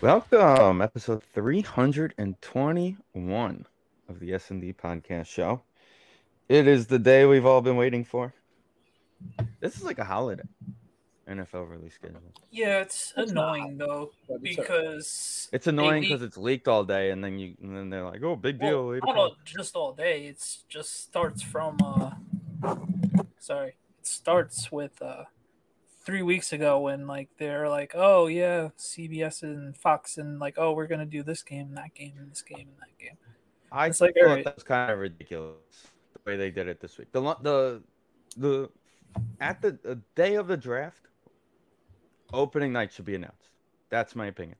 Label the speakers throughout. Speaker 1: Welcome, episode 321 of the S&D podcast show. It is the day we've all been waiting for. This is like a holiday. NFL release schedule.
Speaker 2: Yeah, it's,
Speaker 3: It's
Speaker 2: annoying though
Speaker 3: But it's all right.
Speaker 2: because
Speaker 1: It's annoying because
Speaker 2: leak-
Speaker 1: it's leaked all day, and then you and then they're like, "Oh, big deal."
Speaker 2: well,
Speaker 1: eight
Speaker 2: not
Speaker 1: o'clock."
Speaker 2: all- just all day. It's just starts from uh, sorry, it starts with uh, three weeks ago when like they're like, oh yeah, CBS and Fox and like, oh we're gonna do this game, and that game, and this game, and that game.
Speaker 1: I
Speaker 2: It's like,
Speaker 1: thought
Speaker 2: alright.
Speaker 1: that was kind of ridiculous the way they did it this week. The lo- the the at the, the day of the draft, opening night should be announced. That's my opinion.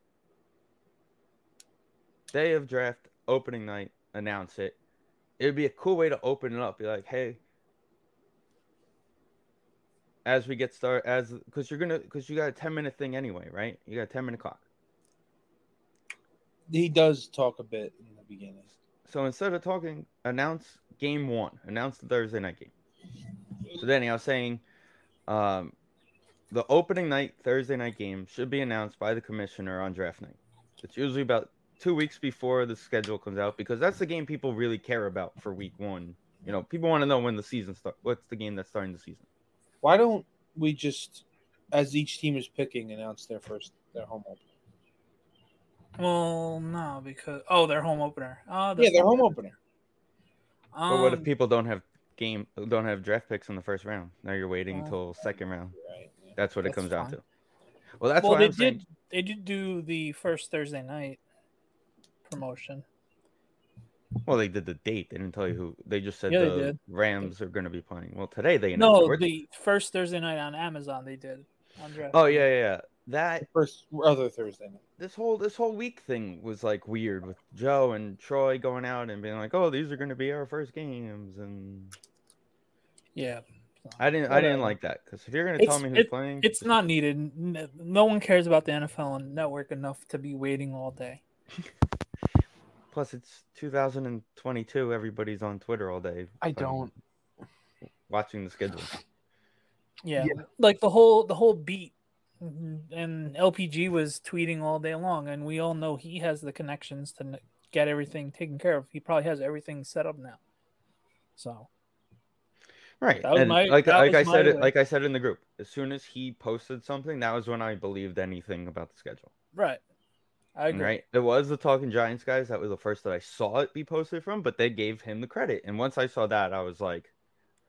Speaker 1: Day of draft, opening night, announce it. It'd be a cool way to open it up. Be like, hey, as we get started, as because you're gonna because you got a ten minute thing anyway, right? You got a ten minute clock.
Speaker 3: He does talk a bit in the beginning.
Speaker 1: So instead of talking, announce game one, announce the Thursday night game. So Danny, I was saying, um, the opening night Thursday night game should be announced by the commissioner on draft night. It's usually about two weeks before the schedule comes out because that's the game people really care about for week one. You know, people want to know when the season starts. What's the game that's starting the season?
Speaker 3: Why don't we just, as each team is picking, announce their first their home opener?
Speaker 2: Well, no, because oh, their home opener. Oh,
Speaker 3: Yeah, their home opener.
Speaker 1: but what if
Speaker 2: Um,
Speaker 1: people don't have game, don't have draft picks in the first round? Now you're waiting
Speaker 2: Uh,
Speaker 1: till second round.
Speaker 3: Right. yeah.
Speaker 1: That's what it
Speaker 2: that's
Speaker 1: comes down
Speaker 2: fine.
Speaker 1: to. Well, that's
Speaker 2: well,
Speaker 1: what
Speaker 2: they
Speaker 1: I'm
Speaker 2: did.
Speaker 1: saying.
Speaker 2: They did do the first Thursday night promotion.
Speaker 1: Well, they did the date. They didn't tell you who. They just said
Speaker 2: Mm. Yeah, they
Speaker 1: the
Speaker 2: did.
Speaker 1: Rams are going to be playing. Well, today they announced.
Speaker 2: No,
Speaker 1: we're-
Speaker 2: the first Thursday night on Amazon they did. On draft.
Speaker 1: oh yeah, yeah, yeah. That
Speaker 3: First other Thursday night.
Speaker 1: this whole this whole week thing was like weird with Joe and Troy going out and being like, "Oh, these are going to be our first games," and
Speaker 2: yeah.
Speaker 1: I didn't I didn't
Speaker 3: Whatever.
Speaker 1: like that because if you're going to tell
Speaker 2: It's-
Speaker 1: me who's playing,
Speaker 2: It's not needed. N- No one cares about the NFL and network enough to be waiting all day.
Speaker 1: plus it's 2022. Everybody's on Twitter all day.
Speaker 3: I
Speaker 1: fucking
Speaker 3: don't.
Speaker 1: watching the schedule.
Speaker 2: Yeah,
Speaker 3: Yeah.
Speaker 2: like the whole the whole beat, mm-hmm, and LPG was tweeting all day long, and we all know he has the connections to n- get everything taken care of. He probably has everything set up now. So
Speaker 1: Right.
Speaker 2: That was
Speaker 1: and
Speaker 2: my-
Speaker 1: like
Speaker 2: that
Speaker 1: like
Speaker 2: was
Speaker 1: I
Speaker 2: my
Speaker 1: said it
Speaker 2: way.
Speaker 1: like I said in the group. As soon as he posted something, that was when I believed anything about the schedule.
Speaker 2: right, I agree.
Speaker 1: Right. It was the Talking Giants guys. That was the first that I saw it be posted from, but they gave him the credit. And once I saw that, I was like,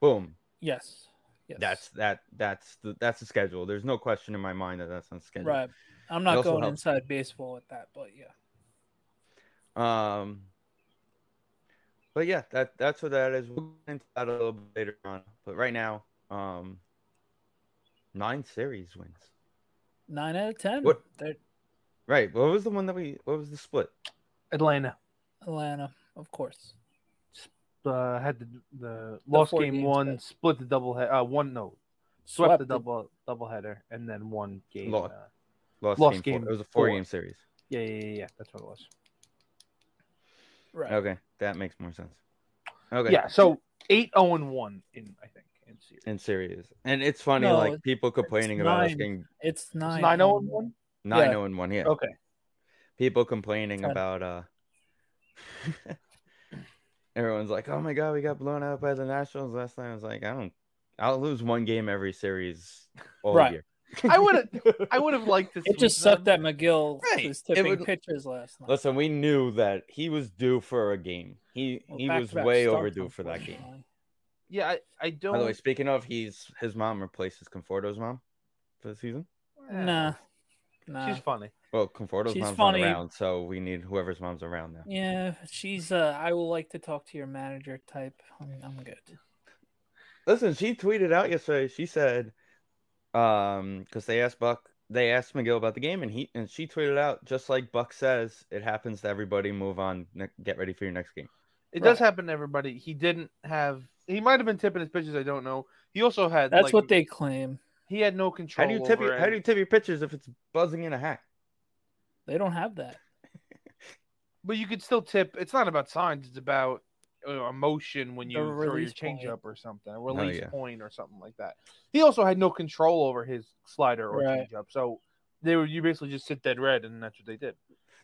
Speaker 1: boom,
Speaker 2: Yes, yes,
Speaker 1: that's that that's the that's the schedule. There's no question in my mind that that's on schedule.
Speaker 2: right. I'm
Speaker 1: It
Speaker 2: not
Speaker 1: also
Speaker 2: going
Speaker 1: helps.
Speaker 2: inside baseball with that, but yeah.
Speaker 1: Um but yeah, that that's what that is. We'll get into that a little bit later on. But right now, um nine series wins.
Speaker 2: Nine out of ten.
Speaker 1: What-
Speaker 2: They're-
Speaker 1: Right. What was the one that we what was the split?
Speaker 4: Atlanta
Speaker 2: Atlanta, of course.
Speaker 4: uh, had the, the lost
Speaker 2: four
Speaker 4: game
Speaker 2: games
Speaker 4: one,
Speaker 2: back.
Speaker 4: split the double uh, one no swept, the double double header, and then one game.
Speaker 1: Lost.
Speaker 4: uh,
Speaker 1: Lost,
Speaker 4: Lost
Speaker 1: game,
Speaker 4: game
Speaker 1: four. It was a four,
Speaker 4: four.
Speaker 1: game series.
Speaker 4: yeah, yeah, yeah, yeah, that's what it was.
Speaker 2: Right.
Speaker 1: Okay. That makes more sense. Okay.
Speaker 4: Yeah, so eight zero and one in I think in series.
Speaker 1: and serious. And it's funny,
Speaker 2: No,
Speaker 1: like people complaining about us
Speaker 2: nine.
Speaker 1: getting
Speaker 2: It's nine. oh,
Speaker 4: Nine zero and one.
Speaker 1: nine zero and one. Yeah,
Speaker 4: Okay,
Speaker 1: people complaining
Speaker 2: Ten.
Speaker 1: about uh. Everyone's like, "Oh my god, we got blown out by the Nationals last night." I was like, "I don't, I'll lose one game every series all
Speaker 2: Right.
Speaker 1: year."
Speaker 4: I would I would have liked to.
Speaker 2: It just
Speaker 4: sweep
Speaker 2: sucked
Speaker 4: them.
Speaker 2: that McGill
Speaker 1: Right.
Speaker 2: was
Speaker 1: It
Speaker 2: tipping
Speaker 1: would-
Speaker 2: pitches last night.
Speaker 1: Listen, we knew that he was due for a game. He
Speaker 2: Well,
Speaker 1: he was
Speaker 2: back-to-back
Speaker 1: way
Speaker 2: starts,
Speaker 1: overdue for that game.
Speaker 2: unfortunately.
Speaker 4: Yeah, I, I don't.
Speaker 1: By the way, speaking of, he's his mom replaces Conforto's mom for the season.
Speaker 4: eh,
Speaker 2: Nah, Nah.
Speaker 4: she's funny.
Speaker 1: Well, Conforto's
Speaker 2: She's
Speaker 1: mom's
Speaker 2: funny.
Speaker 1: not around, so we need whoever's mom's around now.
Speaker 2: yeah, she's. Uh, I will like to talk to your manager type. I'm, I'm good.
Speaker 1: Listen, she tweeted out yesterday. She said, um, because they asked Buck they asked McGill about the game, and he and she tweeted out just like Buck says, it happens to everybody. Move on, ne- get ready for your next game.
Speaker 4: It does happen to everybody. He didn't have. He might have been tipping his pitches. I don't know. He also had.
Speaker 2: That's
Speaker 4: like,
Speaker 2: what they claim.
Speaker 4: He had no
Speaker 1: How
Speaker 4: control.
Speaker 1: do you tip?
Speaker 4: over
Speaker 1: Your, how
Speaker 4: any-
Speaker 1: do you tip your pitchers if it's buzzing in a hat?
Speaker 2: They don't have that.
Speaker 4: But you could still tip. It's not about signs. It's about uh, emotion when
Speaker 2: The
Speaker 4: you throw your
Speaker 2: release point.
Speaker 4: changeup or something, a release
Speaker 1: yeah.
Speaker 4: point or something like that. He also had no control over his slider or
Speaker 2: Right.
Speaker 4: changeup, so they were you basically just sit dead red, and that's what they did.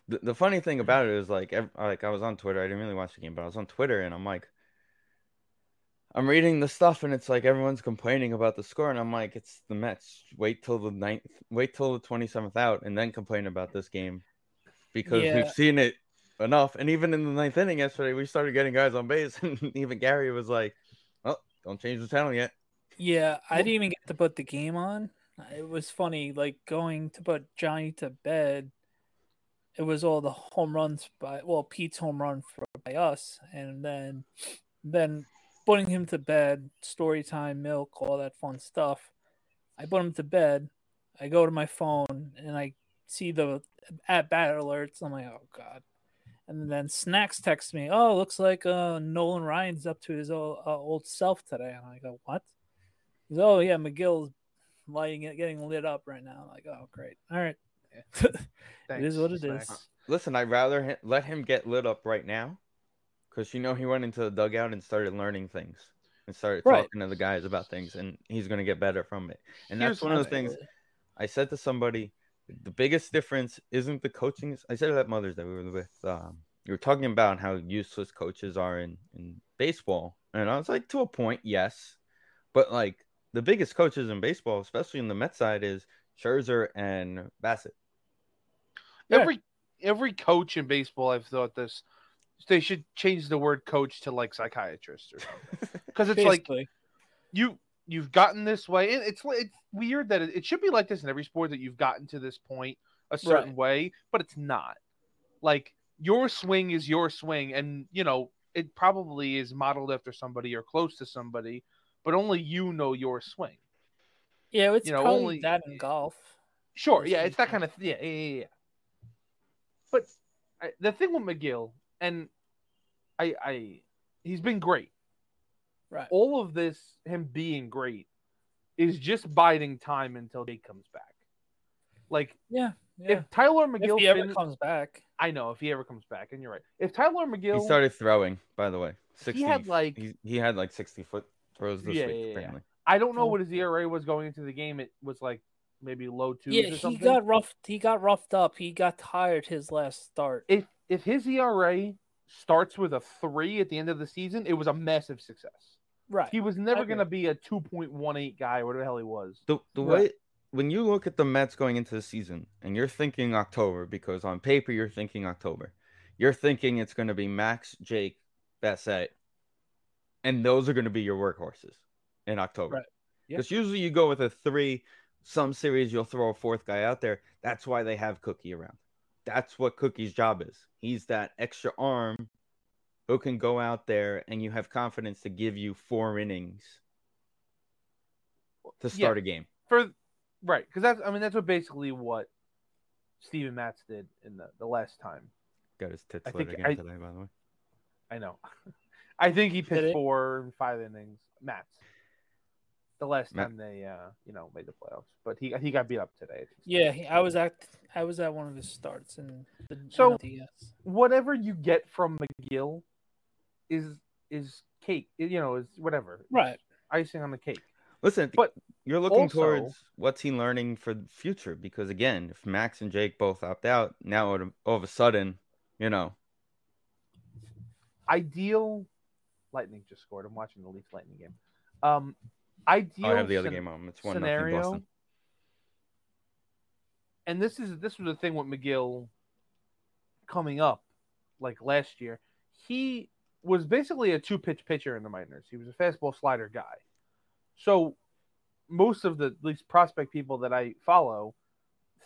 Speaker 1: the, the funny thing about it is like ev- like I was on Twitter. I didn't really watch the game, but I was on Twitter and I'm like I'm reading the stuff and it's like everyone's complaining about the score and I'm like it's the Mets. Wait till the ninth. Wait till the 27th out and then complain about this game because
Speaker 2: Yeah.
Speaker 1: we've seen it enough. And even in the ninth inning yesterday, we started getting guys on base and even Gary was like, "Well, don't change the channel yet."
Speaker 2: Yeah, I didn't even get to put the game on. It was funny, like going to put Johnny to bed. It was all the home runs by well, Pete's home run for, by us, and then then putting him to bed, story time, milk, all that fun stuff. I put him to bed. I go to my phone and I see the at bat alerts. I'm like, oh god. And then Snacks texts me, oh, looks like uh, Nolan Ryan's up to his old, uh, old self today. And I go, what? He's, oh yeah, McGill's lighting it, getting lit up right now. I'm like, oh great, all right.
Speaker 4: Thanks,
Speaker 2: it is what it is.
Speaker 4: Snacks.
Speaker 1: Listen, I'd rather hi- let him get lit up right now because you know he went into the dugout and started learning things and started
Speaker 2: Right.
Speaker 1: talking to the guys about things, and he's going to get better from it. And that's
Speaker 4: Here's
Speaker 1: one of the
Speaker 4: what I-
Speaker 1: things I said to somebody. The biggest difference isn't the coaching. I said it at Mother's Day. We were with, um, you were talking about how useless coaches are in, in baseball. And I was like, to a point, yes. But like the biggest coaches in baseball, especially in the Mets side, is Scherzer and Bassett.
Speaker 2: Yeah.
Speaker 4: Every every coach in baseball, I've thought this. They should change the word coach to like psychiatrist or something, because it's like
Speaker 2: Basically.
Speaker 4: you you've gotten this way and it's it's weird that it, it should be like this in every sport that you've gotten to this point a certain way but it's not like your swing is your swing and you know it probably is modeled after somebody or close to somebody but only you know your swing
Speaker 2: yeah, it's
Speaker 4: you know,
Speaker 2: probably
Speaker 4: only-
Speaker 2: that in golf.
Speaker 4: Sure,
Speaker 2: Yes,
Speaker 4: yeah,
Speaker 2: we
Speaker 4: it's that
Speaker 2: can.
Speaker 4: kind of yeah, yeah, yeah, yeah. But I, the thing with McGill, and I, I, he's been great.
Speaker 2: Right.
Speaker 4: All of this, him being great, is just biding time until Jake comes back. Like
Speaker 2: Yeah, yeah.
Speaker 4: if Tyler
Speaker 2: If,
Speaker 4: McGill,
Speaker 2: he ever
Speaker 4: fin-
Speaker 2: comes back,
Speaker 4: I know if he ever comes back, and you're right. If Tyler McGill,
Speaker 1: He started throwing, by the way. 60,
Speaker 4: He had, like-
Speaker 1: he, he had like sixty foot throws this
Speaker 4: Yeah,
Speaker 1: week.
Speaker 4: yeah, yeah.
Speaker 1: apparently.
Speaker 4: I don't
Speaker 1: Oh.
Speaker 4: know what his ERA was going into the game. It was like maybe low twos
Speaker 2: yeah,
Speaker 4: or
Speaker 2: he
Speaker 4: something.
Speaker 2: got roughed. He got roughed up. He got tired his last start.
Speaker 4: if if his ERA starts with a three at the end of the season, it was a massive success.
Speaker 2: right.
Speaker 4: He was never
Speaker 2: agree.
Speaker 4: going to be a 2.18 guy, or whatever the hell he was.
Speaker 1: The the
Speaker 2: Right.
Speaker 1: way when you look at the Mets going into the season, and you're thinking October because on paper you're thinking October, you're thinking it's going to be Max, Jake, Bassett, and those are going to be your workhorses in October.
Speaker 2: Right. Yeah.
Speaker 1: Because usually you go with a three. Some series you'll throw a fourth guy out there. That's why they have Cookie around. That's what Cookie's job is. He's that extra arm who can go out there and you have confidence to give you four innings to
Speaker 4: Yeah.
Speaker 1: start a game.
Speaker 4: For right, because that's I mean that's what basically what Steven Matz did in the, the last time.
Speaker 1: Got his tits
Speaker 4: I
Speaker 1: lit
Speaker 4: think
Speaker 1: again
Speaker 4: I-
Speaker 1: today, by the way.
Speaker 4: I know. I think he
Speaker 2: Did
Speaker 4: pitched
Speaker 2: it?
Speaker 4: four and five innings. Matz. The last
Speaker 1: Matt-
Speaker 4: time they uh you know made the playoffs, but he he got beat up today.
Speaker 2: yeah, he, I was at I was at one of his starts in the
Speaker 4: So-
Speaker 2: NLDS.
Speaker 4: Whatever you get from McGill is is cake. You know is whatever
Speaker 2: Right.
Speaker 4: icing on the cake.
Speaker 1: Listen,
Speaker 4: But
Speaker 1: you're looking
Speaker 4: also-
Speaker 1: towards what's he learning for the future because again, if Max and Jake both opt out, now it- all of a sudden, you know,
Speaker 4: ideal lightning just scored i'm watching the leaf lightning game um ideal
Speaker 1: Oh, I have the other
Speaker 4: scen-
Speaker 1: game on. It's one nothing
Speaker 4: scenario
Speaker 1: Boston.
Speaker 4: and this is this was the thing with mcgill coming up like last year he was basically a two pitch pitcher in the minors he was a fastball slider guy so most of the at least prospect people that i follow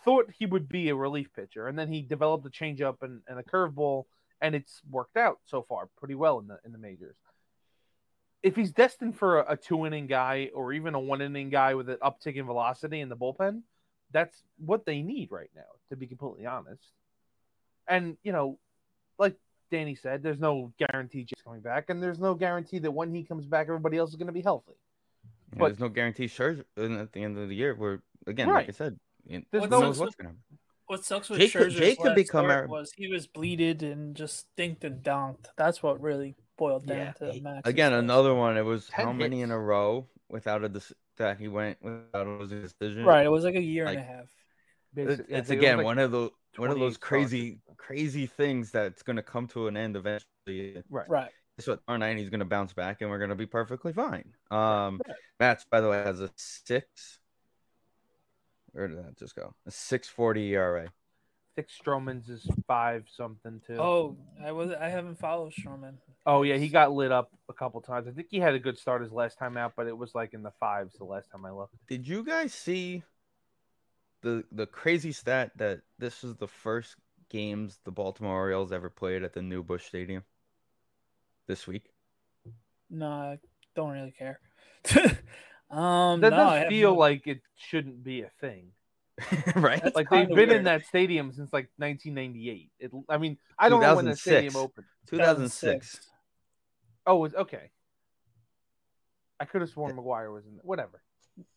Speaker 4: thought he would be a relief pitcher and then he developed a changeup and, and a curveball and it's worked out so far pretty well in the in the majors. If he's destined for a, a two inning guy or even a one inning guy with an uptick in velocity in the bullpen, that's what they need right now, to be completely honest. And, you know, like Danny said, there's no guarantee Jake's coming back, and there's no guarantee that when he comes back, everybody else is going to be healthy.
Speaker 1: And
Speaker 4: But-
Speaker 1: there's no guarantee Scherzer and at the end of the year. We're again, like I
Speaker 4: Right.
Speaker 1: said, you know,
Speaker 4: There's
Speaker 1: who
Speaker 4: no-
Speaker 1: knows what's gonna happen.
Speaker 2: What sucks with
Speaker 1: Jake could-
Speaker 2: Scherzer's
Speaker 1: Jake could
Speaker 2: last
Speaker 1: become
Speaker 2: start
Speaker 1: our-
Speaker 2: was he was bleeded and just stinked and donked. That's what really boiled down
Speaker 4: Yeah,
Speaker 2: to Max.
Speaker 1: Again, another one. It was
Speaker 4: Ten
Speaker 1: how many in
Speaker 4: hits.
Speaker 1: a row without a dec- that he went without a decision.
Speaker 2: right. It was like a year and
Speaker 1: like-
Speaker 2: a half.
Speaker 1: It-
Speaker 4: Basically, I
Speaker 1: it's
Speaker 4: think it was
Speaker 1: again
Speaker 4: like-
Speaker 1: one of those one of
Speaker 4: 28
Speaker 1: those
Speaker 4: starts.
Speaker 1: crazy crazy things that's going to come to an end eventually.
Speaker 4: Right.
Speaker 2: Right.
Speaker 1: That's what R90 is going to bounce back, and we're going to be perfectly fine. Um,
Speaker 4: Right.
Speaker 1: Mats, by the way, has a six. Where did that just go? A six forty E ERA.
Speaker 4: Dick Stroman's is five something too. Oh.
Speaker 2: Oh, I was. I haven't followed Stroman.
Speaker 4: yeah, he got lit up a couple times. I think he had a good start his last time out, but it was like in the fives the last time I looked.
Speaker 1: Did you guys see the the crazy stat that this is the first games the Baltimore Orioles ever played at the new Bush Stadium this week?
Speaker 2: No, I don't really care. um,
Speaker 4: That
Speaker 2: no, I
Speaker 4: does
Speaker 2: have
Speaker 4: feel
Speaker 2: no-
Speaker 4: like it shouldn't be a thing.
Speaker 1: right?
Speaker 2: That's
Speaker 4: like they've
Speaker 2: kinda
Speaker 4: been in
Speaker 2: weird.
Speaker 4: that stadium since like 1998. It, I mean, I don't know when the
Speaker 1: 2006.
Speaker 4: stadium opened.
Speaker 1: 2006.
Speaker 4: Oh, it's okay. I could have sworn McGuire was in there. Whatever.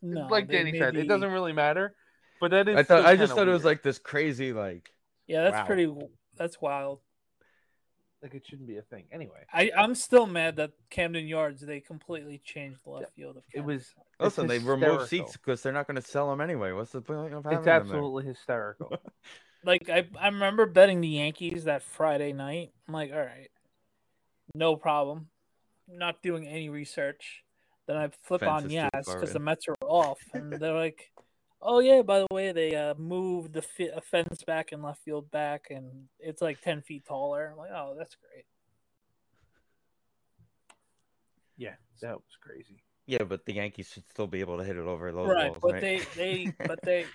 Speaker 2: No,
Speaker 4: like
Speaker 2: they
Speaker 4: Danny
Speaker 2: may
Speaker 4: said, it
Speaker 2: be-
Speaker 4: doesn't really matter. But that is.
Speaker 1: I thought
Speaker 4: still
Speaker 1: I just
Speaker 4: kinda
Speaker 1: thought it was
Speaker 4: weird.
Speaker 1: like this crazy like
Speaker 2: Yeah, that's
Speaker 1: Wow.
Speaker 2: pretty. That's wild.
Speaker 4: like it shouldn't be a thing. Anyway,
Speaker 2: I I'm still mad that Camden Yards they completely changed the left field of.
Speaker 4: it
Speaker 2: Camden
Speaker 4: was.
Speaker 2: Yards.
Speaker 4: It's
Speaker 1: listen they removed seats
Speaker 4: hysterical.
Speaker 1: because they're not going to sell them anyway. What's the point of having
Speaker 4: It's
Speaker 1: them there?
Speaker 4: absolutely hysterical.
Speaker 2: like I I remember betting the Yankees that Friday night. I'm like, all right, no problem. Not doing any research. Then I flip
Speaker 1: Fence
Speaker 2: on
Speaker 1: is too
Speaker 2: Yes
Speaker 1: far
Speaker 2: because the
Speaker 1: in.
Speaker 2: Mets are off, and they're like, oh yeah, by the way, they uh, moved the fi- a fence back and left field back, and it's like ten feet taller. I'm like, oh, that's great.
Speaker 4: yeah, that was crazy.
Speaker 1: Yeah, but the Yankees should still be able to hit it over those
Speaker 2: right,
Speaker 1: walls,
Speaker 2: but
Speaker 1: right?
Speaker 2: they they but they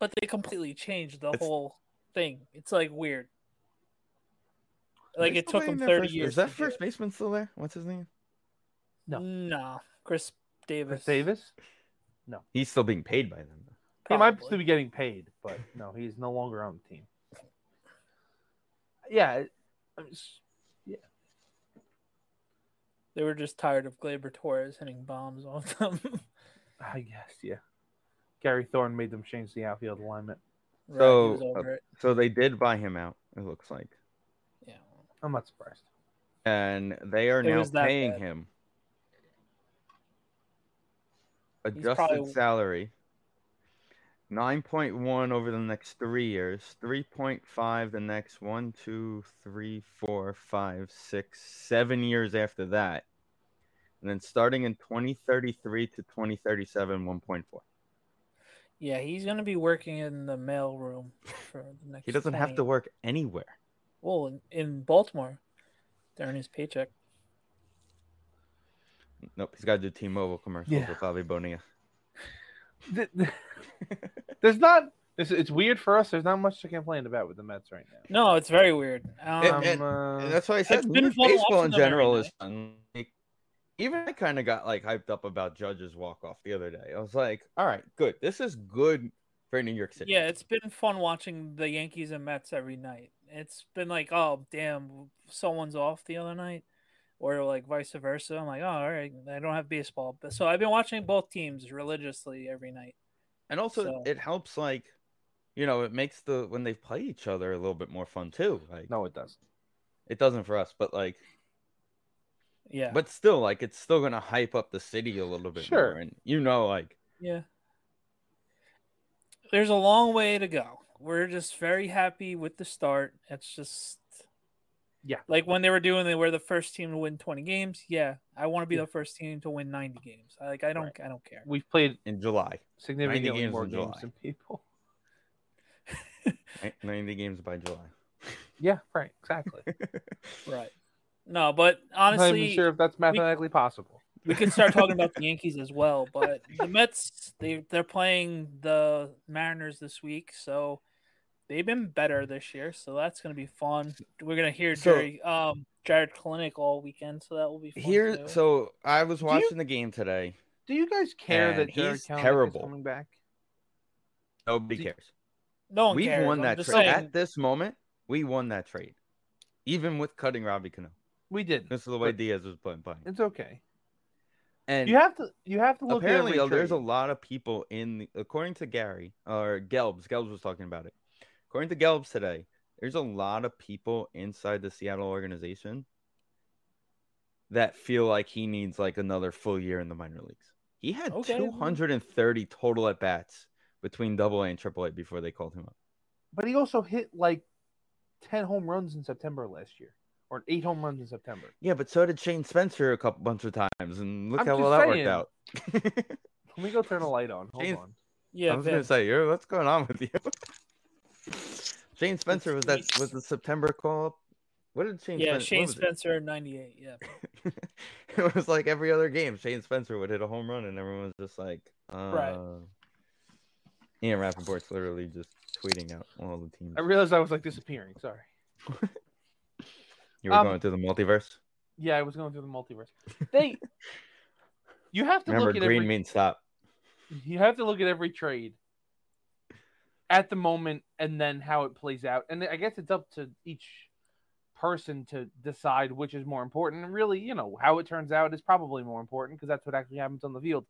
Speaker 2: but they completely changed the
Speaker 1: It's-
Speaker 2: whole thing. It's like weird. Like
Speaker 1: They
Speaker 2: it
Speaker 1: still
Speaker 2: took
Speaker 1: playing
Speaker 2: them
Speaker 1: their
Speaker 2: thirty
Speaker 1: first-
Speaker 2: years.
Speaker 1: Is that
Speaker 2: to do it.
Speaker 1: first baseman still there? What's his name?
Speaker 4: No.
Speaker 2: No. Chris Davis.
Speaker 4: Chris Davis.
Speaker 1: He's still being paid by them.
Speaker 4: He might
Speaker 2: probably.
Speaker 4: still be getting paid, but no, he's no longer on the team. Yeah, it- I'm s-
Speaker 2: They were just tired of Glaber Torres hitting bombs on them.
Speaker 4: I guess yeah. Gary Thorne made them change the outfield alignment.
Speaker 2: Right, he
Speaker 1: So,
Speaker 2: was over it.
Speaker 1: So they did buy him out. It looks like,
Speaker 2: Yeah.
Speaker 4: I'm not surprised.
Speaker 1: and they are
Speaker 2: It
Speaker 1: now
Speaker 2: was that
Speaker 1: paying
Speaker 2: bad.
Speaker 1: him
Speaker 2: probably-
Speaker 1: adjusted salary. Nine point one over the next three years. Three point five the next one, two, three, four, five, six, seven years after that, and then starting in twenty thirty three to twenty thirty seven, one point four.
Speaker 2: Yeah, he's gonna be working in the mail room for the next
Speaker 1: He doesn't have
Speaker 2: 20
Speaker 1: to work anywhere.
Speaker 2: well in, in Baltimore during his paycheck.
Speaker 1: Nope, he's got to do T-Mobile commercials
Speaker 4: Yeah.
Speaker 1: with Bobby Bonilla.
Speaker 4: Th- th- There's not. It's, it's weird for us. There's not much to complain about with the Mets right now.
Speaker 2: No, it's very weird. Um,
Speaker 1: it-
Speaker 4: uh,
Speaker 1: And that's why I
Speaker 2: It's
Speaker 1: said
Speaker 2: been
Speaker 1: New York
Speaker 2: fun
Speaker 1: baseball
Speaker 2: watching
Speaker 1: in
Speaker 2: them every
Speaker 1: general
Speaker 2: night.
Speaker 1: is fun. Like, even I kind of got like hyped up about Judge's walk off the other day. I was like, all right, good. This is good for New York City.
Speaker 2: yeah, it's been fun watching the Yankees and Mets every night. It's been like, oh damn, someone's off the other night, or like vice versa. I'm like, oh, all right, I don't have baseball, but so I've been watching both teams religiously every night.
Speaker 1: and also
Speaker 2: so-
Speaker 1: it helps like, you know, it makes the when they play each other a little bit more fun too. Like,
Speaker 4: no, it doesn't.
Speaker 1: it doesn't for us, but like,
Speaker 2: Yeah,
Speaker 1: but still, like, it's still gonna hype up the city a little bit
Speaker 4: Sure.
Speaker 1: more. And you know, like,
Speaker 2: yeah. There's a long way to go. We're just very happy with the start. It's just
Speaker 4: Yeah.
Speaker 2: like when they were doing they were the first team to win 20 games. Yeah, I want to be
Speaker 4: Yeah.
Speaker 2: the first team to win 90 games. Like I don't, I don't care.
Speaker 4: We've played
Speaker 1: in July,
Speaker 4: significantly
Speaker 1: games
Speaker 4: more
Speaker 1: in
Speaker 4: games
Speaker 1: July.
Speaker 4: than people.
Speaker 1: Ni- ninety games by July.
Speaker 4: Yeah, right. Exactly.
Speaker 2: Right. No, but
Speaker 4: I'm not
Speaker 2: honestly,
Speaker 4: even sure if that's mathematically possible.
Speaker 2: we can start talking about the Yankees as well. But the Mets, they they're playing the Mariners this week, so they've been better this year. So that's gonna be fun. We're gonna hear
Speaker 1: So-
Speaker 2: Jerry, um, Jared Clinic all weekend, so that will be fun
Speaker 1: Here,
Speaker 2: too.
Speaker 1: so I was
Speaker 4: you-
Speaker 1: watching the game today.
Speaker 4: Do you guys care
Speaker 1: And
Speaker 4: that Jared
Speaker 1: he's
Speaker 4: Kelenic is
Speaker 1: terrible.
Speaker 4: coming back?
Speaker 1: Nobody cares.
Speaker 2: No one
Speaker 1: We
Speaker 2: cares.
Speaker 1: won
Speaker 2: I'm
Speaker 1: that
Speaker 2: just
Speaker 1: trade
Speaker 2: saying,
Speaker 1: at this moment. We won that trade, even with cutting Robbie Cano.
Speaker 4: We didn't.
Speaker 1: This is the way
Speaker 4: But-
Speaker 1: Diaz was playing. playing.
Speaker 4: It's okay.
Speaker 1: And
Speaker 4: You have to. You have to look
Speaker 1: apparently
Speaker 4: at
Speaker 1: uh,
Speaker 4: every
Speaker 1: there's a
Speaker 4: trade.
Speaker 1: lot of people in the, according to Gary or Gelbs. Gelbs was talking about it. According to Gelbs today, there's a lot of people inside the Seattle organization that feel like he needs like another full year in the minor leagues. He had
Speaker 2: Okay.
Speaker 1: 230 total at bats between Double A and Triple A before they called him up.
Speaker 4: But he also hit like ten home runs in September last year, or eight home runs in September.
Speaker 1: Yeah, but so did Shane Spencer a couple bunch of times, and look
Speaker 4: I'm
Speaker 1: how
Speaker 4: just
Speaker 1: well that
Speaker 4: saying.
Speaker 1: worked out.
Speaker 4: Let me go turn a light on. Hold
Speaker 1: James-
Speaker 4: on.
Speaker 2: yeah,
Speaker 1: I was gonna
Speaker 2: Vin.
Speaker 1: say, yo, what's going on with you? Shane Spencer was that was the September call up. What did Shane?
Speaker 2: yeah,
Speaker 1: Spen- what
Speaker 2: Shane
Speaker 1: was it?
Speaker 2: Spencer, ninety-eight. Yeah,
Speaker 1: it was like every other game, Shane Spencer would hit a home run, and everyone was just like, uh, Ian Rappaport's literally just tweeting out all the teams.
Speaker 4: I realized I was like disappearing. Sorry.
Speaker 1: You were
Speaker 4: um,
Speaker 1: going through the multiverse.
Speaker 4: Yeah, I was going through the multiverse. They. you have to
Speaker 1: Remember,
Speaker 4: look at
Speaker 1: green
Speaker 4: every.
Speaker 1: means stop.
Speaker 4: You have to look at every trade. At the moment, and then how it plays out, and I guess it's up to each person to decide which is more important. And really, you know, how it turns out is probably more important because that's what actually happens on the field.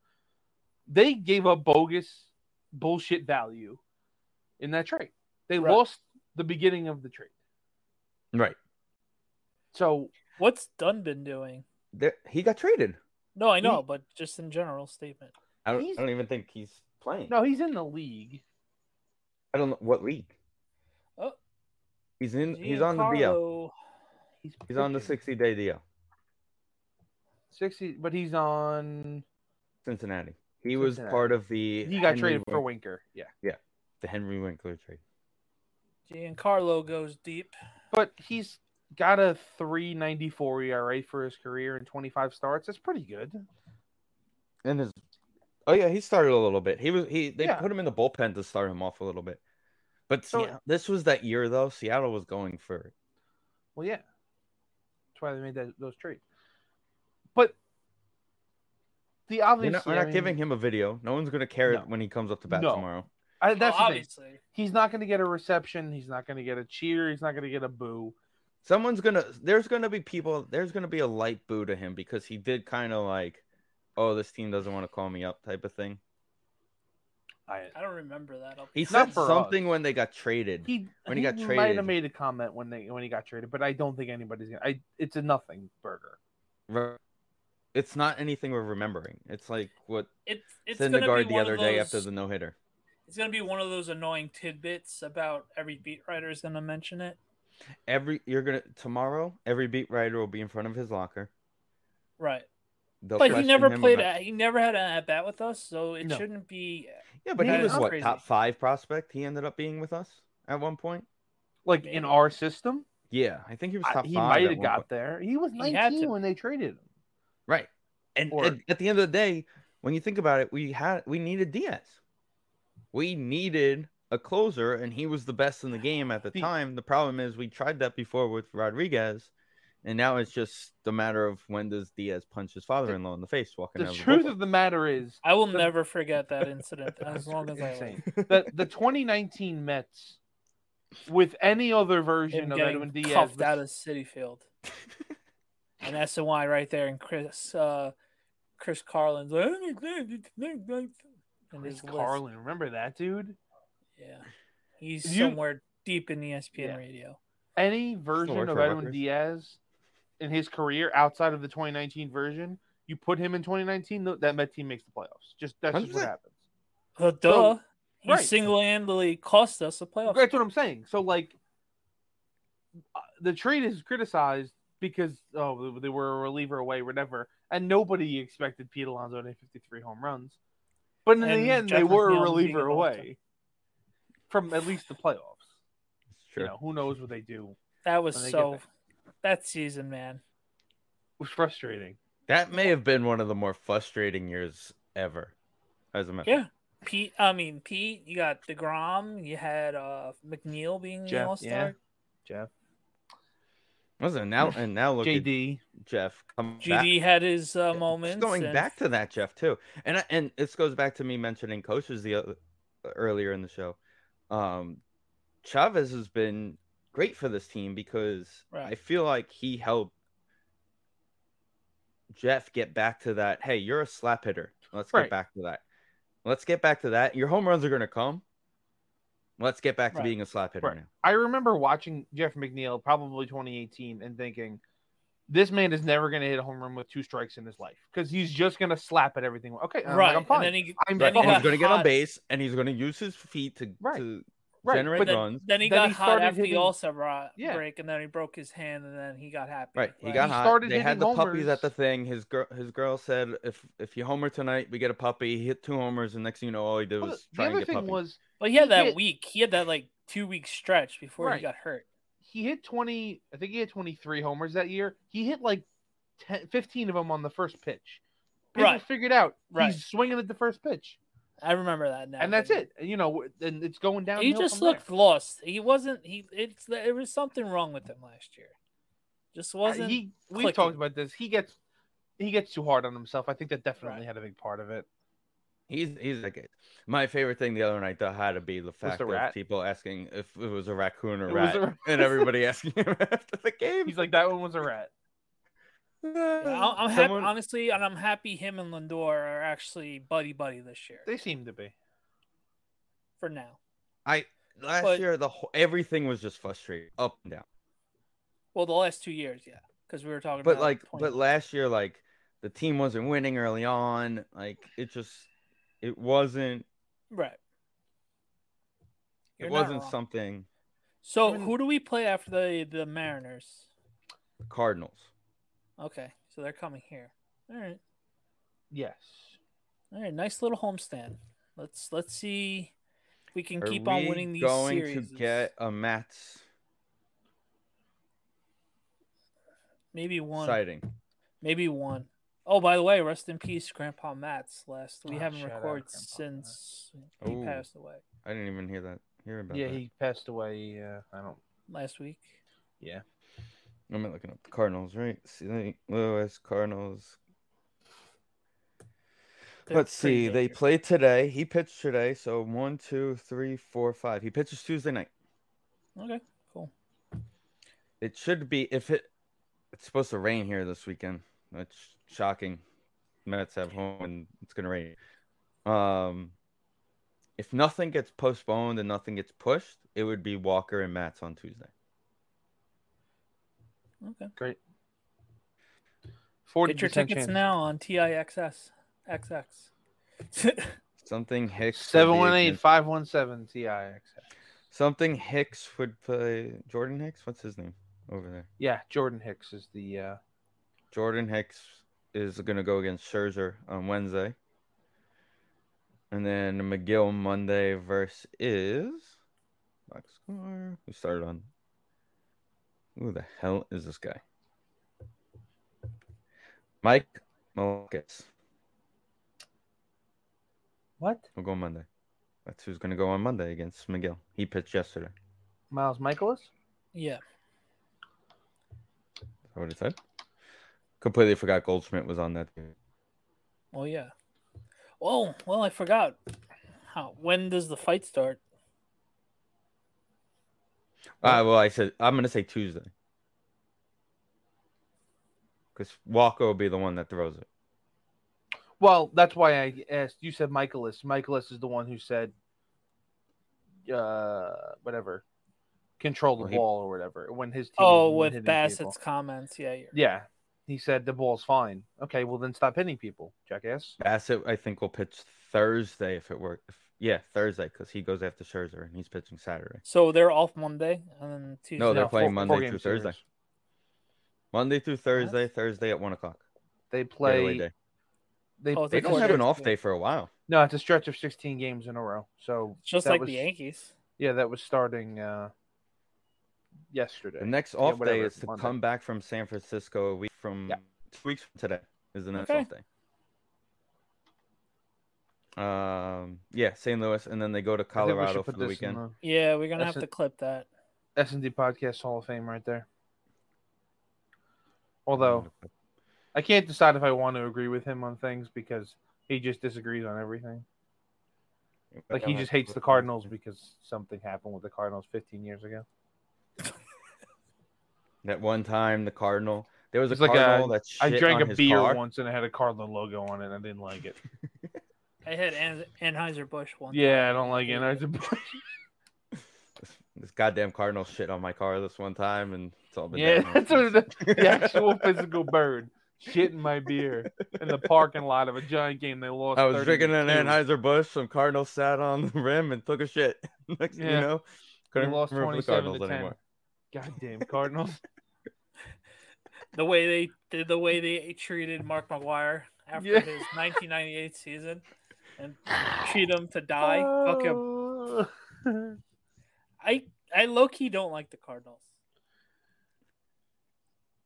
Speaker 4: They gave up bogus bullshit value in that trade. They
Speaker 2: Right.
Speaker 4: lost the beginning of the trade.
Speaker 1: Right
Speaker 4: So
Speaker 2: what's Dunn been doing?
Speaker 1: there, he got traded.
Speaker 2: No, I know, but just in general statement.
Speaker 1: I don't,
Speaker 4: He's-
Speaker 1: I don't even think he's playing.
Speaker 4: no, he's in the league.
Speaker 1: I don't know what league.
Speaker 2: Oh.
Speaker 1: He's in. He's on the DL.
Speaker 2: Giancarlo-
Speaker 4: He's,
Speaker 1: He's on the
Speaker 4: pitching.
Speaker 1: 60 day DL.
Speaker 4: sixty, but he's on.
Speaker 1: Cincinnati. He was
Speaker 4: Cincinnati.
Speaker 1: part of the
Speaker 4: He got
Speaker 1: Henry
Speaker 4: traded for
Speaker 1: Win-
Speaker 4: Winker. Yeah,
Speaker 1: the Henry Winkler trade.
Speaker 2: Giancarlo goes deep.
Speaker 4: but he's got a three ninety four ERA for his career and twenty five starts. That's pretty good.
Speaker 1: And his Oh yeah, he started a little bit. He was he they
Speaker 4: Yeah.
Speaker 1: put him in the bullpen to start him off a little bit. But
Speaker 4: So-
Speaker 1: Seattle- this was that year though. Seattle was going for
Speaker 4: Well, yeah, that's why they made that, those trades. But the
Speaker 1: we're
Speaker 4: obvious
Speaker 1: not, we're not giving him a video. No one's gonna care
Speaker 4: No.
Speaker 1: when he comes up to bat
Speaker 4: No.
Speaker 1: tomorrow.
Speaker 4: I, that's
Speaker 2: Oh,
Speaker 4: the thing.
Speaker 2: obviously.
Speaker 4: He's not going to get a reception. He's not going to get a cheer. He's not going to get a boo.
Speaker 1: Someone's gonna there's gonna be people there's gonna be a light boo to him because he did kind of like, oh, this team doesn't want to call me up type of thing.
Speaker 4: I,
Speaker 2: I don't remember that. I'll
Speaker 1: He
Speaker 2: be honest.
Speaker 1: said
Speaker 4: for us.
Speaker 1: something when they got traded.
Speaker 4: he
Speaker 1: When he got
Speaker 4: might
Speaker 1: traded.
Speaker 4: have made a comment when they when he got traded, but I don't think anybody's gonna. I it's a nothing burger.
Speaker 1: Re- It's not anything we're remembering. It's like what
Speaker 2: It's it's gonna be
Speaker 1: Syndergaard the
Speaker 2: one of
Speaker 1: other day after
Speaker 2: those-
Speaker 1: the no hitter.
Speaker 2: It's gonna be one of those annoying tidbits about every beat writer is gonna mention it.
Speaker 1: Every you're gonna tomorrow, every beat writer will be in front of his locker.
Speaker 2: Right.
Speaker 1: They'll
Speaker 2: but he
Speaker 1: question
Speaker 2: never
Speaker 1: him
Speaker 2: played
Speaker 1: about-
Speaker 2: at, he never had an at bat with us, so it
Speaker 4: No.
Speaker 2: shouldn't be
Speaker 1: yeah, but he
Speaker 2: Yeah,
Speaker 1: was
Speaker 2: it's
Speaker 1: what
Speaker 2: crazy.
Speaker 1: top five prospect. He ended up being with us at one point.
Speaker 4: Like in our system,
Speaker 1: Yeah, I think he was
Speaker 4: I-
Speaker 1: top
Speaker 4: he
Speaker 1: five.
Speaker 4: might
Speaker 1: at
Speaker 4: have
Speaker 1: one
Speaker 4: got
Speaker 1: point.
Speaker 4: there. He was
Speaker 2: He had
Speaker 4: 19
Speaker 2: to.
Speaker 4: when they traded him.
Speaker 1: right. And
Speaker 4: Or-
Speaker 1: at, at the end of the day, when you think about it, we had we needed Diaz. We needed a closer, and he was the best in the game at the
Speaker 4: The-
Speaker 1: time. The problem is we tried that before with Rodriguez, and now it's just a matter of when does Diaz punch his father-in-law in the face walking
Speaker 4: The
Speaker 1: out of
Speaker 4: truth
Speaker 1: bullpen.
Speaker 4: of the matter is
Speaker 2: I will
Speaker 4: The-
Speaker 2: never forget that incident as long as I live.
Speaker 4: insane. that the 2019 Mets, with any other version
Speaker 2: him
Speaker 4: of
Speaker 2: getting
Speaker 4: Edwin Diaz,
Speaker 2: cuffed out of City Field. and that's the why right there. And Chris, uh, Chris Carlin's like, and
Speaker 4: Chris
Speaker 2: his
Speaker 4: Carlin. Remember that dude?
Speaker 2: Yeah, he's
Speaker 4: You-
Speaker 2: somewhere deep in E ESPN
Speaker 4: Yeah.
Speaker 2: radio.
Speaker 4: Any
Speaker 1: work
Speaker 4: version of
Speaker 1: for
Speaker 4: Edwin
Speaker 1: Rutgers.
Speaker 4: Diaz in his career outside of the 2019 version, you put him in 2019, th- that Met team makes the playoffs. Just that's just what
Speaker 1: 100%.
Speaker 4: happens.
Speaker 2: Well, duh,
Speaker 4: So-
Speaker 2: he
Speaker 4: right.
Speaker 2: uh, single-handedly cost us a playoff.
Speaker 4: That's what I'm saying. So like, uh, the trade is criticized because oh they were a reliever away, whatever, and nobody expected Pete Alonso to hit 53 home runs, but in
Speaker 2: And
Speaker 4: the end they
Speaker 2: Jeff
Speaker 4: were a
Speaker 2: McNeil being
Speaker 4: reliever
Speaker 2: an all-time.
Speaker 4: away from at least the playoffs.
Speaker 1: It's true.
Speaker 4: You know who knows what they do.
Speaker 2: That was
Speaker 4: when they get
Speaker 2: so
Speaker 4: back.
Speaker 2: that season, man.
Speaker 4: It was frustrating.
Speaker 1: That may have been one of the more frustrating years ever. As a Met.
Speaker 2: Yeah. Pete, I mean Pete, you got Degrom, you had uh McNeil being the
Speaker 4: Jeff,
Speaker 2: All Star,
Speaker 4: Jeff,
Speaker 1: Wasn't now and now look
Speaker 4: JD,
Speaker 1: at Jeff coming back.
Speaker 2: GD had his uh,
Speaker 1: Just
Speaker 2: moments.
Speaker 1: Going
Speaker 2: and-
Speaker 1: back to that Jeff too, and I- and this goes back to me mentioning coaches the other earlier in the show, um, Chavez has been great for this team because
Speaker 2: Right.
Speaker 1: I feel like he helped Jeff get back to that. Hey, you're a slap hitter. Let's
Speaker 4: Right.
Speaker 1: get back to that. Let's get back to that. Your home runs are going to come. Let's get back to
Speaker 2: Right.
Speaker 1: being a slap hitter
Speaker 4: Right.
Speaker 1: now.
Speaker 4: I remember watching Jeff McNeil probably 2018 and thinking, this man is never going to hit a home run with two strikes in his life because he's just going to slap at everything. Okay, and I'm
Speaker 2: right.
Speaker 4: uh, like, I'm fine.
Speaker 2: And then he,
Speaker 4: I'm
Speaker 1: Right.
Speaker 2: Then he
Speaker 1: And
Speaker 4: fine.
Speaker 1: he's
Speaker 2: got
Speaker 1: going to get on
Speaker 2: hot.
Speaker 1: base and he's going to use his feet to,
Speaker 4: Right.
Speaker 1: to
Speaker 4: Right,
Speaker 1: generate
Speaker 4: but
Speaker 2: then,
Speaker 1: runs.
Speaker 2: then he
Speaker 4: Then
Speaker 2: got
Speaker 4: he
Speaker 2: hot
Speaker 4: started
Speaker 2: after the
Speaker 4: hitting-
Speaker 2: All Star bra-
Speaker 4: Yeah.
Speaker 2: break, and then he broke his hand, and then he got happy.
Speaker 1: Right, he
Speaker 2: Like,
Speaker 1: got
Speaker 4: He
Speaker 1: hot.
Speaker 4: started
Speaker 1: they had
Speaker 4: hitting
Speaker 1: the
Speaker 4: homers.
Speaker 1: puppies at the thing. His girl, his girl said, "If if you homer tonight, we get a puppy." He hit two homers, and next thing you know, all he did
Speaker 4: Well,
Speaker 1: was
Speaker 4: the
Speaker 1: try and
Speaker 4: other
Speaker 1: get
Speaker 4: thing
Speaker 1: puppies.
Speaker 4: was
Speaker 2: But he had
Speaker 4: He
Speaker 2: that
Speaker 4: hit-
Speaker 2: week. He had that like two week stretch before
Speaker 4: Right.
Speaker 2: he got hurt.
Speaker 4: he hit 20, I think he hit 23 homers that year. He hit like 10, 15 of them on the first pitch. People
Speaker 2: Right.
Speaker 4: figured out
Speaker 2: Right.
Speaker 4: he's swinging at the first pitch,
Speaker 2: I remember that now.
Speaker 4: and that's
Speaker 2: but-
Speaker 4: it. And, You know, and it's going down.
Speaker 2: He just looked lost. He wasn't. He it's there was something wrong with him last year. Just
Speaker 1: Uh,
Speaker 2: wasn't.
Speaker 4: he we've
Speaker 2: clicking.
Speaker 4: talked about this he gets he gets too hard on himself i think that definitely
Speaker 2: Right.
Speaker 4: had a big part of it
Speaker 1: He's he's like it. My favorite thing the other night though had to be the fact
Speaker 4: the
Speaker 1: of
Speaker 4: rat?
Speaker 1: people asking if it was a raccoon or
Speaker 4: It was
Speaker 1: rat,
Speaker 4: a rat.
Speaker 1: and everybody asking him after the game.
Speaker 4: he's like that one was a rat
Speaker 2: Yeah, I'm, I'm
Speaker 1: Someone-
Speaker 2: happy, honestly, and I'm happy him and Lindor are actually buddy buddy this year
Speaker 4: they seem to be
Speaker 2: for now.
Speaker 1: Last
Speaker 2: but-
Speaker 1: year, the whole, everything was just frustrating, up and down.
Speaker 2: Well, the last two years, yeah, because we were talking.
Speaker 1: But
Speaker 2: about
Speaker 1: like,
Speaker 2: 20.
Speaker 1: but last year, like the team wasn't winning early on. Like it just, it wasn't.
Speaker 2: right, You're
Speaker 1: it
Speaker 2: not
Speaker 1: wasn't
Speaker 2: wrong.
Speaker 1: something
Speaker 2: So
Speaker 4: Even-
Speaker 2: who do we play after the the Mariners?
Speaker 1: Cardinals.
Speaker 2: Okay, so they're coming here. All right,
Speaker 4: yes
Speaker 2: all right, nice little homestand. Let's let's see if we can
Speaker 1: Are
Speaker 2: keep on
Speaker 1: we
Speaker 2: winning these
Speaker 1: going
Speaker 2: series.
Speaker 1: to get a Mats
Speaker 2: maybe one.
Speaker 1: sighting?
Speaker 2: Maybe one. Oh, by the way, rest in peace, Grandpa Matz. Last we
Speaker 4: Oh,
Speaker 2: haven't
Speaker 4: shout out,
Speaker 2: recorded
Speaker 4: Grandpa Matz.
Speaker 2: since he
Speaker 1: Ooh.
Speaker 2: passed away
Speaker 1: I didn't even hear that. Hear about
Speaker 4: yeah
Speaker 1: that.
Speaker 4: he passed away uh, i don't
Speaker 2: last week.
Speaker 1: I'm not looking up the Cardinals, right? See, Lewis Cardinals.
Speaker 2: They're
Speaker 1: Let's
Speaker 2: pretty
Speaker 1: see. They
Speaker 2: dangerous.
Speaker 1: played today. He pitched today. So one, two, three, four, five. He pitches Tuesday night.
Speaker 2: Okay, cool.
Speaker 1: It should be if it. It's supposed to rain here this weekend. That's shocking. Mets have home and it's gonna rain. Um, if nothing gets postponed and nothing gets pushed, it would be Walker and Mats on Tuesday.
Speaker 2: Okay.
Speaker 4: great 40
Speaker 2: Get your tickets now on TIXS XX.
Speaker 1: Something Hicks. would be
Speaker 4: 718
Speaker 1: against-
Speaker 4: 517 tix
Speaker 1: Something Hicks would play. Jordan Hicks. What's his name over there?
Speaker 4: yeah jordan hicks is the uh
Speaker 1: Jordan Hicks is gonna go against Scherzer on Wednesday, and then McGill Monday versus box score. We started on. Who the hell is this guy? Mike Malkis.
Speaker 4: what
Speaker 1: We'll go Monday. That's who's gonna go on Monday against McGill. He pitched yesterday.
Speaker 4: miles michaelis
Speaker 2: yeah.
Speaker 1: Is that what it said? Completely forgot Goldschmidt was on that. team.
Speaker 2: Well, yeah. Oh, well, I forgot. How? When does the fight start?
Speaker 1: Uh, well, I said I'm gonna say Tuesday because Walker will be the one that throws it.
Speaker 4: well that's why i asked you said michaelis michaelis is the one who said uh whatever control the
Speaker 1: Well, he-
Speaker 4: ball or whatever when his team
Speaker 2: Oh,
Speaker 4: was
Speaker 2: with
Speaker 4: hitting
Speaker 2: Bassett's
Speaker 4: people.
Speaker 2: comments. Yeah. You're...
Speaker 4: Yeah. He said the ball's fine. Okay, well then stop hitting people, jackass.
Speaker 1: Bassett, I think, will pitch Thursday if it works. If, yeah, Thursday because he goes after Scherzer and he's pitching Saturday.
Speaker 2: So they're off Monday and then Tuesday.
Speaker 1: No, Oh, they're
Speaker 2: off.
Speaker 1: playing Monday
Speaker 4: four-game
Speaker 1: through Thursday.
Speaker 4: series.
Speaker 1: Monday through Thursday,
Speaker 2: That's-
Speaker 1: Thursday at one o'clock.
Speaker 4: They
Speaker 1: Getaway
Speaker 4: play.
Speaker 1: day.
Speaker 4: They,
Speaker 2: Oh,
Speaker 1: They
Speaker 2: it's
Speaker 4: they
Speaker 2: a
Speaker 1: don't have an
Speaker 2: stretch,
Speaker 1: off
Speaker 2: yeah.
Speaker 1: day for a while.
Speaker 4: No, it's a stretch of 16 games in a row. So
Speaker 2: Just
Speaker 4: that
Speaker 2: like
Speaker 4: was-
Speaker 2: the Yankees.
Speaker 4: Yeah, that was starting uh, yesterday.
Speaker 1: The next off day
Speaker 4: whatever,
Speaker 1: is to
Speaker 4: Monday.
Speaker 1: come back from San Francisco a week from
Speaker 4: Yeah.
Speaker 1: two weeks from today is the next
Speaker 2: Okay.
Speaker 1: off day. Um, yeah, St. Louis, and then they go to
Speaker 4: I think we should
Speaker 1: Colorado for
Speaker 4: put
Speaker 1: the
Speaker 4: this in
Speaker 1: weekend.
Speaker 2: Yeah, we're gonna
Speaker 4: That's
Speaker 2: have
Speaker 4: a-
Speaker 2: to clip that.
Speaker 4: the S&D Podcast Hall of Fame right there.
Speaker 1: Mm.
Speaker 4: Although I can't decide if I want to agree with him on things because he just disagrees on everything. Like he just hates the Cardinals because something happened with the Cardinals 15 years ago.
Speaker 1: That one time, the Cardinal. There was a
Speaker 4: It's like a-
Speaker 1: Cardinal that shit
Speaker 4: I drank
Speaker 1: on
Speaker 4: a
Speaker 1: his
Speaker 4: beer
Speaker 1: car.
Speaker 4: once and it had a Cardinal logo on it and I didn't like it.
Speaker 2: I had An- Anheuser Busch one.
Speaker 4: Yeah, I
Speaker 2: time.
Speaker 4: don't like it. I just-
Speaker 1: This, this goddamn Cardinal shit on my car this one time, and it's all been
Speaker 4: yeah,
Speaker 1: downhill
Speaker 4: that's what
Speaker 1: since.
Speaker 4: the, the actual physical bird shitting my beer in the parking lot of a giant game they lost.
Speaker 1: I was
Speaker 4: 30
Speaker 1: drinking an
Speaker 4: to two.
Speaker 1: Anheuser Busch. Some Cardinal sat on the rim and took a shit. Next, thing
Speaker 4: Yeah.
Speaker 1: you know,
Speaker 4: They
Speaker 1: couldn't
Speaker 4: lost
Speaker 1: remember the
Speaker 4: 27
Speaker 1: Cardinals
Speaker 4: to 10.
Speaker 1: anymore.
Speaker 4: Goddamn Cardinals.
Speaker 2: The way they did, the way they treated Mark McGuire after
Speaker 4: Yeah.
Speaker 2: his 1998 season, and treat him to die. Fuck
Speaker 4: Oh.
Speaker 2: him. I I low key don't like the Cardinals.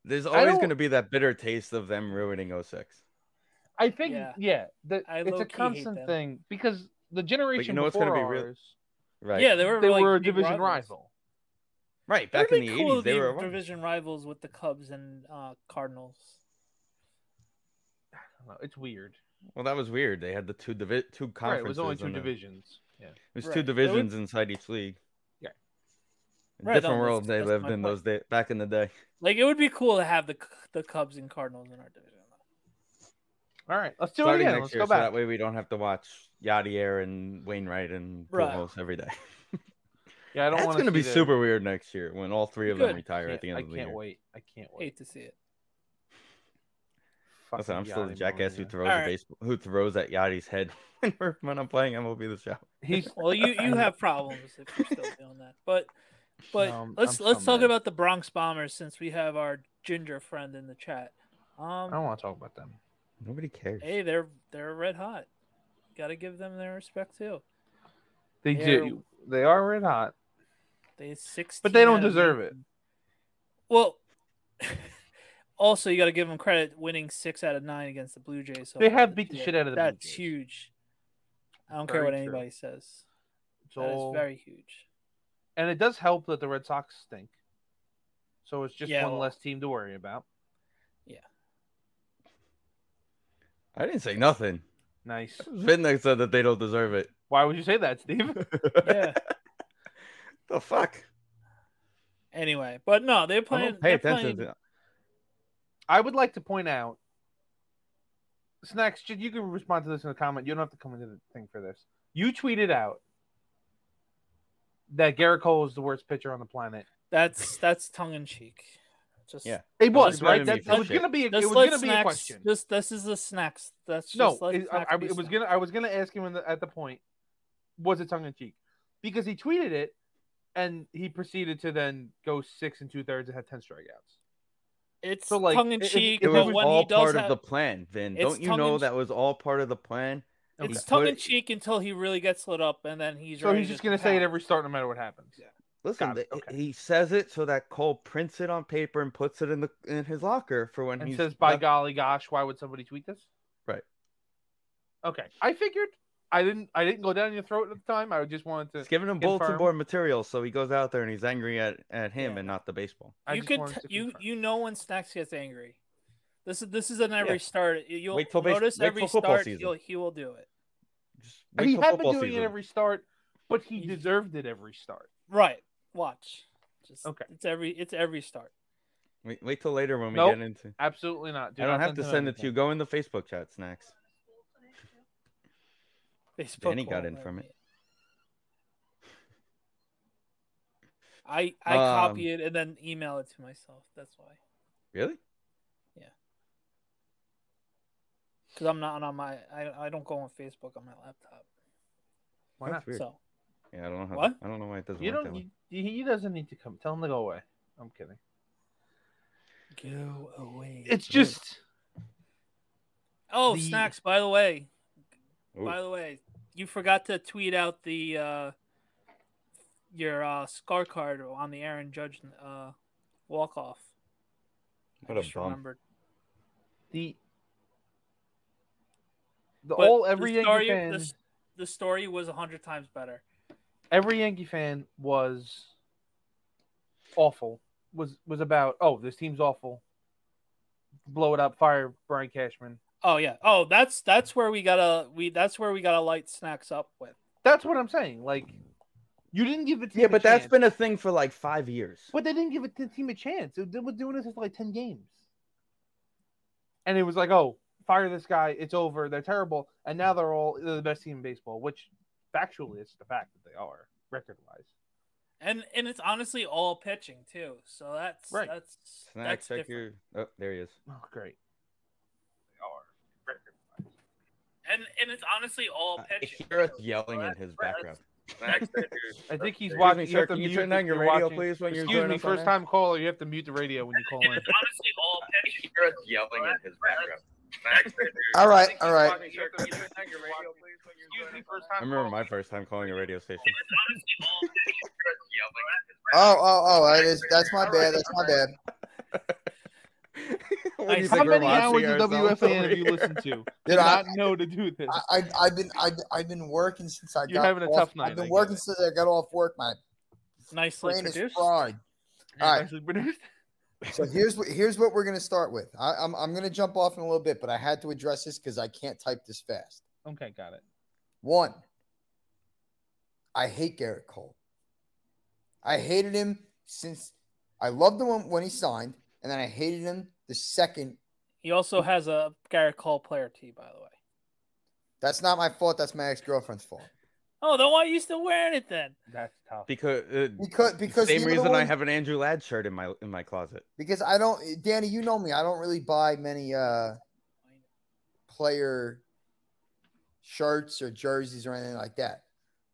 Speaker 1: There's
Speaker 4: I
Speaker 1: always
Speaker 4: don't-
Speaker 1: going to be that bitter taste of them ruining 06.
Speaker 4: I think yeah,
Speaker 2: Yeah.
Speaker 4: that
Speaker 2: I
Speaker 4: it's
Speaker 2: low-key
Speaker 4: a
Speaker 2: hate
Speaker 4: constant
Speaker 2: them.
Speaker 4: thing because the generation
Speaker 1: know what's
Speaker 4: before
Speaker 1: gonna be real-
Speaker 4: ours,
Speaker 1: Right.
Speaker 2: Yeah, they were
Speaker 4: they
Speaker 2: like,
Speaker 4: were a
Speaker 2: big
Speaker 4: division
Speaker 2: rivals.
Speaker 4: rival.
Speaker 1: Right.
Speaker 2: It would
Speaker 1: Back in
Speaker 2: be
Speaker 1: the
Speaker 2: cool
Speaker 1: 80s,
Speaker 2: if
Speaker 1: they
Speaker 2: you
Speaker 1: were
Speaker 2: were
Speaker 1: a rival.
Speaker 2: division rivals with the Cubs and uh, Cardinals.
Speaker 4: I don't know, it's weird.
Speaker 1: Well, that was weird. They had the two divi- two
Speaker 4: Right,
Speaker 1: conferences.
Speaker 4: it was only two
Speaker 1: and the-
Speaker 4: divisions. Yeah.
Speaker 1: It was
Speaker 2: Right.
Speaker 1: two
Speaker 2: They would-
Speaker 1: divisions inside each league.
Speaker 4: Yeah.
Speaker 1: A
Speaker 2: Right,
Speaker 1: different
Speaker 2: no,
Speaker 1: world
Speaker 2: that's-
Speaker 1: they
Speaker 2: that's
Speaker 1: lived
Speaker 2: my
Speaker 1: in
Speaker 2: point.
Speaker 1: those days back in the day.
Speaker 2: Like it would be cool to have the C- the Cubs and Cardinals in our division.
Speaker 4: All right, let's do
Speaker 1: Starting
Speaker 4: it again.
Speaker 1: next
Speaker 4: Let's
Speaker 1: year,
Speaker 4: go
Speaker 1: so that
Speaker 4: back.
Speaker 1: way we don't have to watch Yadier and Wainwright and
Speaker 2: Right.
Speaker 1: Pujols every day.
Speaker 4: yeah, I don't
Speaker 1: That's
Speaker 4: want
Speaker 1: going to be super weird next year when all three of them
Speaker 2: Good.
Speaker 1: retire at the end
Speaker 4: I
Speaker 1: of the
Speaker 4: can't
Speaker 1: year.
Speaker 4: wait. I can't wait.
Speaker 2: Hate to see it.
Speaker 1: Listen, I'm
Speaker 4: Fucking
Speaker 1: still the
Speaker 4: Yachty
Speaker 1: jackass who
Speaker 4: Molina.
Speaker 1: throws
Speaker 2: Alright.
Speaker 1: a baseball, who throws at Yachty's head when I'm playing MLB the Show.
Speaker 4: He's
Speaker 2: Well, you you have problems if you're still doing that. But but
Speaker 4: No, I'm-
Speaker 2: let's
Speaker 4: I'm
Speaker 2: let's
Speaker 4: so
Speaker 2: talk
Speaker 4: mad.
Speaker 2: about the Bronx Bombers since we have our ginger friend in the chat.
Speaker 4: I
Speaker 2: Um,
Speaker 4: don't want to talk about them.
Speaker 1: Nobody cares.
Speaker 2: hey, they're they're red hot. Got to give them their respect too.
Speaker 4: They
Speaker 2: They're-
Speaker 4: do. They are red hot,
Speaker 2: They six,
Speaker 4: but they don't deserve it.
Speaker 2: Well, also you got to give them credit winning six out of nine against the Blue Jays. So
Speaker 4: They
Speaker 2: far
Speaker 4: have
Speaker 2: this
Speaker 4: beat the
Speaker 2: year.
Speaker 4: shit out of the Blue
Speaker 2: That's
Speaker 4: Jays.
Speaker 2: huge. I don't care
Speaker 4: Very
Speaker 2: what
Speaker 4: true.
Speaker 2: anybody says.
Speaker 4: So,
Speaker 2: That is very huge.
Speaker 4: and it does help that the Red Sox stink. So it's just
Speaker 2: Yeah,
Speaker 4: one
Speaker 2: well-
Speaker 4: less team to worry about.
Speaker 1: I didn't say nothing.
Speaker 4: Nice.
Speaker 1: Vinnick said that they don't deserve it.
Speaker 4: Why would you say that, Steve?
Speaker 2: Yeah.
Speaker 1: the fuck?
Speaker 2: anyway, but no, they're
Speaker 1: I
Speaker 2: playing.
Speaker 1: don't pay
Speaker 2: they're
Speaker 1: attention.
Speaker 2: playing-
Speaker 1: To...
Speaker 4: I would like to point out, Snacks, you can respond to this in a comment. You don't have to come into the thing for this. You tweeted out that Garrett Cole is the worst pitcher on the planet.
Speaker 2: That's that's tongue in cheek. Just
Speaker 1: Yeah.
Speaker 4: It was
Speaker 1: just
Speaker 4: right.
Speaker 1: blaming
Speaker 4: That,
Speaker 1: me
Speaker 4: it
Speaker 1: for
Speaker 4: was
Speaker 1: shit.
Speaker 4: gonna be. A, it
Speaker 2: Just
Speaker 4: was
Speaker 2: let
Speaker 4: gonna be
Speaker 2: snacks-
Speaker 4: a question.
Speaker 2: Just this is a snacks. That's
Speaker 4: No,
Speaker 2: just let
Speaker 4: it- I,
Speaker 2: snacks
Speaker 4: I-
Speaker 2: be
Speaker 4: it was
Speaker 2: snacks.
Speaker 4: gonna. I was gonna ask him in the, at the point, was it tongue in cheek? Because he tweeted it, and he proceeded to then go six and two thirds and had ten strikeouts.
Speaker 2: It's
Speaker 4: so, like,
Speaker 2: tongue in
Speaker 4: it- it-
Speaker 2: cheek,
Speaker 1: It
Speaker 4: But
Speaker 2: but
Speaker 1: was
Speaker 2: when
Speaker 1: all
Speaker 2: he does
Speaker 1: part
Speaker 2: have,
Speaker 1: of the plan, Vin.
Speaker 2: It's
Speaker 1: Don't you
Speaker 2: tongue
Speaker 1: know
Speaker 2: in-
Speaker 1: that was all part of the plan?
Speaker 4: Okay.
Speaker 2: It's
Speaker 1: He
Speaker 2: tongue in
Speaker 1: put-
Speaker 2: cheek until he really gets lit up, and then he's.
Speaker 4: So
Speaker 2: ready
Speaker 4: he's just
Speaker 2: to
Speaker 4: gonna say it
Speaker 2: pound.
Speaker 4: every start, no matter what happens.
Speaker 2: Yeah.
Speaker 1: Listen,
Speaker 4: Got it,
Speaker 1: th-
Speaker 4: okay.
Speaker 1: he says it so that Cole prints it on paper and puts it in the in his locker for when
Speaker 4: and
Speaker 1: he's
Speaker 4: says, "By
Speaker 1: left-
Speaker 4: golly gosh, why would somebody tweet this?"
Speaker 1: Right.
Speaker 4: Okay, I figured. I didn't. I didn't go down your throat at the time. I just wanted to.
Speaker 1: It's giving him bulletin
Speaker 4: confirm.
Speaker 1: board material, so he goes out there and he's angry at, at him
Speaker 2: Yeah.
Speaker 1: and not the baseball.
Speaker 4: I
Speaker 2: you
Speaker 4: just
Speaker 2: could
Speaker 4: wanted
Speaker 2: t-
Speaker 4: to
Speaker 2: you
Speaker 4: confirm.
Speaker 2: you know when Snacks gets angry. This is this is an every
Speaker 1: Yeah.
Speaker 2: start. You'll
Speaker 1: Wait till base-
Speaker 2: notice
Speaker 1: wait
Speaker 2: every
Speaker 1: till football
Speaker 2: start
Speaker 1: season.
Speaker 2: he'll, he will do it.
Speaker 1: Just wait
Speaker 4: He
Speaker 1: till
Speaker 4: had been
Speaker 1: football
Speaker 4: doing
Speaker 1: season.
Speaker 4: it every start, but he
Speaker 2: He-
Speaker 4: deserved it every start.
Speaker 2: Right. Watch. Just
Speaker 4: Okay.
Speaker 2: It's every it's every start.
Speaker 1: Wait, wait till later when we
Speaker 4: Nope.
Speaker 1: get into.
Speaker 4: Absolutely not. Do
Speaker 1: I
Speaker 4: not
Speaker 1: don't have to
Speaker 4: him
Speaker 1: send it to
Speaker 4: anything.
Speaker 1: you. Go in the Facebook chat, snacks.
Speaker 2: Facebook
Speaker 1: Danny got
Speaker 2: won't
Speaker 1: in
Speaker 2: let
Speaker 1: from
Speaker 2: me.
Speaker 1: it.
Speaker 2: I I
Speaker 1: Um,
Speaker 2: copy it and then email it to myself. That's why.
Speaker 1: Really?
Speaker 2: Because I'm not on my I, I don't go on Facebook on my laptop.
Speaker 4: Why not?
Speaker 1: That's weird.
Speaker 2: So
Speaker 1: Yeah, I don't know. How
Speaker 2: What?
Speaker 1: I don't know why it doesn't
Speaker 4: You
Speaker 1: work
Speaker 4: don't.
Speaker 1: that way.
Speaker 4: You, he doesn't need to come. Tell him to go away. I'm kidding.
Speaker 2: go away.
Speaker 4: It's just
Speaker 2: oh
Speaker 4: the-
Speaker 2: snacks. By the way,
Speaker 1: Ooh,
Speaker 2: By the way, you forgot to tweet out the uh, your uh, scar card on the Aaron Judge uh, walk off.
Speaker 1: what a bum.
Speaker 2: remembered.
Speaker 4: the the
Speaker 2: But
Speaker 4: all
Speaker 2: the
Speaker 4: every Yankee
Speaker 2: story-
Speaker 4: fan.
Speaker 2: the s- The story was a hundred times better.
Speaker 4: every Yankee fan was awful. Was was about oh this team's awful. Blow it up, fire Brian Cashman.
Speaker 2: Oh yeah. Oh, that's that's where we gotta we that's where we gotta light snacks up with.
Speaker 4: That's what I'm saying. Like, you didn't give it.
Speaker 1: Yeah, but
Speaker 4: that's
Speaker 1: that's been a thing for like five years.
Speaker 4: But they didn't give it the team a chance. They were doing this for like ten games, and it was like, oh, fire this guy. It's over. They're terrible, and now they're all they're the best team in baseball. Which factually, it's the fact that they are record wise.
Speaker 2: and and it's honestly all pitching too. So that's
Speaker 4: Right.
Speaker 2: that's
Speaker 1: Can I
Speaker 2: that's
Speaker 1: check
Speaker 2: different.
Speaker 1: your? Oh, there he is.
Speaker 4: Oh, great. They are record wise.
Speaker 2: And and it's honestly all
Speaker 1: I
Speaker 2: pitching.
Speaker 1: hear us
Speaker 2: too.
Speaker 1: yelling in
Speaker 2: that's-
Speaker 1: his
Speaker 2: that's-
Speaker 1: background.
Speaker 2: that's
Speaker 4: I think he's
Speaker 1: Excuse
Speaker 4: watching.
Speaker 1: me,
Speaker 4: you have
Speaker 1: sir.
Speaker 4: to
Speaker 1: Can you
Speaker 4: mute
Speaker 1: turn
Speaker 4: if
Speaker 1: down your
Speaker 4: you're
Speaker 1: radio,
Speaker 4: watching-
Speaker 1: please, when you're
Speaker 4: Excuse
Speaker 1: doing
Speaker 4: me,
Speaker 1: us on
Speaker 4: first
Speaker 1: air?
Speaker 4: time caller. You have to mute the radio when you call in.
Speaker 2: honestly all pitching.
Speaker 1: hear us yelling in his background.
Speaker 5: All right, all right.
Speaker 1: I remember my first time calling a radio station.
Speaker 5: Oh, oh, oh! I just, that's my bad. That's my bad.
Speaker 1: What do you
Speaker 2: Nice.
Speaker 1: think
Speaker 4: How
Speaker 1: we're
Speaker 4: many hours
Speaker 1: watching
Speaker 4: of
Speaker 1: ourselves
Speaker 4: WFAN have
Speaker 1: over
Speaker 4: you
Speaker 1: here?
Speaker 4: listened to?
Speaker 5: Did I?
Speaker 4: not know to do this.
Speaker 5: I, I I've been I've, I've been working since I
Speaker 4: You're
Speaker 5: got
Speaker 4: having a
Speaker 5: off-
Speaker 4: tough night,
Speaker 5: I've
Speaker 4: I
Speaker 5: been
Speaker 4: get
Speaker 5: working
Speaker 4: it.
Speaker 5: since I got off work. My
Speaker 2: Nicely
Speaker 5: brain is
Speaker 2: produced.
Speaker 5: fried.
Speaker 4: You've
Speaker 5: Alright.
Speaker 4: actually produced-
Speaker 5: So here's what here's what we're gonna start with. I, I'm I'm gonna jump off in a little bit, but I had to address this because I can't type this fast.
Speaker 4: Okay, got it.
Speaker 5: One, I hate Garrett Cole. I hated him since I loved him when- when he signed, and then I hated him the second.
Speaker 2: He also has a Garrett Cole player tee, by the way.
Speaker 5: That's not my fault. That's my ex girlfriend's fault.
Speaker 2: Oh, then why are you still wearing it then?
Speaker 4: That's tough.
Speaker 1: Because uh,
Speaker 5: Because because the
Speaker 1: same
Speaker 5: other
Speaker 1: reason I
Speaker 5: one-
Speaker 1: have an Andrew Ladd shirt in my in my closet.
Speaker 5: because I don't Danny, you know me. I don't really buy many uh player shirts or jerseys or anything like that.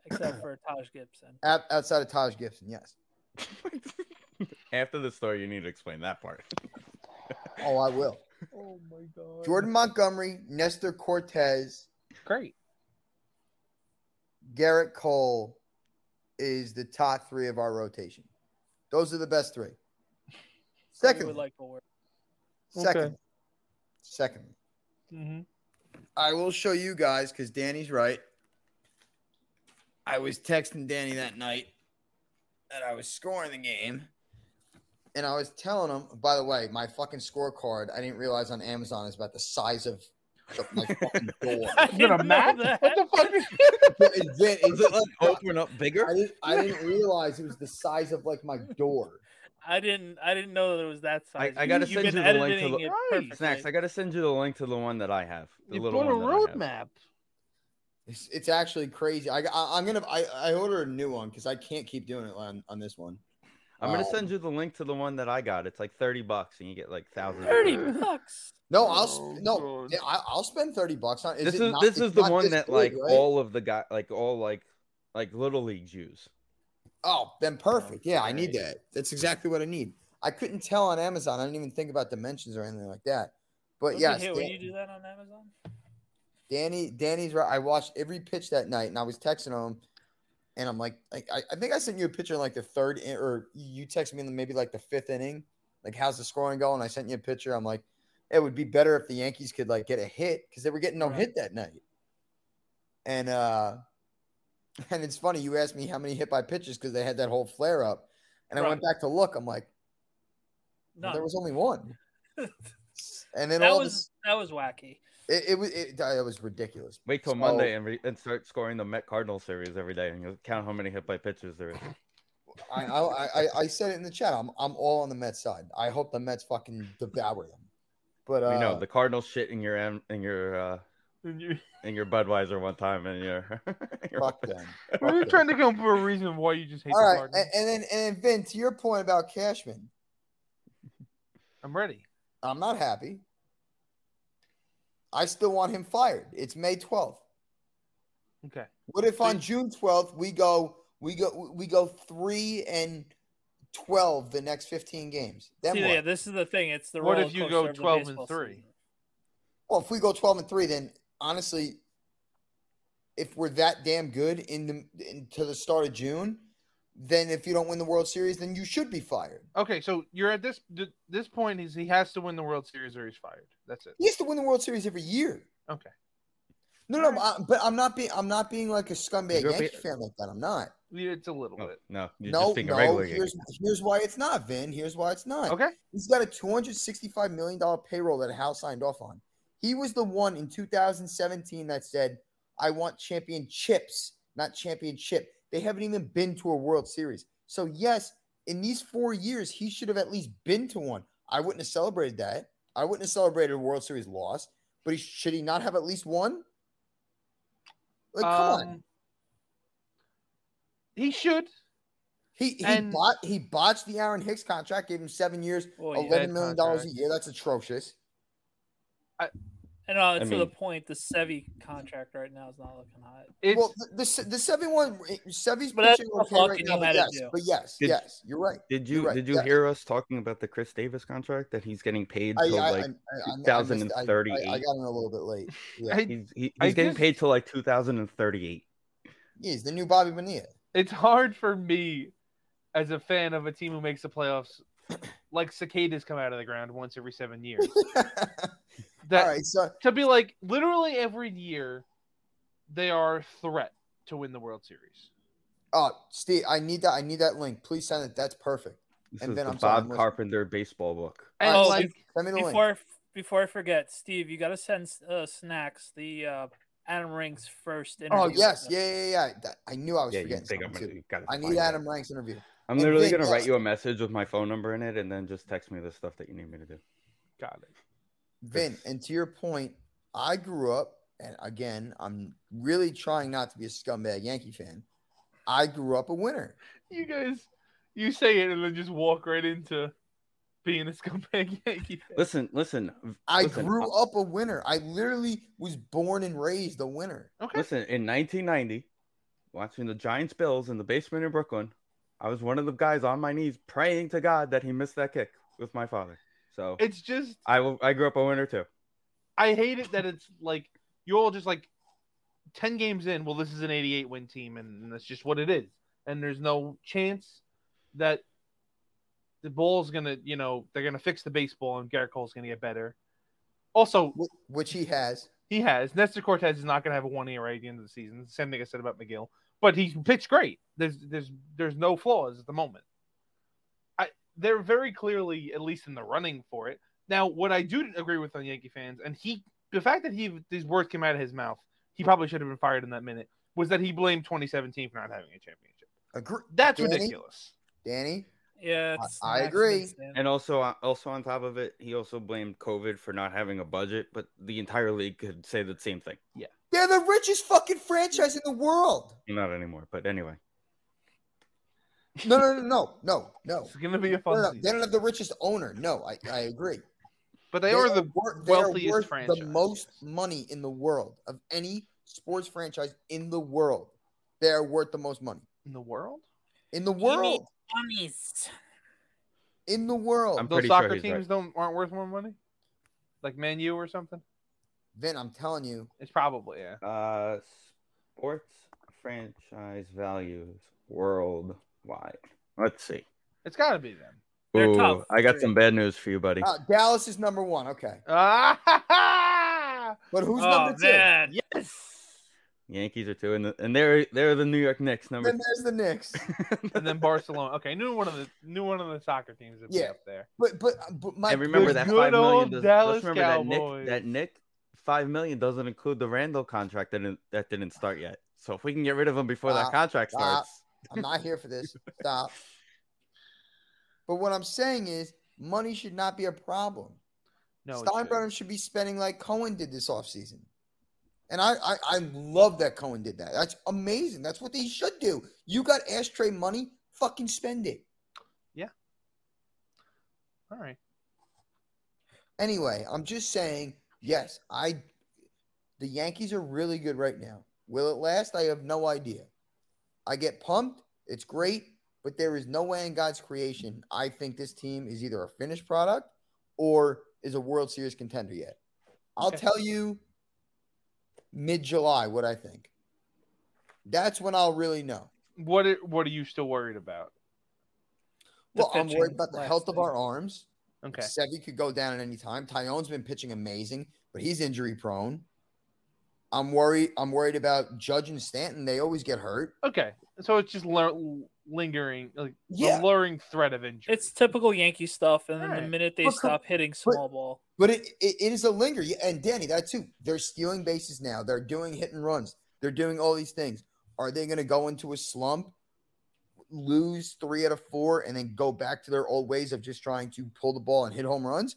Speaker 2: Except for Taj Gibson.
Speaker 5: Out outside of Taj Gibson, yes.
Speaker 1: After the story, you need to explain that part.
Speaker 5: Oh, I will.
Speaker 4: Oh my god.
Speaker 5: Jordan Montgomery, Nestor Cortez,
Speaker 4: great.
Speaker 5: Garrett Cole is the top three of our rotation. Those are the best three.
Speaker 2: We
Speaker 5: Secondly,
Speaker 2: would like to wear.
Speaker 5: secondly, secondly,
Speaker 4: Mm-hmm.
Speaker 5: I will show you guys because Danny's right. I was texting Danny that night that I was scoring the game. And I was telling him, by the way, my fucking scorecard I didn't realize on Amazon is about the size of the, my fucking door.
Speaker 2: I
Speaker 4: Is it a
Speaker 2: didn't know
Speaker 4: map?
Speaker 2: that.
Speaker 4: What the fuck is
Speaker 5: It's been- it's
Speaker 1: Does it
Speaker 5: like-
Speaker 1: open up
Speaker 5: I,
Speaker 1: bigger?
Speaker 5: didn't, I didn't realize it was the size of like my door.
Speaker 2: I didn't. I didn't know that it was that
Speaker 1: I-
Speaker 2: size.
Speaker 1: I gotta
Speaker 2: You've
Speaker 1: send
Speaker 2: been
Speaker 1: you the link to
Speaker 2: editing
Speaker 1: the-
Speaker 2: it
Speaker 4: Right.
Speaker 2: perfectly.
Speaker 1: Snacks. I gotta send you the link to the one that I have. The
Speaker 4: You
Speaker 1: little
Speaker 4: brought a
Speaker 1: one that I have.
Speaker 4: roadmap.
Speaker 5: It's, it's actually crazy. I, I, I'm gonna I, I order a new one because I can't keep doing it on, on this one.
Speaker 1: I'm gonna
Speaker 5: Um,
Speaker 1: send you the link to the one that I got. It's like thirty bucks, and you get like thousands. of
Speaker 2: Thirty
Speaker 1: them.
Speaker 2: bucks.
Speaker 5: No, I'll sp-
Speaker 4: Oh,
Speaker 5: no,
Speaker 4: God.
Speaker 5: yeah, I, I'll spend thirty bucks on.
Speaker 1: this
Speaker 5: it
Speaker 1: is
Speaker 5: not-
Speaker 1: this
Speaker 5: it's
Speaker 1: is the
Speaker 5: not
Speaker 1: one
Speaker 5: this
Speaker 1: that
Speaker 5: big,
Speaker 1: like
Speaker 5: right?
Speaker 1: all of the guy like all like like little leagues use.
Speaker 5: Oh, then perfect. Yeah, I need
Speaker 1: Okay.
Speaker 5: that. That's exactly what I need. I couldn't tell on Amazon. I didn't even think about dimensions or anything like that. But
Speaker 2: Don't
Speaker 5: yes,
Speaker 2: you hate
Speaker 5: Dan-
Speaker 2: when you do that on Amazon?
Speaker 5: Danny, Danny's right. I watched every pitch that night, and I was texting him, and I'm like, I, I- I think I sent you a picture in like the third, in, or you texted me in the, maybe like the fifth inning. Like, how's the scoring going? I sent you a picture. I'm like, it would be better if the Yankees could like get a hit because they were getting no
Speaker 2: Right.
Speaker 5: hit that night. And uh, and it's funny you asked me how many hit by pitches because they had that whole flare up, and I went back to look. I'm like,
Speaker 2: No,
Speaker 5: there was only one. And then
Speaker 2: that
Speaker 5: all
Speaker 2: was that was wacky.
Speaker 5: this, it, it was it, it was ridiculous.
Speaker 1: Wait till
Speaker 5: So-
Speaker 1: Monday and, re- and start scoring the Met Cardinal series every day, and you'll count how many hit by pitches there is.
Speaker 5: I, I, I- I said it in the chat. I'm, I'm all on the Mets side. I hope the Mets fucking devour them. But uh,
Speaker 1: you know, the Cardinal shit in your am- in your uh,
Speaker 4: And you-
Speaker 1: in your Budweiser one time, and your, your
Speaker 5: fuck them.
Speaker 4: we
Speaker 5: Fuck
Speaker 4: were
Speaker 5: them.
Speaker 4: trying to come up with a reason why you just hate
Speaker 5: All
Speaker 4: the
Speaker 5: right,
Speaker 4: Cardinals.
Speaker 5: and, and then and then Vin, to your point about Cashman,
Speaker 4: I'm ready.
Speaker 5: I'm not happy. I still want him fired. It's May 12th.
Speaker 4: Okay.
Speaker 5: What if on June 12th we go we go we go three and twelve the next 15 games? Then
Speaker 2: See,
Speaker 5: what?
Speaker 2: yeah, this is the thing. It's the
Speaker 4: What
Speaker 2: roller
Speaker 4: if you
Speaker 2: coaster
Speaker 4: go
Speaker 2: of the
Speaker 4: 12 and
Speaker 2: baseball
Speaker 4: three?
Speaker 2: season.
Speaker 5: Well, if we go 12 and 3, then honestly, if we're that damn good in the into the start of June, then if you don't win the World Series, then you should be fired.
Speaker 4: Okay, so you're at this th- this point is he has to win the World Series or he's fired. That's it.
Speaker 5: He has to win the World Series every year.
Speaker 4: Okay.
Speaker 5: No, no, I, but I'm not being I'm not being like a scumbag
Speaker 1: You're a
Speaker 5: Yankee
Speaker 1: bit-
Speaker 5: fan like that. I'm not.
Speaker 4: Yeah, It's a little
Speaker 5: Oh.
Speaker 1: No,
Speaker 4: bit.
Speaker 1: no, you're
Speaker 5: no,
Speaker 1: just being
Speaker 5: no.
Speaker 1: a regular
Speaker 5: Here's here's why it's not, Vin. Here's why it's not.
Speaker 4: Okay.
Speaker 5: He's got a 265 million dollar payroll that Hal signed off on. He was the one in 2017 that said, "I want championships, not championship. They haven't even been to a World Series. So, yes, in these four years, he should have at least been to one. I wouldn't have celebrated that. I wouldn't have celebrated a World Series loss, but he, should he not have at least one? Like, come on.
Speaker 4: Um, He should.
Speaker 5: He he,
Speaker 4: and-
Speaker 5: bot, he botched the Aaron Hicks contract, gave him seven years,
Speaker 2: Well, yeah.
Speaker 5: eleven million dollars a
Speaker 4: contract.
Speaker 5: year. That's atrocious.
Speaker 2: And uh,
Speaker 1: I
Speaker 2: to
Speaker 1: mean-
Speaker 2: the point, the Sevi contract right now is not looking hot.
Speaker 4: It's
Speaker 5: well, the, the the seven one Sevy's
Speaker 2: But that's
Speaker 5: pitching
Speaker 2: what
Speaker 5: okay right
Speaker 2: Falcon
Speaker 5: now, but
Speaker 2: had to
Speaker 5: yes,
Speaker 2: do.
Speaker 5: but yes,
Speaker 1: Did-
Speaker 5: yes, you're right.
Speaker 1: Did
Speaker 5: You're
Speaker 1: you
Speaker 5: right,
Speaker 1: did you
Speaker 5: yeah.
Speaker 1: hear us talking about the Chris Davis contract that he's getting paid
Speaker 5: I,
Speaker 1: till
Speaker 5: I, I, I,
Speaker 1: like
Speaker 5: I- I missed- I, I, I
Speaker 1: 2038.
Speaker 5: got in a little bit late. Yeah.
Speaker 4: I-
Speaker 1: he's he,
Speaker 4: I
Speaker 1: he's getting
Speaker 4: just-
Speaker 1: paid till like 2038.
Speaker 5: He's the new Bobby Bonilla.
Speaker 4: it's hard for me as a fan of a team who makes the playoffs like cicadas come out of the ground once every seven years that
Speaker 5: All right, so
Speaker 4: to be like literally every year they are a threat to win the world series
Speaker 5: uh Steve, I need that I need that link. Please send it. That's perfect.
Speaker 1: This
Speaker 5: And
Speaker 1: is
Speaker 5: then
Speaker 1: the
Speaker 5: I'm sorry,
Speaker 1: Bob
Speaker 5: I'm listening.
Speaker 1: Carpenter baseball book.
Speaker 4: and
Speaker 2: Oh,
Speaker 4: like
Speaker 5: Send me the link.
Speaker 2: Before I- before I forget, Steve, you got to send uh, snacks the uh, Adam Rink's first interview.
Speaker 5: Oh yes, yeah, yeah, yeah. That- I knew I was
Speaker 1: Yeah, you
Speaker 5: forgetting
Speaker 1: think I'm
Speaker 5: something
Speaker 1: gonna,
Speaker 5: too.
Speaker 1: you gotta
Speaker 5: I
Speaker 1: find
Speaker 5: need
Speaker 1: that.
Speaker 5: Adam Rank's interview.
Speaker 1: I'm
Speaker 5: and
Speaker 1: literally
Speaker 5: then
Speaker 1: gonna write
Speaker 5: yes.
Speaker 1: you a message with my phone number in it, and then just text me the stuff that you need me to do.
Speaker 4: got it
Speaker 5: Vin, and to your point, I grew up, and again, I'm really trying not to be a scumbag Yankee fan. I grew up a winner.
Speaker 4: you guys you say it and then just walk right into being a scumbag yankee fan.
Speaker 1: Listen, listen. v-
Speaker 5: I
Speaker 1: listen,
Speaker 5: grew
Speaker 1: uh,
Speaker 5: up a winner. I literally was born and raised a winner.
Speaker 4: okay
Speaker 1: Listen, in 1990, watching the Giants Bills in the basement in Brooklyn, I was one of the guys on my knees praying to God that he missed that kick with my father. So
Speaker 4: it's just
Speaker 1: I will. I grew up a winner too.
Speaker 4: I hate it that it's like you all just like ten games in. Well, this is an eighty-eight win team, and that's just what it is. And there's no chance that the ball's gonna, you know, they're gonna fix the baseball, and Garrett Cole's gonna get better. Also,
Speaker 5: wh- Which he has.
Speaker 4: he has Nestor Cortez is not gonna have a one ERA at the end of the season. Same thing I said about McGill, but he pitched great. There's there's there's no flaws at the moment. I they're very clearly at least in the running for it. Now, what I do agree with on Yankee fans, and he the fact that he these words came out of his mouth, he probably should have been fired in that minute, was that he blamed 2017 for not having a championship.
Speaker 5: Agree-
Speaker 4: That's
Speaker 5: Danny?
Speaker 4: ridiculous.
Speaker 5: Danny,
Speaker 2: Yeah, it's
Speaker 5: I- I
Speaker 2: snacks
Speaker 5: agree.
Speaker 2: and snacks.
Speaker 1: And also, uh, also on top of it, he also blamed COVID for not having a budget. But the entire league could say the same thing.
Speaker 5: they're the richest fucking franchise in the world.
Speaker 1: Not anymore. But anyway,
Speaker 5: No, no, no, no, no, no.
Speaker 4: It's gonna be a
Speaker 5: No,
Speaker 4: fun
Speaker 5: no, They
Speaker 4: season,
Speaker 5: don't have the richest owner. No, I, I agree.
Speaker 4: but they, are the
Speaker 5: wor- they are
Speaker 4: wealthiest
Speaker 5: worth
Speaker 4: franchise.
Speaker 5: The most money in the world of any sports franchise in the world. They are worth the most money
Speaker 4: in the world.
Speaker 5: in the
Speaker 2: You need
Speaker 5: world.
Speaker 2: Gummies.
Speaker 5: In the world,
Speaker 1: I'm-
Speaker 4: Those
Speaker 1: pretty sure
Speaker 4: soccer
Speaker 1: he's
Speaker 4: teams
Speaker 1: right.
Speaker 4: don't aren't worth more money, like Man U or something.
Speaker 5: Vin. I'm telling you,
Speaker 4: It's probably yeah.
Speaker 1: uh, sports franchise values worldwide. Let's see.
Speaker 4: It's got to be them.
Speaker 2: They're
Speaker 1: Ooh,
Speaker 2: tough.
Speaker 1: I got some bad news for you, buddy.
Speaker 5: uh, Dallas is number one. Okay,
Speaker 4: Ah,
Speaker 5: but who's
Speaker 2: Oh
Speaker 5: number two?
Speaker 2: man,
Speaker 4: yes.
Speaker 1: Yankees are two, and, the, and they're they're the New York Knicks number.
Speaker 5: Then there's the Knicks.
Speaker 4: And then Barcelona. Okay, knew one of the knew one of the soccer teams would
Speaker 5: Yeah.
Speaker 4: be up there.
Speaker 5: But but but my
Speaker 1: and remember
Speaker 4: The
Speaker 1: that
Speaker 4: good
Speaker 1: five million.
Speaker 4: old
Speaker 1: Does, let's
Speaker 4: Dallas
Speaker 1: remember that Nick
Speaker 4: Cowboys.
Speaker 1: that Nick five million doesn't include the Randall contract that didn't, that didn't start yet. So if we can get rid of him before
Speaker 5: Ah,
Speaker 1: that contract
Speaker 5: ah.
Speaker 1: starts,
Speaker 5: I'm not here for this. Stop. But what I'm saying is, money should not be a problem.
Speaker 4: No, it
Speaker 5: Steinbrenner should be spending like Cohen did this offseason. And I, I, I love that Cohen did that. That's amazing. That's what they should do. You got ashtray money, fucking spend it.
Speaker 4: shouldn't. All right.
Speaker 5: Anyway, I'm just saying, yes, I the Yankees are really good right now. Will it last? I have no idea. I get pumped, it's great, but there is no way in God's creation I think this team is either a finished product or is a World Series contender yet. I'll
Speaker 4: Okay.
Speaker 5: tell you mid July what I think. That's when I'll really know.
Speaker 4: What are- what are you still worried about?
Speaker 2: The
Speaker 5: Well, I'm worried
Speaker 2: pitching
Speaker 5: about the
Speaker 2: last
Speaker 5: health of
Speaker 2: thing.
Speaker 5: our arms.
Speaker 4: Okay.
Speaker 5: Sevy could go down at any time. Tyone's been pitching amazing, but he's injury prone. I'm worried. I'm worried about Judge and Stanton. They always get hurt.
Speaker 4: Okay. So it's just l- lingering, like
Speaker 5: Yeah.
Speaker 4: the luring threat of injury.
Speaker 2: it's typical Yankee stuff. And then the
Speaker 4: Alright.
Speaker 2: minute they
Speaker 5: But come-
Speaker 2: stop hitting small ball,
Speaker 5: But it, it, it is a linger. Yeah, And Danny, that too. They're stealing bases now. They're doing hit and runs. They're doing all these things. Are they going to go into a slump, lose three out of four, and then go back to their old ways of just trying to pull the ball and hit home runs?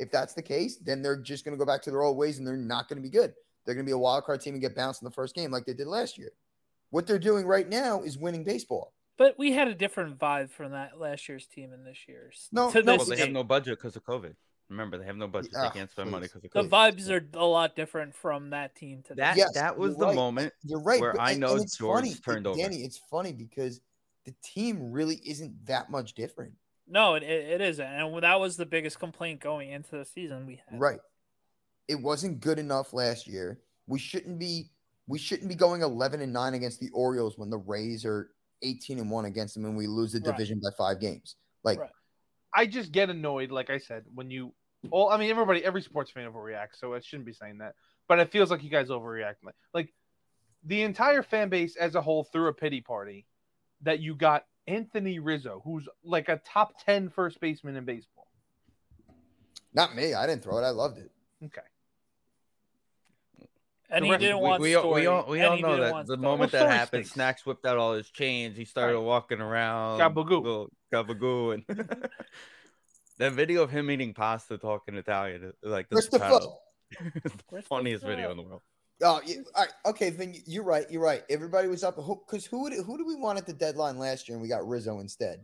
Speaker 5: If that's the case, then they're just going to go back to their old ways and they're not going to be good. They're going to be a wild card team and get bounced in the first game like they did last year. What they're doing right now is winning baseball.
Speaker 2: But we had a different vibe from that last year's team and this year's.
Speaker 5: No,
Speaker 2: to
Speaker 5: no,
Speaker 1: Well,
Speaker 2: this
Speaker 1: they have
Speaker 2: date.
Speaker 1: no budget because of COVID. Remember, they have no budget.
Speaker 5: Ah,
Speaker 1: they can't spend money
Speaker 5: please.
Speaker 1: because of
Speaker 2: the
Speaker 1: COVID.
Speaker 2: vibes are a lot different from that team to
Speaker 1: That
Speaker 2: that.
Speaker 5: Yes,
Speaker 1: that was
Speaker 5: you're
Speaker 1: the
Speaker 5: right.
Speaker 1: moment.
Speaker 5: You're right.
Speaker 1: where I know
Speaker 5: it's
Speaker 1: George
Speaker 5: funny,
Speaker 1: turned over.
Speaker 5: Danny, it's funny because the team really isn't that much different.
Speaker 2: No, it, it it isn't, and that was the biggest complaint going into the season we had.
Speaker 5: Right. It wasn't good enough last year. We shouldn't be we shouldn't be going 11 and 9 against the Orioles when the Rays are 18 and 1 against them and we lose the
Speaker 2: Right.
Speaker 5: division by 5 games. Like
Speaker 2: Right.
Speaker 4: I just get annoyed, like I said, when you. Well, I mean, everybody, every sports fan overreacts, so I shouldn't be saying that. But it feels like you guys overreact. Like, like the entire fan base as a whole threw a pity party that you got Anthony Rizzo, who's like a top 10 first baseman in baseball.
Speaker 5: not me. I didn't throw it. I loved it.
Speaker 4: Okay.
Speaker 2: And
Speaker 4: The
Speaker 2: he
Speaker 4: rest-
Speaker 2: didn't
Speaker 1: we,
Speaker 2: want
Speaker 1: we, all-
Speaker 2: story.
Speaker 1: we all we
Speaker 2: And
Speaker 1: all
Speaker 2: he
Speaker 1: know
Speaker 2: didn't
Speaker 1: that
Speaker 2: want
Speaker 1: the
Speaker 2: story.
Speaker 1: moment
Speaker 4: Well,
Speaker 1: that
Speaker 4: story
Speaker 1: happened,
Speaker 4: stinks.
Speaker 1: Snacks whipped out all his chains. He started
Speaker 4: Right.
Speaker 1: walking around,
Speaker 4: Gabagoo.
Speaker 1: go- gabagoo, and that video of him eating pasta, talking Italian, like the
Speaker 5: Christopher.
Speaker 1: title.
Speaker 2: Christopher.
Speaker 1: funniest video in the world.
Speaker 5: Oh, yeah, all right, okay. Then you're right. You're right. Everybody was up because who would, who do we want at the deadline last year, and we got Rizzo instead.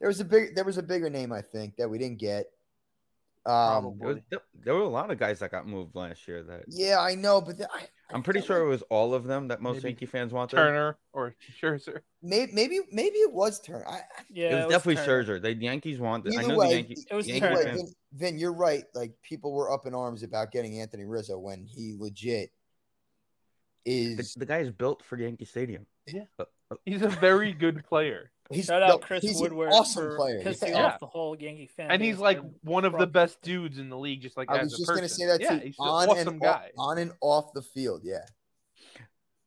Speaker 5: There was a big there was a bigger name I think that we didn't get. Um,
Speaker 1: There, was, there were a lot of guys that got moved last year. That
Speaker 5: yeah, I know, but the, I,
Speaker 1: I'm pretty sure it was all of them that most
Speaker 4: Maybe
Speaker 1: Yankee fans wanted.
Speaker 4: Turner or Scherzer.
Speaker 5: maybe maybe maybe it was Turner. I, I-
Speaker 2: Yeah,
Speaker 1: It was definitely
Speaker 2: Turner.
Speaker 1: Scherzer. The Yankees wanted. I
Speaker 5: Either
Speaker 1: know
Speaker 5: way,
Speaker 1: the Yankees.
Speaker 2: It was
Speaker 1: Yankee
Speaker 2: Turner.
Speaker 1: fans-
Speaker 5: Vin, Vin, you're right. Like people were up in arms about getting Anthony Rizzo when he legit
Speaker 1: The,
Speaker 5: is.
Speaker 1: the guy is built for Yankee Stadium.
Speaker 4: Yeah.
Speaker 1: Uh, uh,
Speaker 4: He's a very good player.
Speaker 5: He's,
Speaker 2: Shout
Speaker 5: no,
Speaker 2: out Chris
Speaker 5: he's an
Speaker 2: Woodward
Speaker 5: awesome
Speaker 2: for
Speaker 5: player.
Speaker 2: pissing
Speaker 5: Yeah.
Speaker 2: off the whole Yankee fan.
Speaker 4: And he's
Speaker 2: base
Speaker 4: like
Speaker 2: for-
Speaker 4: one of the
Speaker 2: from-
Speaker 4: best dudes in the league, just like
Speaker 5: I
Speaker 4: as
Speaker 5: was
Speaker 4: a
Speaker 5: just
Speaker 4: person.
Speaker 5: gonna say that
Speaker 4: yeah,
Speaker 5: too.
Speaker 4: he's an
Speaker 5: On
Speaker 4: awesome
Speaker 5: and
Speaker 4: guy.
Speaker 5: Off, on and off the field, yeah.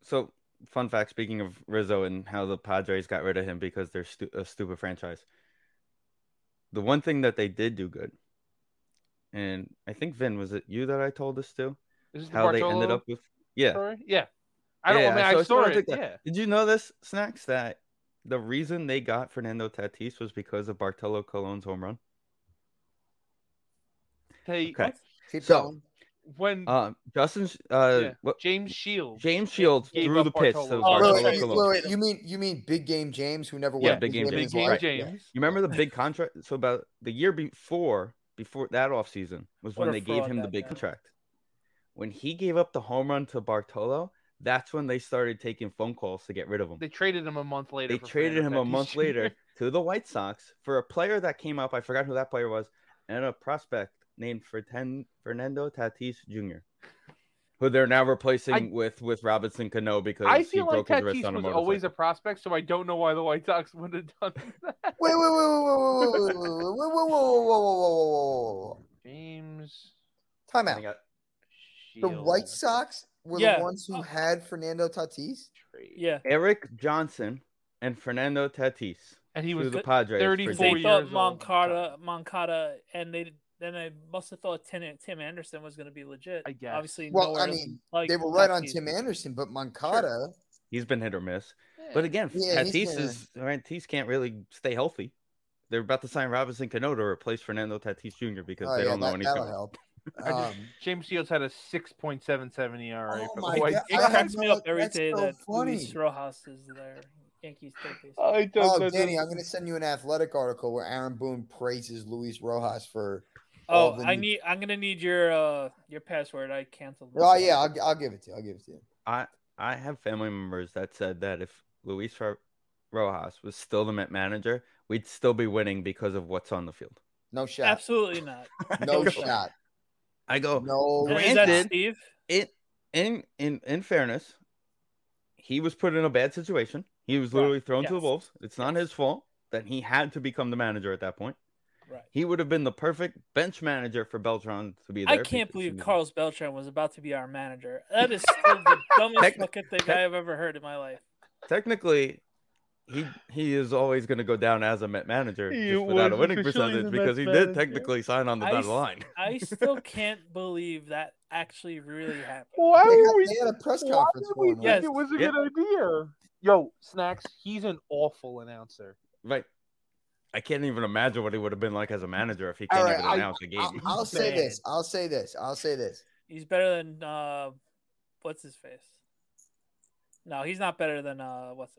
Speaker 1: so, fun fact: speaking of Rizzo and how the Padres got rid of him because they're stu- a stupid franchise. The one thing that they did do good, and I think Vin was it you that I told this to
Speaker 4: Is this the
Speaker 1: how they ended
Speaker 4: Bartolo
Speaker 1: up with yeah.
Speaker 4: story? Yeah. I don't
Speaker 1: Yeah,
Speaker 4: I mean,
Speaker 1: so
Speaker 4: I
Speaker 1: it's
Speaker 4: saw
Speaker 1: not
Speaker 4: it.
Speaker 1: like that.
Speaker 4: Yeah.
Speaker 1: Did you know this, Snacks, that the reason they got Fernando Tatis was because of Bartolo Colon's home run?
Speaker 4: They,
Speaker 1: Okay.
Speaker 5: Keep
Speaker 1: So,
Speaker 5: going.
Speaker 4: When
Speaker 1: Um, Justin, uh,
Speaker 4: Yeah.
Speaker 1: what,
Speaker 4: James Shields.
Speaker 1: James Shields
Speaker 4: gave
Speaker 1: threw
Speaker 4: up
Speaker 1: the pitch to
Speaker 4: Bartolo.
Speaker 2: Oh,
Speaker 5: Wait,
Speaker 1: Bartolo
Speaker 5: wait,
Speaker 2: Bartolo
Speaker 5: you,
Speaker 1: Colon.
Speaker 5: wait, wait, you mean you mean big game James who never
Speaker 1: Yeah,
Speaker 5: won a
Speaker 1: big game
Speaker 5: in
Speaker 1: James.
Speaker 5: his
Speaker 4: Big game
Speaker 5: life?
Speaker 4: James.
Speaker 5: Yeah.
Speaker 1: You remember the big contract? So about the year before, before that offseason was
Speaker 2: What
Speaker 1: when
Speaker 2: a
Speaker 1: they gave
Speaker 2: fraud
Speaker 1: him the
Speaker 2: that
Speaker 1: big
Speaker 2: guy.
Speaker 1: contract. When he gave up the home run to Bartolo, that's when they started taking phone calls to get rid of him.
Speaker 4: They traded him a month later.
Speaker 1: They
Speaker 4: for
Speaker 1: traded him
Speaker 4: Fernando
Speaker 1: a
Speaker 4: Tatis
Speaker 1: month
Speaker 4: Jr.
Speaker 1: later to the White Sox for a player that came up. I forgot who that player was, and a prospect named Ferten- Fernando Tatis Jr., who they're now replacing
Speaker 4: I-
Speaker 1: with with Robinson Cano because
Speaker 4: I
Speaker 1: he
Speaker 4: feel like
Speaker 1: broke his wrist
Speaker 4: Tatis
Speaker 1: on a
Speaker 4: was
Speaker 1: motorcycle.
Speaker 4: always a prospect, so I don't know why the White Sox would have done that.
Speaker 5: Wait, wait, wait, wait, wait, wait, wait, wait, wait, wait, wait, wait, wait, whoa, whoa, whoa, whoa.
Speaker 4: James
Speaker 5: Time
Speaker 1: I think
Speaker 5: out.
Speaker 1: I-
Speaker 5: The
Speaker 4: Shields
Speaker 5: White Sox were
Speaker 2: Yeah.
Speaker 5: the ones who had Fernando Tatis.
Speaker 4: trade.
Speaker 2: Yeah,
Speaker 1: Eric Johnson and Fernando Tatis.
Speaker 4: and he
Speaker 1: to
Speaker 4: was
Speaker 1: the Padres. for
Speaker 4: 34
Speaker 1: Jay-
Speaker 2: they
Speaker 4: years
Speaker 2: thought
Speaker 4: old.
Speaker 2: Moncada, Moncada, and they then they must have thought Tim, Tim Anderson was going to be legit.
Speaker 4: I guess.
Speaker 2: Obviously,
Speaker 5: Well,
Speaker 2: nowhere
Speaker 5: I mean,
Speaker 2: like
Speaker 5: They were right on
Speaker 2: Tatis.
Speaker 5: Tim Anderson, but Moncada.
Speaker 1: He's been hit or miss. But again,
Speaker 5: Yeah, he's
Speaker 1: Tatis
Speaker 5: been-
Speaker 1: is Tatis can't really stay healthy. They're about to sign Robinson Cano to replace Fernando Tatis Jr. because
Speaker 5: Oh,
Speaker 1: they
Speaker 5: yeah,
Speaker 1: don't know
Speaker 5: that,
Speaker 1: anything.
Speaker 5: that'll help. Um,
Speaker 4: James Shields had a 6.77 ERA
Speaker 5: Oh
Speaker 4: E for
Speaker 5: my
Speaker 4: the White
Speaker 5: God,
Speaker 2: It
Speaker 5: I had
Speaker 4: Sox.
Speaker 2: cracks
Speaker 5: no-
Speaker 2: me up every
Speaker 5: that's
Speaker 2: day
Speaker 5: so
Speaker 2: that
Speaker 5: funny.
Speaker 2: Luis Rojas is there. Yankees third base.
Speaker 4: I don't
Speaker 5: oh,
Speaker 4: know.
Speaker 5: Danny, I'm going to send you an athletic article where Aaron Boone praises Luis Rojas for. all
Speaker 2: oh,
Speaker 5: the
Speaker 2: I
Speaker 5: new-
Speaker 2: need. I'm going to need your uh your password. I canceled.
Speaker 5: Oh
Speaker 2: mine.
Speaker 5: yeah, I'll, I'll give it to you. I'll give it to you.
Speaker 1: I have family members that said that if Luis Ro- Rojas was still the Met manager, we'd still be winning because of what's on the field.
Speaker 5: No shot.
Speaker 2: Absolutely not.
Speaker 5: No
Speaker 1: I go,
Speaker 5: shot.
Speaker 1: I go
Speaker 5: No.
Speaker 2: And
Speaker 1: Granted-
Speaker 2: Is that Steve?
Speaker 1: it in in in fairness, he was put in a bad situation. He was
Speaker 2: Right.
Speaker 1: literally thrown to the
Speaker 2: Yes.
Speaker 1: wolves. It's not his fault that he had to become the manager at that point.
Speaker 2: Right.
Speaker 1: He would have been the perfect bench manager for Beltran to be there.
Speaker 2: I can't
Speaker 1: because
Speaker 2: believe
Speaker 1: he was-
Speaker 2: Carlos Beltran was about to be our manager. That is still the dumbest
Speaker 1: Techni-
Speaker 2: fucking thing I have ever heard in my life.
Speaker 1: Technically, he he is always going to go down as a Met manager
Speaker 4: He
Speaker 1: just without a
Speaker 4: was
Speaker 1: winning
Speaker 4: officially the
Speaker 1: percentage because
Speaker 4: Met
Speaker 1: he
Speaker 4: manager.
Speaker 1: did technically sign on the
Speaker 2: I
Speaker 1: dotted
Speaker 2: s-
Speaker 1: line.
Speaker 2: I still can't believe that actually really happened.
Speaker 4: Why
Speaker 5: They
Speaker 4: were
Speaker 5: had,
Speaker 4: we
Speaker 5: they had a press
Speaker 4: Why
Speaker 5: conference
Speaker 4: did
Speaker 5: for
Speaker 4: we
Speaker 5: him.
Speaker 4: think
Speaker 5: right?
Speaker 2: Yes.
Speaker 4: it was a
Speaker 1: Yeah.
Speaker 4: good idea? Yo, Snacks, he's an awful announcer.
Speaker 1: Right. I can't even imagine what he would have been like as a manager if he
Speaker 5: All
Speaker 1: can't
Speaker 5: right,
Speaker 1: even
Speaker 5: I-
Speaker 1: announce a game.
Speaker 5: I'll, I'll say this. I'll say this. I'll say this.
Speaker 2: He's better than uh, what's his face? No, he's not better than uh, what's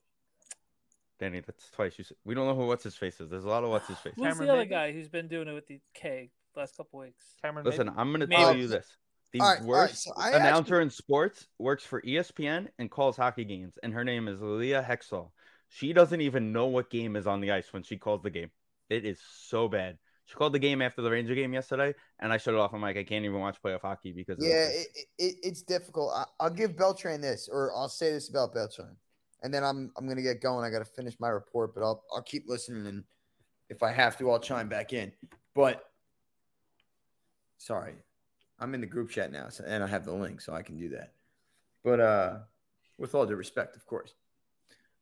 Speaker 1: Danny, that's twice you said. We don't know who what's his face is. There's a lot of what's his face.
Speaker 2: who's
Speaker 4: Cameron
Speaker 2: the other
Speaker 4: Maybey?
Speaker 2: guy who's been doing it with the K last couple weeks?
Speaker 4: Cameron,
Speaker 1: Listen,
Speaker 4: Maybey?
Speaker 1: I'm going to
Speaker 2: Maybe.
Speaker 1: tell you this. The
Speaker 5: All right, all right,
Speaker 1: worst
Speaker 5: so I
Speaker 1: announcer in sports works for E ESPN and calls hockey games, and her name is Leah Hexall. She doesn't even know what game is on the ice when she calls the game. It is so bad. She called the game after the Ranger game yesterday, and I shut it off. I'm like, I can't even watch playoff hockey because of
Speaker 5: Yeah,
Speaker 1: this.
Speaker 5: it, it, it, it's difficult. I, I'll give Beltran this, or I'll say this about Beltran, and then I'm I'm gonna get going. I got to finish my report, but I'll I'll keep listening, and if I have to, I'll chime back in. But sorry, I'm in the group chat now, so, and I have the link, so I can do that. But uh, with all due respect, of course,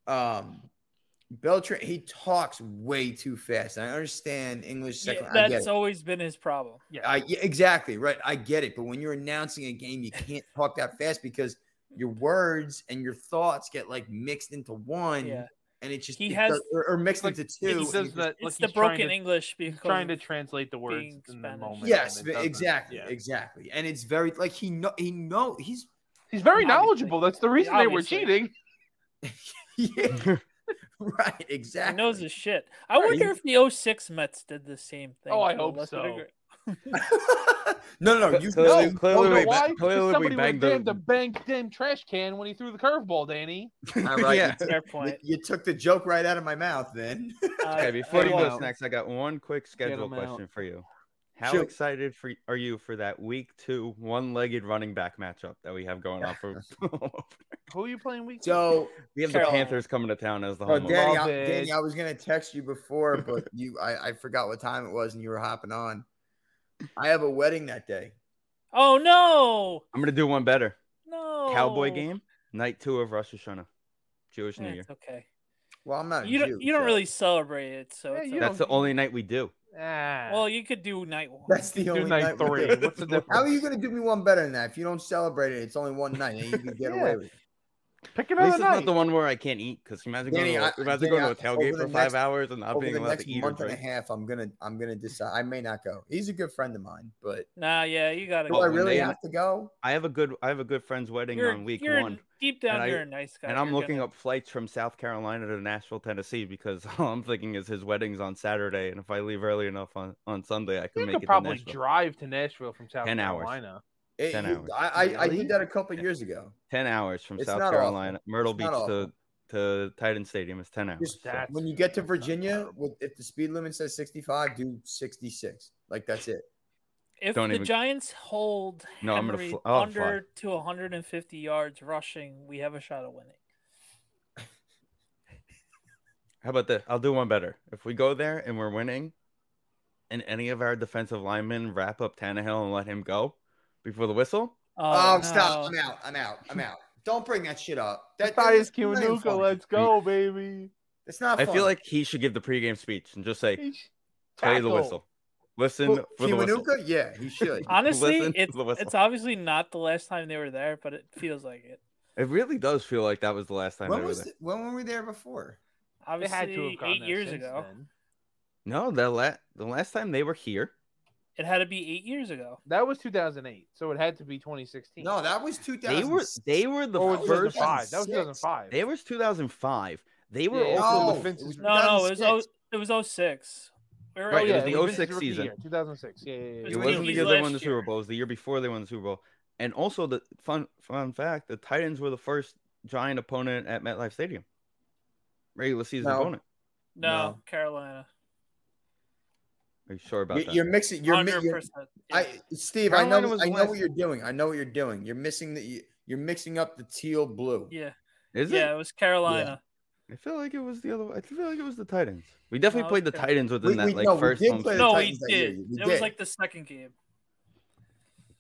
Speaker 5: um, Beltran he talks way too fast. I understand English
Speaker 2: Yeah,
Speaker 5: second. I get it.
Speaker 2: that's always been his problem.
Speaker 4: yeah,
Speaker 5: I, yeah, exactly right. I get it, but when you're announcing a game, you can't talk that fast because your words and your thoughts get like mixed into one,
Speaker 2: Yeah,
Speaker 5: and it just
Speaker 2: He
Speaker 5: it
Speaker 2: has-
Speaker 5: does- or, or mixed
Speaker 4: like,
Speaker 5: into
Speaker 4: he
Speaker 5: two.
Speaker 4: does
Speaker 5: and it just-
Speaker 4: that. like,
Speaker 2: it's the
Speaker 4: he's trying
Speaker 2: broken
Speaker 4: to-
Speaker 2: English
Speaker 4: He's
Speaker 2: because
Speaker 4: trying to
Speaker 2: of-
Speaker 4: translate the words
Speaker 2: being
Speaker 4: in the
Speaker 2: Spanish.
Speaker 4: moment.
Speaker 5: Yes,
Speaker 4: and it doesn't.
Speaker 5: exactly,
Speaker 4: Yeah.
Speaker 5: exactly, and it's very like he know he know he's
Speaker 4: He's very
Speaker 2: Obviously.
Speaker 4: knowledgeable. That's the reason they were
Speaker 2: Obviously.
Speaker 4: cheating.
Speaker 5: yeah, right exactly.
Speaker 2: He knows his shit. I wonder if the 06 Mets did the same thing.
Speaker 4: Oh, I
Speaker 2: to a
Speaker 4: hope
Speaker 2: lesser
Speaker 4: so.
Speaker 2: degree.
Speaker 5: no, no, no,
Speaker 1: But
Speaker 5: you
Speaker 1: clearly-
Speaker 5: know.
Speaker 1: clearly
Speaker 4: Wonder
Speaker 1: we ba-
Speaker 4: why? 'Cause
Speaker 1: clearly we
Speaker 4: somebody was
Speaker 1: banged
Speaker 4: damn
Speaker 1: the-
Speaker 4: to bang damn trash can when he threw the curveball, Danny.
Speaker 5: All right,
Speaker 1: Yeah.
Speaker 5: you,
Speaker 2: Fair
Speaker 5: took-
Speaker 2: point.
Speaker 5: you took the joke right out of my mouth. Then
Speaker 1: Okay,
Speaker 2: Uh,
Speaker 1: before you
Speaker 4: Get 'em
Speaker 1: go,
Speaker 4: out.
Speaker 1: snacks, I got one quick schedule
Speaker 4: 'em out.
Speaker 1: question for you. How
Speaker 5: Shoot.
Speaker 1: excited for are you for that week two one-legged running back matchup that we have going on for?
Speaker 4: Who are you playing week?
Speaker 5: so
Speaker 1: we have
Speaker 2: Carolina.
Speaker 1: the Panthers coming to town as the
Speaker 5: Oh,
Speaker 1: home. opener.
Speaker 5: Danny,
Speaker 4: Love
Speaker 5: I,
Speaker 4: it.
Speaker 5: Danny, I was gonna text you before, but you, I, I forgot what time it was, and you were hopping on. I have a wedding that day.
Speaker 2: oh no,
Speaker 1: I'm gonna do one better.
Speaker 2: no
Speaker 5: Oh.
Speaker 1: Cowboy game, night two of Rosh Hashanah, Jewish New
Speaker 2: That's
Speaker 1: Year.
Speaker 2: Eh, okay.
Speaker 5: Well, I'm not. A
Speaker 2: You don't,
Speaker 5: Jew,
Speaker 2: you don't
Speaker 5: so-
Speaker 2: really celebrate it, so
Speaker 4: Ah, Yeah,
Speaker 2: it's
Speaker 4: you
Speaker 2: okay.
Speaker 1: That's the only night we do.
Speaker 4: Ah,
Speaker 2: well, you could do night one.
Speaker 5: That's the
Speaker 4: do
Speaker 5: only
Speaker 4: night
Speaker 5: night we
Speaker 4: three.
Speaker 5: do.
Speaker 4: What's the difference?
Speaker 5: How are you gonna do me one better than that? If you don't celebrate it, it's only one night, and you can get
Speaker 4: Yeah.
Speaker 5: away with it.
Speaker 4: pick
Speaker 1: At
Speaker 4: another
Speaker 1: least it's
Speaker 4: night.
Speaker 1: not the one where I can't eat because imagine going,
Speaker 5: Danny,
Speaker 1: to, a-
Speaker 5: I-
Speaker 1: imagine
Speaker 5: Danny,
Speaker 1: going to a
Speaker 5: I- over
Speaker 1: tailgate
Speaker 5: the
Speaker 1: for five
Speaker 5: next-
Speaker 1: hours and not
Speaker 5: Over
Speaker 1: being
Speaker 5: the
Speaker 1: allowed
Speaker 5: next
Speaker 1: to eat or
Speaker 5: month and a
Speaker 1: drink.
Speaker 5: half, I'm gonna, I'm gonna decide. I may not go. He's a good friend of mine, but
Speaker 2: Nah, yeah, you gotta.
Speaker 5: do
Speaker 1: Well,
Speaker 5: I
Speaker 1: when
Speaker 5: really
Speaker 1: they-
Speaker 5: have to go?
Speaker 1: I have a good I have a good friend's wedding
Speaker 2: you're,
Speaker 1: on week
Speaker 2: you're
Speaker 1: one,
Speaker 2: Deep down,
Speaker 1: and I-
Speaker 2: you're a nice guy,
Speaker 1: and I'm
Speaker 2: You're
Speaker 1: looking
Speaker 2: gonna-
Speaker 1: up flights from South Carolina to Nashville, Tennessee, because all I'm thinking is his wedding's on Saturday, and if I leave early enough on, on Sunday, I can
Speaker 4: You
Speaker 1: make it
Speaker 4: could
Speaker 1: to
Speaker 4: probably
Speaker 1: Nashville.
Speaker 4: drive to Nashville from South
Speaker 1: 10 hours.
Speaker 4: Carolina.
Speaker 5: It-
Speaker 1: 10
Speaker 5: you-
Speaker 1: hours.
Speaker 5: I, I, I
Speaker 1: Really?
Speaker 5: did that a couple years ago.
Speaker 1: ten hours from
Speaker 5: It's
Speaker 1: South
Speaker 5: not awful.
Speaker 1: Carolina, Myrtle
Speaker 5: It's not
Speaker 1: Beach
Speaker 5: awful.
Speaker 1: to to Titan Stadium is ten hours.
Speaker 5: Just
Speaker 1: so-
Speaker 4: That's-
Speaker 5: when you get to
Speaker 4: that's not
Speaker 5: Virginia,
Speaker 4: terrible.
Speaker 5: with, if the speed limit says 65, do 66. Like that's it.
Speaker 2: If
Speaker 1: Don't
Speaker 2: the
Speaker 1: even-
Speaker 2: Giants hold
Speaker 1: No, I'm gonna
Speaker 2: Henry
Speaker 1: fl- oh, I'll fly.
Speaker 2: under to 150 yards rushing, we have a shot at winning.
Speaker 1: How about that? I'll do one better. If we go there and we're winning, and any of our defensive linemen wrap up Tannehill and let him go before the whistle,
Speaker 5: Oh,
Speaker 2: Uh, no.
Speaker 5: stop! I'm out. I'm out. I'm out. Don't bring that shit up. That, that-
Speaker 4: Matthias
Speaker 5: that's not even
Speaker 4: Kiwanuka,
Speaker 5: funny.
Speaker 4: let's go, baby.
Speaker 5: It's not.
Speaker 1: I
Speaker 5: funny.
Speaker 1: feel like he should give the pregame speech and just say, "Play the
Speaker 4: Tackle.
Speaker 1: whistle, listen
Speaker 5: Well,
Speaker 1: for the whistle."
Speaker 5: Kiwanuka. Yeah, he should.
Speaker 2: Honestly,
Speaker 1: Listen to
Speaker 2: it's
Speaker 1: the whistle.
Speaker 2: it's obviously not the last time they were there, but it feels like it.
Speaker 1: It really does feel like that was the last time.
Speaker 5: when
Speaker 1: they were
Speaker 5: was
Speaker 1: there.
Speaker 5: the, when were we there before?
Speaker 4: They
Speaker 2: Obviously,
Speaker 4: had to have gone
Speaker 2: eight
Speaker 4: there
Speaker 2: years
Speaker 4: since
Speaker 2: ago.
Speaker 4: then.
Speaker 1: No, the la- the last time they were here.
Speaker 2: It had to be eight years ago.
Speaker 4: That was 2008, so it had to be 2016.
Speaker 5: No, that was 2000.
Speaker 1: They were they were the
Speaker 4: or was it
Speaker 1: first.
Speaker 4: 2005. That was
Speaker 5: 2006.
Speaker 4: 2005.
Speaker 1: They was 2005. They were
Speaker 4: Yeah, it was
Speaker 1: also the
Speaker 4: when the
Speaker 5: No,
Speaker 4: fences
Speaker 5: it
Speaker 4: were-
Speaker 2: No, no, it was
Speaker 5: 2006.
Speaker 2: oh, it was 06. We were
Speaker 1: Right,
Speaker 2: oh,
Speaker 1: it was
Speaker 2: yeah,
Speaker 1: the
Speaker 2: we were-
Speaker 1: 06
Speaker 4: rookie
Speaker 1: season.
Speaker 4: year, 2006. Yeah, yeah,
Speaker 1: It
Speaker 4: yeah.
Speaker 2: It was
Speaker 1: wasn't
Speaker 2: Yankees
Speaker 1: because they won the
Speaker 2: last
Speaker 1: Super
Speaker 2: year.
Speaker 1: Bowl. It was the year before they won the Super Bowl. And also the fun fun fact, the Titans were the first giant opponent at MetLife Stadium. Regular season
Speaker 5: No.
Speaker 1: opponent.
Speaker 2: no,
Speaker 5: No.
Speaker 2: Carolina.
Speaker 1: Are you sure about
Speaker 5: You're,
Speaker 1: that?
Speaker 5: you're mixing. You're, mi-
Speaker 2: 100%.
Speaker 5: you're
Speaker 2: yeah.
Speaker 5: I Steve. I
Speaker 1: Carolina
Speaker 5: know.
Speaker 1: was
Speaker 5: I know
Speaker 1: last-
Speaker 5: what you're doing. I know what you're doing. You're missing the. you- You're mixing up the teal blue.
Speaker 2: yeah.
Speaker 1: Is
Speaker 2: yeah,
Speaker 1: it?
Speaker 2: it was Carolina.
Speaker 1: I feel like it was the other I feel like it was the Titans. We definitely
Speaker 2: No,
Speaker 1: played the
Speaker 2: it's okay.
Speaker 1: Titans within
Speaker 5: We-
Speaker 1: that
Speaker 5: we-
Speaker 1: like
Speaker 5: no, we
Speaker 1: first
Speaker 5: did
Speaker 1: home
Speaker 5: play the
Speaker 1: stretch.
Speaker 2: No, we
Speaker 5: Titans that year,
Speaker 2: did.
Speaker 5: we
Speaker 2: it was
Speaker 5: did.
Speaker 2: like the second game.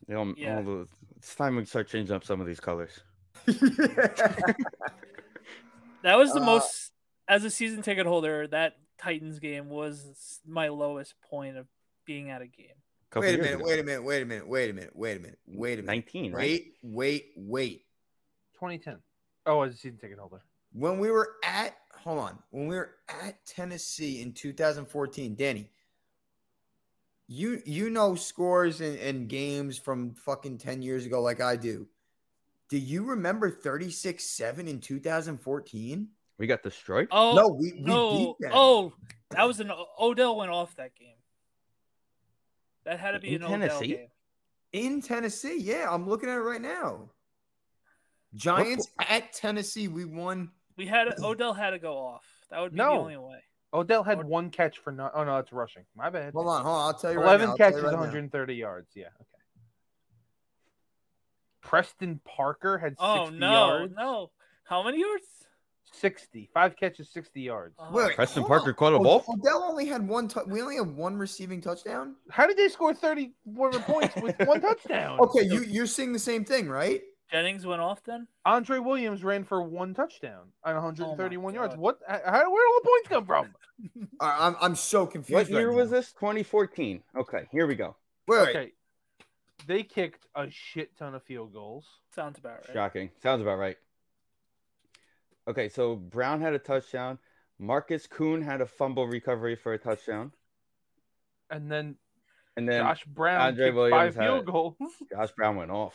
Speaker 1: You know,
Speaker 2: Yeah.
Speaker 1: all the- it's time we start changing up some of these colors.
Speaker 2: That was the
Speaker 5: Uh,
Speaker 2: most as a season ticket holder, that Titans game was my lowest point of being at a game.
Speaker 5: Wait a minute, wait a minute, wait a minute, wait a minute, wait a minute, wait a minute.
Speaker 1: 19, right?
Speaker 5: Wait, wait, wait.
Speaker 4: 2010. Oh, as a season ticket holder.
Speaker 5: When we were at, hold on, when we were at Tennessee in 2014, Danny, you you know scores and, and games from fucking 10 years ago like I do. Do you remember 36 7 in 2014?
Speaker 1: We got destroyed.
Speaker 2: Oh
Speaker 5: no, we, we
Speaker 2: no!
Speaker 5: beat them.
Speaker 2: Oh, that was an Odell went off that game. That had to be
Speaker 1: In
Speaker 2: an
Speaker 1: Tennessee?
Speaker 2: Odell game.
Speaker 5: In Tennessee, yeah, I'm looking at it right now. Giants at Tennessee, we won.
Speaker 2: We had Odell had to go off. That would be
Speaker 4: No.
Speaker 2: the only way.
Speaker 4: Odell had
Speaker 2: Or-
Speaker 4: one catch for nine. Oh, no, it's rushing. My bad.
Speaker 5: Hold on, hold on. I'll tell you. right
Speaker 4: 11
Speaker 5: now, I'll tell you
Speaker 4: catches,
Speaker 5: right now.
Speaker 4: 130 yards. Yeah, okay. Preston Parker had 60
Speaker 2: Oh no,
Speaker 4: yards.
Speaker 2: no! How many yards?
Speaker 4: 60. Five catches, 60 yards.
Speaker 2: Oh,
Speaker 5: Wait, wait.
Speaker 1: Preston
Speaker 5: Hold
Speaker 1: Parker
Speaker 5: on.
Speaker 1: caught a ball.
Speaker 5: Odell only had one. tou- we only had one receiving touchdown.
Speaker 4: How did they score 31 points with one touchdown?
Speaker 5: Okay, you you're seeing the same thing, right?
Speaker 2: Jennings went off then.
Speaker 4: Andre Williams ran for one touchdown and 131 yards.
Speaker 2: God.
Speaker 4: What? How, where did all the points come from?
Speaker 5: All right, I'm I'm so confused.
Speaker 1: What year
Speaker 5: right
Speaker 1: was
Speaker 5: now.
Speaker 1: this? 2014. Okay, here we go.
Speaker 5: Wait, wait.
Speaker 4: Okay. They kicked a shit ton of field goals.
Speaker 2: Sounds about right.
Speaker 1: Shocking. Sounds about right. Okay, so Brown had a touchdown. Marcus Kuhn had a fumble recovery for a touchdown.
Speaker 4: And then
Speaker 1: And then
Speaker 4: Josh Brown
Speaker 1: Andre
Speaker 4: kicked
Speaker 1: Williams
Speaker 4: five
Speaker 1: had
Speaker 4: field
Speaker 1: it.
Speaker 4: goals.
Speaker 1: Josh Brown went off.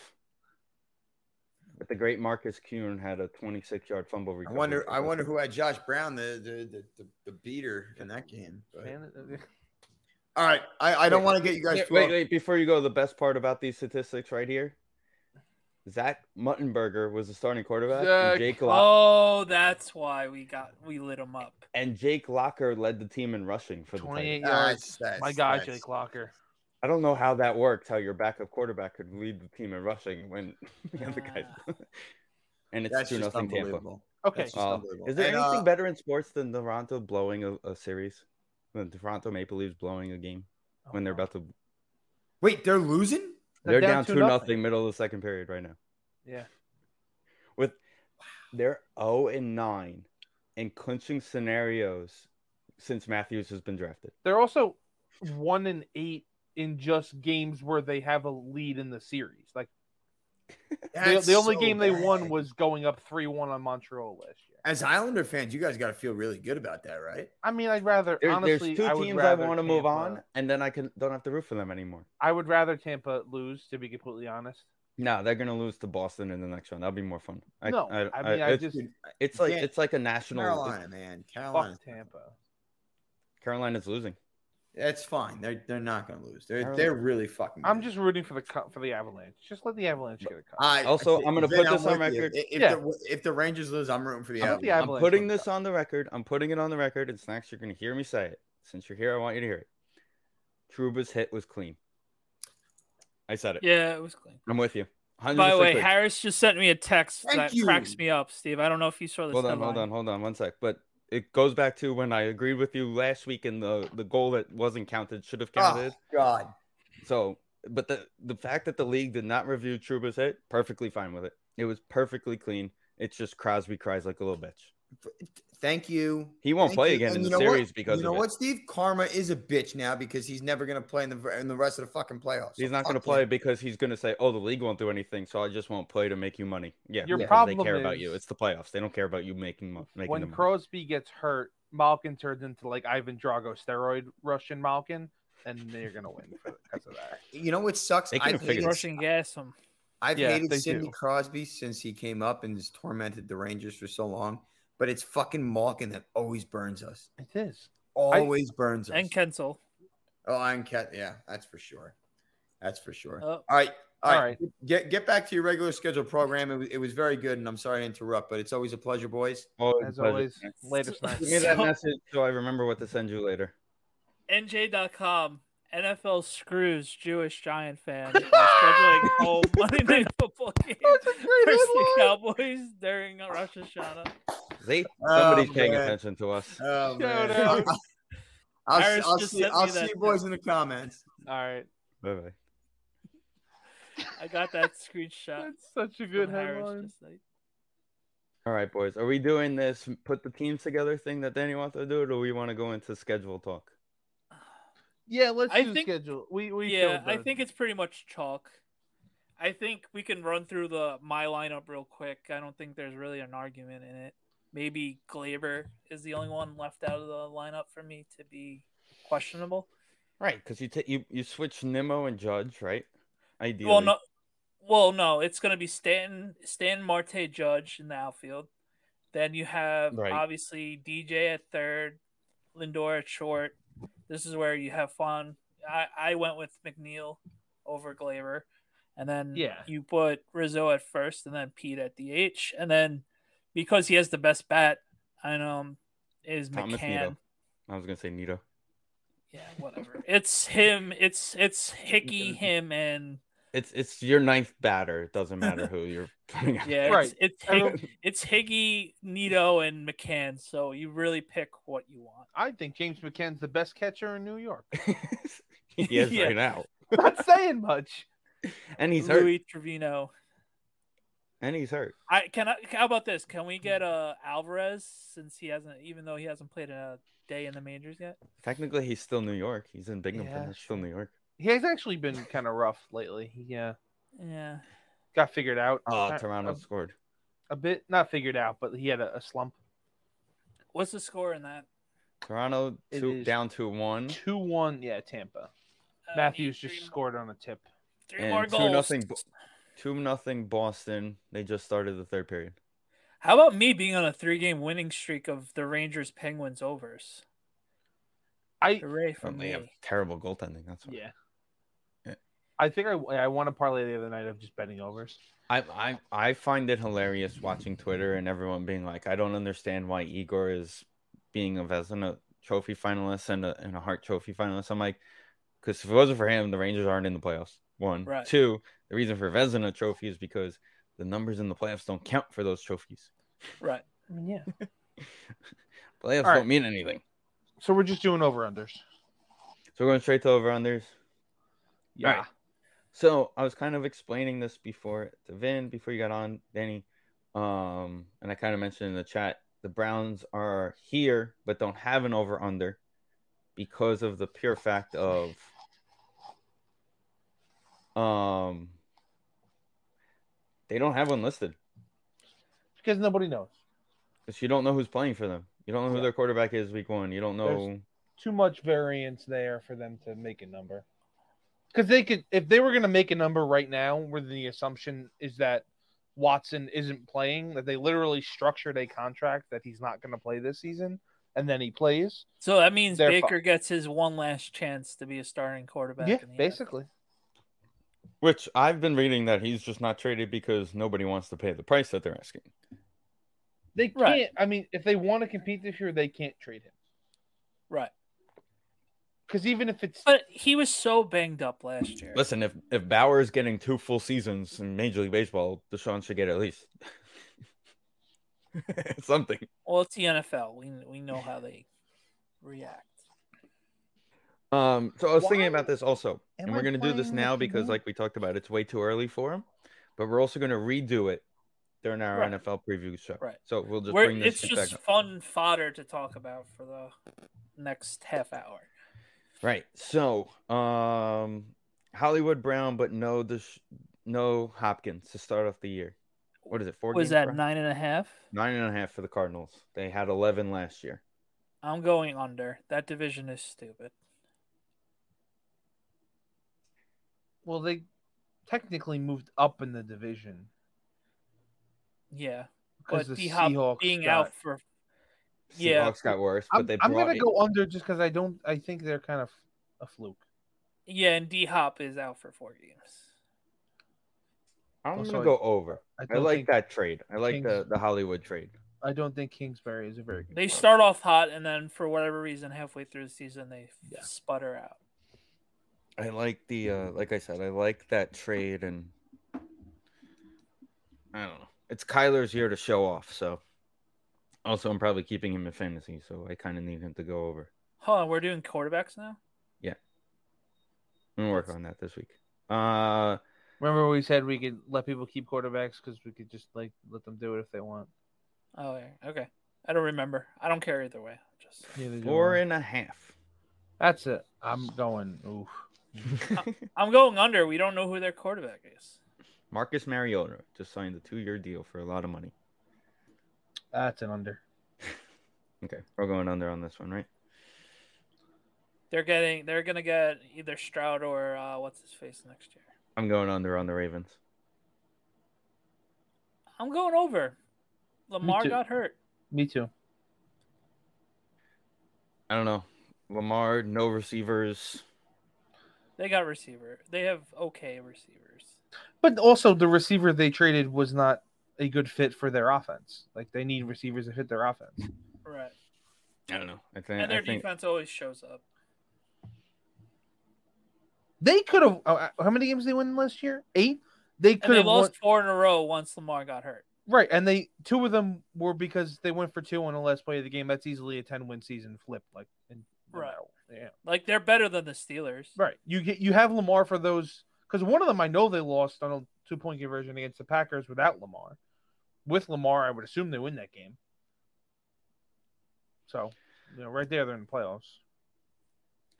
Speaker 1: But the great Marcus Kuhn had a 26 yard fumble
Speaker 5: I
Speaker 1: recovery.
Speaker 5: wonder. I wonder who had Josh Brown, the the the, the, the beater in that game. but-
Speaker 4: Man,
Speaker 5: All right, I, I don't
Speaker 1: Wait,
Speaker 5: want to get you guys.
Speaker 1: Wait,
Speaker 5: too
Speaker 1: wait,
Speaker 5: off-
Speaker 1: wait, before you go, the best part about these statistics right here Zach Muttenberger was the starting quarterback.
Speaker 4: Zach.
Speaker 1: And Jake, Lock-
Speaker 2: Oh, that's why we got we lit him up.
Speaker 1: and Jake Locker led the team in rushing for the Titans.
Speaker 4: 28 yards.
Speaker 5: Ah, That's- that's-
Speaker 4: My God,
Speaker 5: that's-
Speaker 4: Jake Locker.
Speaker 1: I don't know how that worked. How your backup quarterback could lead the team in rushing when the other guys. and it's
Speaker 5: That's
Speaker 1: two
Speaker 5: just
Speaker 1: nothing Tampa.
Speaker 5: unbelievable.
Speaker 4: Okay.
Speaker 5: That's just
Speaker 1: Uh,
Speaker 5: unbelievable.
Speaker 1: is there
Speaker 5: And, uh,
Speaker 1: anything better in sports than Toronto blowing a, a series? When Toronto Maple Leafs blowing a game when
Speaker 4: Oh.
Speaker 1: they're about to.
Speaker 5: Wait, they're losing.
Speaker 1: They're, down, two nothing middle of the second period right now.
Speaker 4: Yeah.
Speaker 1: With they're zero and nine in clinching scenarios since Matthews has been drafted.
Speaker 4: They're also one and eight in just games where they have a lead in the series. Like the,
Speaker 5: That's
Speaker 4: the only
Speaker 5: so
Speaker 4: game they won
Speaker 5: bad.
Speaker 4: was going up three one on Montreal last year.
Speaker 5: As Islander fans, you guys got to feel really good about that, right?
Speaker 4: I mean, I'd rather
Speaker 1: There-
Speaker 4: honestly.
Speaker 1: there's two
Speaker 4: I would
Speaker 1: teams I
Speaker 4: rather
Speaker 1: want to move
Speaker 4: Tampa-
Speaker 1: on, and then I can don't have to root for them anymore.
Speaker 4: I would rather Tampa lose, to be completely honest.
Speaker 1: No, they're gonna lose to Boston in the next round. That'll be more fun. I,
Speaker 4: no,
Speaker 1: I,
Speaker 4: I,
Speaker 1: I,
Speaker 4: mean, I,
Speaker 1: it's,
Speaker 4: just
Speaker 5: Dude,
Speaker 1: it's like
Speaker 5: Dan-
Speaker 1: it's like a national.
Speaker 5: Carolina,
Speaker 1: it's-
Speaker 5: man,
Speaker 4: fuck
Speaker 5: Carolina.
Speaker 4: Tampa.
Speaker 1: Carolina's losing.
Speaker 5: That's fine. They're they're not going to lose. They're
Speaker 1: Carolina.
Speaker 5: they're really fucking.
Speaker 4: I'm
Speaker 5: good.
Speaker 4: just rooting for the cu- for the Avalanche. Just let the Avalanche get a cup.
Speaker 5: I,
Speaker 1: Also, I'm gonna put this on
Speaker 5: with you.
Speaker 1: record.
Speaker 5: I- If,
Speaker 4: Yeah.
Speaker 5: the, if the Rangers lose, I'm rooting for the
Speaker 4: I'm with the
Speaker 5: Avalanche.
Speaker 1: I'm
Speaker 4: Avalanche
Speaker 1: putting
Speaker 4: wins
Speaker 1: this on the record. I'm putting it on the record, and Snacks, you're gonna hear me say it. Since you're here, I want you to hear it. Truba's hit was clean. I said it.
Speaker 2: Yeah, it was clean.
Speaker 1: I'm with you. 100%
Speaker 2: By the way,
Speaker 1: clear.
Speaker 2: Harris just sent me a text
Speaker 5: Thank
Speaker 2: that
Speaker 5: you.
Speaker 2: cracks me up, Steve. I don't know if you saw this.
Speaker 1: hold on,
Speaker 2: headline.
Speaker 1: hold on, hold on, one sec. But it goes back to when I agreed with you last week, and the the goal that wasn't counted should have
Speaker 4: Ah.
Speaker 1: counted.
Speaker 5: Oh, God.
Speaker 1: So, but the the fact that the league did not review Truba's hit, perfectly fine with it. It was perfectly clean. It's just Crosby cries like a little bitch.
Speaker 5: Thank you.
Speaker 1: He won't
Speaker 5: Thank
Speaker 1: play
Speaker 5: you.
Speaker 1: again
Speaker 5: And
Speaker 1: in
Speaker 5: you
Speaker 1: the
Speaker 5: know what?
Speaker 1: series because
Speaker 5: you know
Speaker 1: of
Speaker 5: what,
Speaker 1: it.
Speaker 5: Steve? Karma is a bitch now because he's never going to play in the in the rest of the fucking playoffs.
Speaker 1: He's not going to
Speaker 5: Fuck
Speaker 1: play
Speaker 5: him.
Speaker 1: because he's going to say, "Oh, the league won't do anything, so I just won't play to make you money." Yeah,
Speaker 4: Your
Speaker 1: because they
Speaker 4: problem
Speaker 1: care about you.
Speaker 4: is-
Speaker 1: It's the playoffs. They don't care about you making mo- making
Speaker 4: when
Speaker 1: them.
Speaker 4: Crosby gets hurt, Malkin turns into like Ivan Drago steroid Russian Malkin, and they're gonna win because of that.
Speaker 5: You know what sucks?
Speaker 1: They
Speaker 5: I've
Speaker 1: couldn't figure
Speaker 5: hated,
Speaker 1: it out.
Speaker 2: Russian gas him.
Speaker 5: I've
Speaker 4: Yeah,
Speaker 5: hated
Speaker 4: they
Speaker 5: Sidney
Speaker 4: do.
Speaker 5: Crosby since he came up and has tormented the Rangers for so long. But it's fucking Malkin that always burns us.
Speaker 4: It is.
Speaker 5: Always burns us.
Speaker 2: And Kensel.
Speaker 5: oh, and Cat. Yeah, that's for sure. That's for
Speaker 1: Uh,
Speaker 5: sure.
Speaker 2: Oh,
Speaker 5: All right. All
Speaker 4: All
Speaker 5: right.
Speaker 4: right.
Speaker 5: Get get back to your regular scheduled program. It was, it was very good, and I'm sorry to interrupt, but it's always a pleasure, boys.
Speaker 1: Oh,
Speaker 4: As
Speaker 1: pleasure.
Speaker 4: always, later tonight.
Speaker 1: Give me that
Speaker 2: So-
Speaker 1: message so I remember what to send you later.
Speaker 2: NJ.com. NFL screws Jewish Giant fan by scheduling home Monday Night Football game
Speaker 4: That's a great
Speaker 2: versus the
Speaker 4: headline.
Speaker 2: Cowboys during Rosh Hashanah.
Speaker 1: See,
Speaker 5: Oh,
Speaker 1: somebody's paying
Speaker 5: man.
Speaker 1: attention to us.
Speaker 4: Shout
Speaker 5: Oh, man.
Speaker 4: out.
Speaker 5: I'll- I'll,
Speaker 2: Harris
Speaker 5: I'll
Speaker 2: just
Speaker 5: see,
Speaker 2: sent
Speaker 5: I'll
Speaker 2: me
Speaker 5: see
Speaker 2: that
Speaker 5: you boys in the comments.
Speaker 4: All right.
Speaker 1: Bye bye.
Speaker 2: I got that screenshot.
Speaker 4: That's such a
Speaker 2: from
Speaker 4: good
Speaker 2: Harris
Speaker 4: headline.
Speaker 2: just like-
Speaker 1: All right, boys. Are we doing this put the teams together thing that Danny wants to do, or do we want to go into schedule talk?
Speaker 4: Yeah, let's
Speaker 2: I
Speaker 4: do
Speaker 2: think-
Speaker 4: schedule. We we
Speaker 2: yeah,
Speaker 4: killed
Speaker 2: I
Speaker 4: the-
Speaker 2: think it's pretty much chalk. I think we can run through the my lineup real quick. I don't think there's really an argument in it. Maybe Glaber is the only one left out of the lineup for me to be questionable.
Speaker 1: Right, because you ta- you you switch Nimmo and Judge, right? Ideally.
Speaker 2: Well, no, well, no, it's going to be Stanton, Stanton, Marte, Judge in the outfield. Then you have
Speaker 1: Right.
Speaker 2: obviously DJ at third, Lindor at short. This is where you have fun. I, I went with McNeil over Glaber, and then
Speaker 4: Yeah.
Speaker 2: you put Rizzo at first, and then Pete at DH, and then because he has the best bat, I know is
Speaker 1: Thomas
Speaker 2: McCann.
Speaker 1: Nido. I was gonna say Nito.
Speaker 2: Yeah, whatever. it's him. It's it's Hickey, him, and
Speaker 1: It's it's your ninth batter. It doesn't matter who you're putting out.
Speaker 2: Yeah,
Speaker 4: Right.
Speaker 2: It's it's,
Speaker 4: I
Speaker 2: Hig- it's Higgy, Nito, and McCann. So you really pick what you want.
Speaker 4: I think James McCann's the best catcher in New York.
Speaker 1: he is
Speaker 2: Yeah.
Speaker 1: right now,
Speaker 4: Not saying much.
Speaker 1: and he's hurt.
Speaker 2: Louis Trevino.
Speaker 1: And he's hurt.
Speaker 2: I can. I, how about this? Can we get uh Alvarez since he hasn't, even though he hasn't played a day in the majors yet?
Speaker 1: Technically, he's still New York. He's in Binghamton.
Speaker 4: Yeah,
Speaker 1: he's still New York.
Speaker 4: He's actually been kind of rough lately. He uh,
Speaker 2: Yeah.
Speaker 4: got figured out.
Speaker 1: Oh,
Speaker 4: Not-
Speaker 1: Toronto
Speaker 2: um,
Speaker 4: a,
Speaker 1: scored.
Speaker 4: a bit, not figured out, but he had a, a slump.
Speaker 2: What's the score in that?
Speaker 1: Toronto
Speaker 4: It
Speaker 1: two,
Speaker 4: is-
Speaker 1: down to one,
Speaker 4: Two one, yeah, Tampa.
Speaker 2: Uh,
Speaker 4: Matthews
Speaker 2: three
Speaker 4: just
Speaker 2: mo-
Speaker 4: scored on a tip.
Speaker 2: three more
Speaker 1: and two
Speaker 2: goals.
Speaker 1: nothing, Bo- two nothing Boston. They just started the third period.
Speaker 2: How about me being on a three-game winning streak of the Rangers Penguins overs?
Speaker 4: I
Speaker 2: Hooray for
Speaker 1: Well, they
Speaker 2: me!
Speaker 1: have terrible goaltending. That's why.
Speaker 4: yeah.
Speaker 1: Yeah.
Speaker 4: I think I I won a parlay the other night of just betting overs.
Speaker 1: I, I I find it hilarious watching Twitter and everyone being like, I don't understand why Igor is being a Vezina trophy finalist and a and a Hart trophy finalist. I'm like, because if it wasn't for him, the Rangers aren't in the playoffs. One,
Speaker 2: Right.
Speaker 1: two. The reason for Vezina trophy is because the numbers in the playoffs don't count for those trophies.
Speaker 2: Right.
Speaker 4: I mean, yeah.
Speaker 1: Playoffs
Speaker 4: All right.
Speaker 1: don't mean anything.
Speaker 4: So we're just doing over unders.
Speaker 1: So we're going straight to over unders.
Speaker 4: Yeah.
Speaker 1: Right. So I was kind of explaining this before to Vin before you got on, Danny. Um, and I kind of mentioned in the chat the Browns are here but don't have an over under because of the pure fact of um they don't have one listed
Speaker 4: Because nobody knows.
Speaker 1: because you don't know who's playing for them. You don't know who
Speaker 4: Yeah.
Speaker 1: their quarterback is week one. You don't know.
Speaker 4: Too much variance there for them to make a number. Because they could, if they were going to make a number right now, where the assumption is that Watson isn't playing, that they literally structured a contract that he's not going to play this season, and then he plays.
Speaker 2: So that means
Speaker 4: They're
Speaker 2: Baker gets his one last chance to be a starting quarterback.
Speaker 4: yeah,
Speaker 2: in the NFL.
Speaker 4: basically.
Speaker 1: Which I've been reading that he's just not traded because nobody wants to pay the price that they're asking.
Speaker 4: They can't.
Speaker 2: Right.
Speaker 4: I mean, if they want to compete this year, they can't trade him.
Speaker 2: Right.
Speaker 4: Because even if it's
Speaker 2: But he was so banged up last year.
Speaker 1: Listen, if if Bauer is getting two full seasons in Major League Baseball, Deshaun should get at least something.
Speaker 2: Well, it's the NFL. We we know how they react.
Speaker 1: Um, so I was thinking
Speaker 4: Why
Speaker 1: about this also,
Speaker 4: am
Speaker 1: and we're
Speaker 4: I
Speaker 1: going to do this
Speaker 4: playing with
Speaker 1: now
Speaker 4: the
Speaker 1: because,
Speaker 4: Yankees?
Speaker 1: like we talked about, it's way too early for him. But we're also going to redo it during our
Speaker 2: Right.
Speaker 1: NFL preview show.
Speaker 2: Right.
Speaker 1: So we'll just
Speaker 2: We're,
Speaker 1: bring this
Speaker 2: it's
Speaker 1: back
Speaker 2: just
Speaker 1: up.
Speaker 2: fun fodder to talk about for the next half hour.
Speaker 1: Right. So, um, Hollywood Brown, but no, Desh- no Hopkins to start off the year. What is it? Four
Speaker 2: Was
Speaker 1: games
Speaker 2: that
Speaker 1: for-
Speaker 2: nine and a half?
Speaker 1: nine and a half for the Cardinals? They had eleven last year.
Speaker 2: I'm going under. That division is stupid.
Speaker 4: well, they technically moved up in the division
Speaker 2: Yeah,
Speaker 4: because
Speaker 2: but
Speaker 4: the
Speaker 2: D Hop
Speaker 4: Seahawks
Speaker 2: being
Speaker 4: got-
Speaker 2: out for Yeah.
Speaker 1: Seahawks got worse, but
Speaker 4: I'm,
Speaker 1: they
Speaker 4: I'm
Speaker 1: brought
Speaker 4: gonna go under just because I don't. I think they're kind of a fluke.
Speaker 2: yeah, and D Hop is out for four games.
Speaker 1: I'm
Speaker 4: Also,
Speaker 1: gonna go over. I
Speaker 4: don't
Speaker 1: like
Speaker 4: think,
Speaker 1: that trade. I like the,
Speaker 4: Kings-
Speaker 1: the Hollywood trade.
Speaker 4: I don't think Kingsbury is a very good.
Speaker 2: They
Speaker 4: quarterback.
Speaker 2: start off hot, and then for whatever reason, halfway through the season, they
Speaker 4: Yeah.
Speaker 2: sputter out.
Speaker 1: I like the uh, like I said, I like that trade, and I don't know. It's Kyler's year to show off, so also I'm probably keeping him in fantasy, so I kind of need him to go over.
Speaker 2: Hold on, we're doing quarterbacks now.
Speaker 1: I'm gonna work on that this week. Uh,
Speaker 4: Remember we said we could let people keep quarterbacks because we could just like let them do it if they want.
Speaker 2: Oh, yeah, okay. I don't remember. I don't care either way. Just
Speaker 1: Four and a half.
Speaker 4: That's it. I'm going. Oof.
Speaker 2: I'm going under. We don't know who their quarterback is.
Speaker 1: Marcus Mariota just signed a two-year deal for a lot of money.
Speaker 4: That's an under.
Speaker 1: Okay, we're going under on this one, right?
Speaker 2: They're getting. They're gonna get either Stroud or uh, what's his face next year.
Speaker 1: I'm going under on the Ravens.
Speaker 2: I'm going over. Lamar
Speaker 4: too.
Speaker 2: got hurt.
Speaker 4: Me too.
Speaker 1: I don't know. Lamar, no receivers.
Speaker 2: They got receiver. They have okay receivers.
Speaker 4: But also, the receiver they traded was not a good fit for their offense. Like they need receivers that fit their offense.
Speaker 2: Right.
Speaker 1: I don't know. I think.
Speaker 2: And their
Speaker 1: I think
Speaker 2: defense always shows up.
Speaker 4: They could have. Oh, how many games they win last year? Eight. They
Speaker 2: And
Speaker 4: could
Speaker 2: they
Speaker 4: have
Speaker 2: lost four in a row once Lamar got hurt.
Speaker 4: won, right, and they two of them were because they went for two on the last play of the game. That's easily a ten win season flip. Like, in, no
Speaker 2: Right.
Speaker 4: matter- yeah.
Speaker 2: Like they're better than the Steelers.
Speaker 4: Right. You get you have Lamar for those because one of them I know they lost on a two point conversion against the Packers without Lamar. With Lamar, I would assume they win that game. So, you know, right there they're in the playoffs.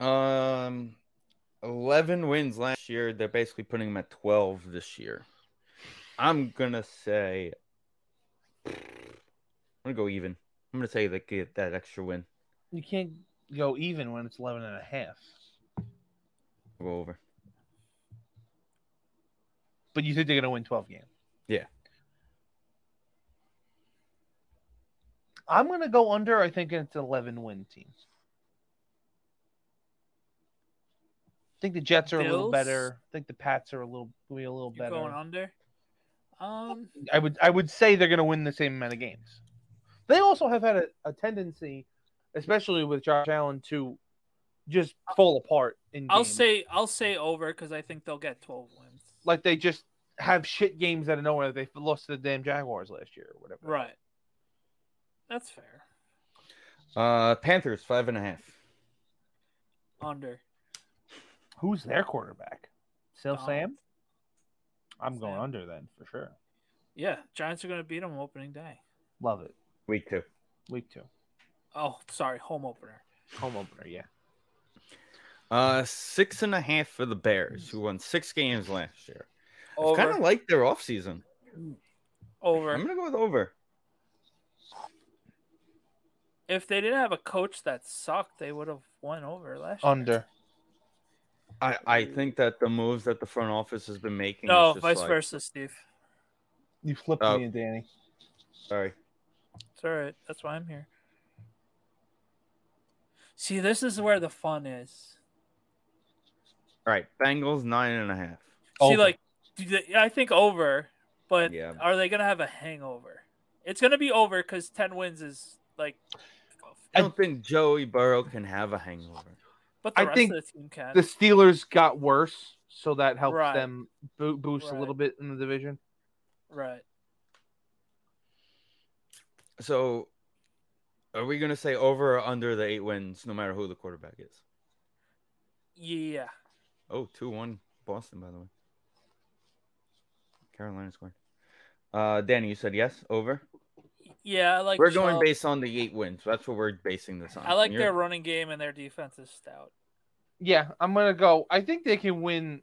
Speaker 1: um, eleven wins last year. They're basically putting them at twelve this year. I'm gonna say. I'm gonna go even. I'm gonna say they get that extra win.
Speaker 4: You can't go even when it's 11 and a half.
Speaker 1: I'll go over.
Speaker 4: But you think they're going to win 12 games?
Speaker 1: Yeah.
Speaker 4: I'm going to go under. I think it's 11 win teams. I think the Jets are a little
Speaker 2: Bills?
Speaker 4: better. I think the Pats are a little will be a little
Speaker 2: You're
Speaker 4: better.
Speaker 2: going under. Um,
Speaker 4: I would I would say they're going to win the same amount of games. They also have had a, a tendency, especially with Josh Allen, to just fall apart. In
Speaker 2: I'll
Speaker 4: games.
Speaker 2: say I'll say over because I think they'll get twelve wins.
Speaker 4: like they just have shit games out of nowhere. They lost to the damn Jaguars last year or whatever.
Speaker 2: right. That's fair.
Speaker 1: Uh, Panthers five and a half.
Speaker 2: Under.
Speaker 4: Who's their quarterback? Still
Speaker 2: Donald.
Speaker 4: Sam? I'm going
Speaker 2: Sam.
Speaker 4: under then for sure.
Speaker 2: Yeah, Giants are gonna beat them opening day.
Speaker 4: Love it.
Speaker 1: Week two.
Speaker 4: Week two,
Speaker 2: Oh, sorry, home opener.
Speaker 4: home opener. Yeah.
Speaker 1: Uh, six and a half for the Bears, who won six games last year. I
Speaker 2: Over.
Speaker 1: kind of like their offseason.
Speaker 2: over.
Speaker 1: I'm gonna go with over.
Speaker 2: if they didn't have a coach that sucked, they would have won over last year.
Speaker 4: Under.
Speaker 1: I, I think that the moves that the front office has been making. is
Speaker 2: No,
Speaker 1: just
Speaker 2: vice
Speaker 1: like-
Speaker 2: versa, Steve.
Speaker 4: You flipped
Speaker 1: Oh.
Speaker 4: me and Danny.
Speaker 1: Sorry.
Speaker 2: It's all right. That's why I'm here. See, this is where the fun is.
Speaker 1: All right, Bengals nine and a half.
Speaker 2: See,
Speaker 4: Over.
Speaker 2: like, do they- I think over, but
Speaker 1: Yeah.
Speaker 2: are they gonna have a hangover? It's gonna be over because ten wins is like.
Speaker 1: I don't think Joey Burrow can have a hangover.
Speaker 2: But the
Speaker 4: I
Speaker 2: rest
Speaker 4: think
Speaker 2: of the team can.
Speaker 4: the Steelers got worse, so that helps
Speaker 2: Right.
Speaker 4: them bo- boost a
Speaker 2: Right.
Speaker 4: little bit in the division.
Speaker 2: Right.
Speaker 1: So, are we gonna say over or under the eight wins, no matter who the quarterback is?
Speaker 2: Yeah.
Speaker 1: Oh, 2 1 Boston, by the way. Carolina scored. Uh, Danny, you said yes, over.
Speaker 2: Yeah. I like.
Speaker 1: we're going
Speaker 2: Chubb.
Speaker 1: based on the eight wins. That's what we're basing this on.
Speaker 2: I like
Speaker 1: And you're-
Speaker 2: their running game and their defense is stout.
Speaker 4: Yeah, I'm gonna go. I think they can win.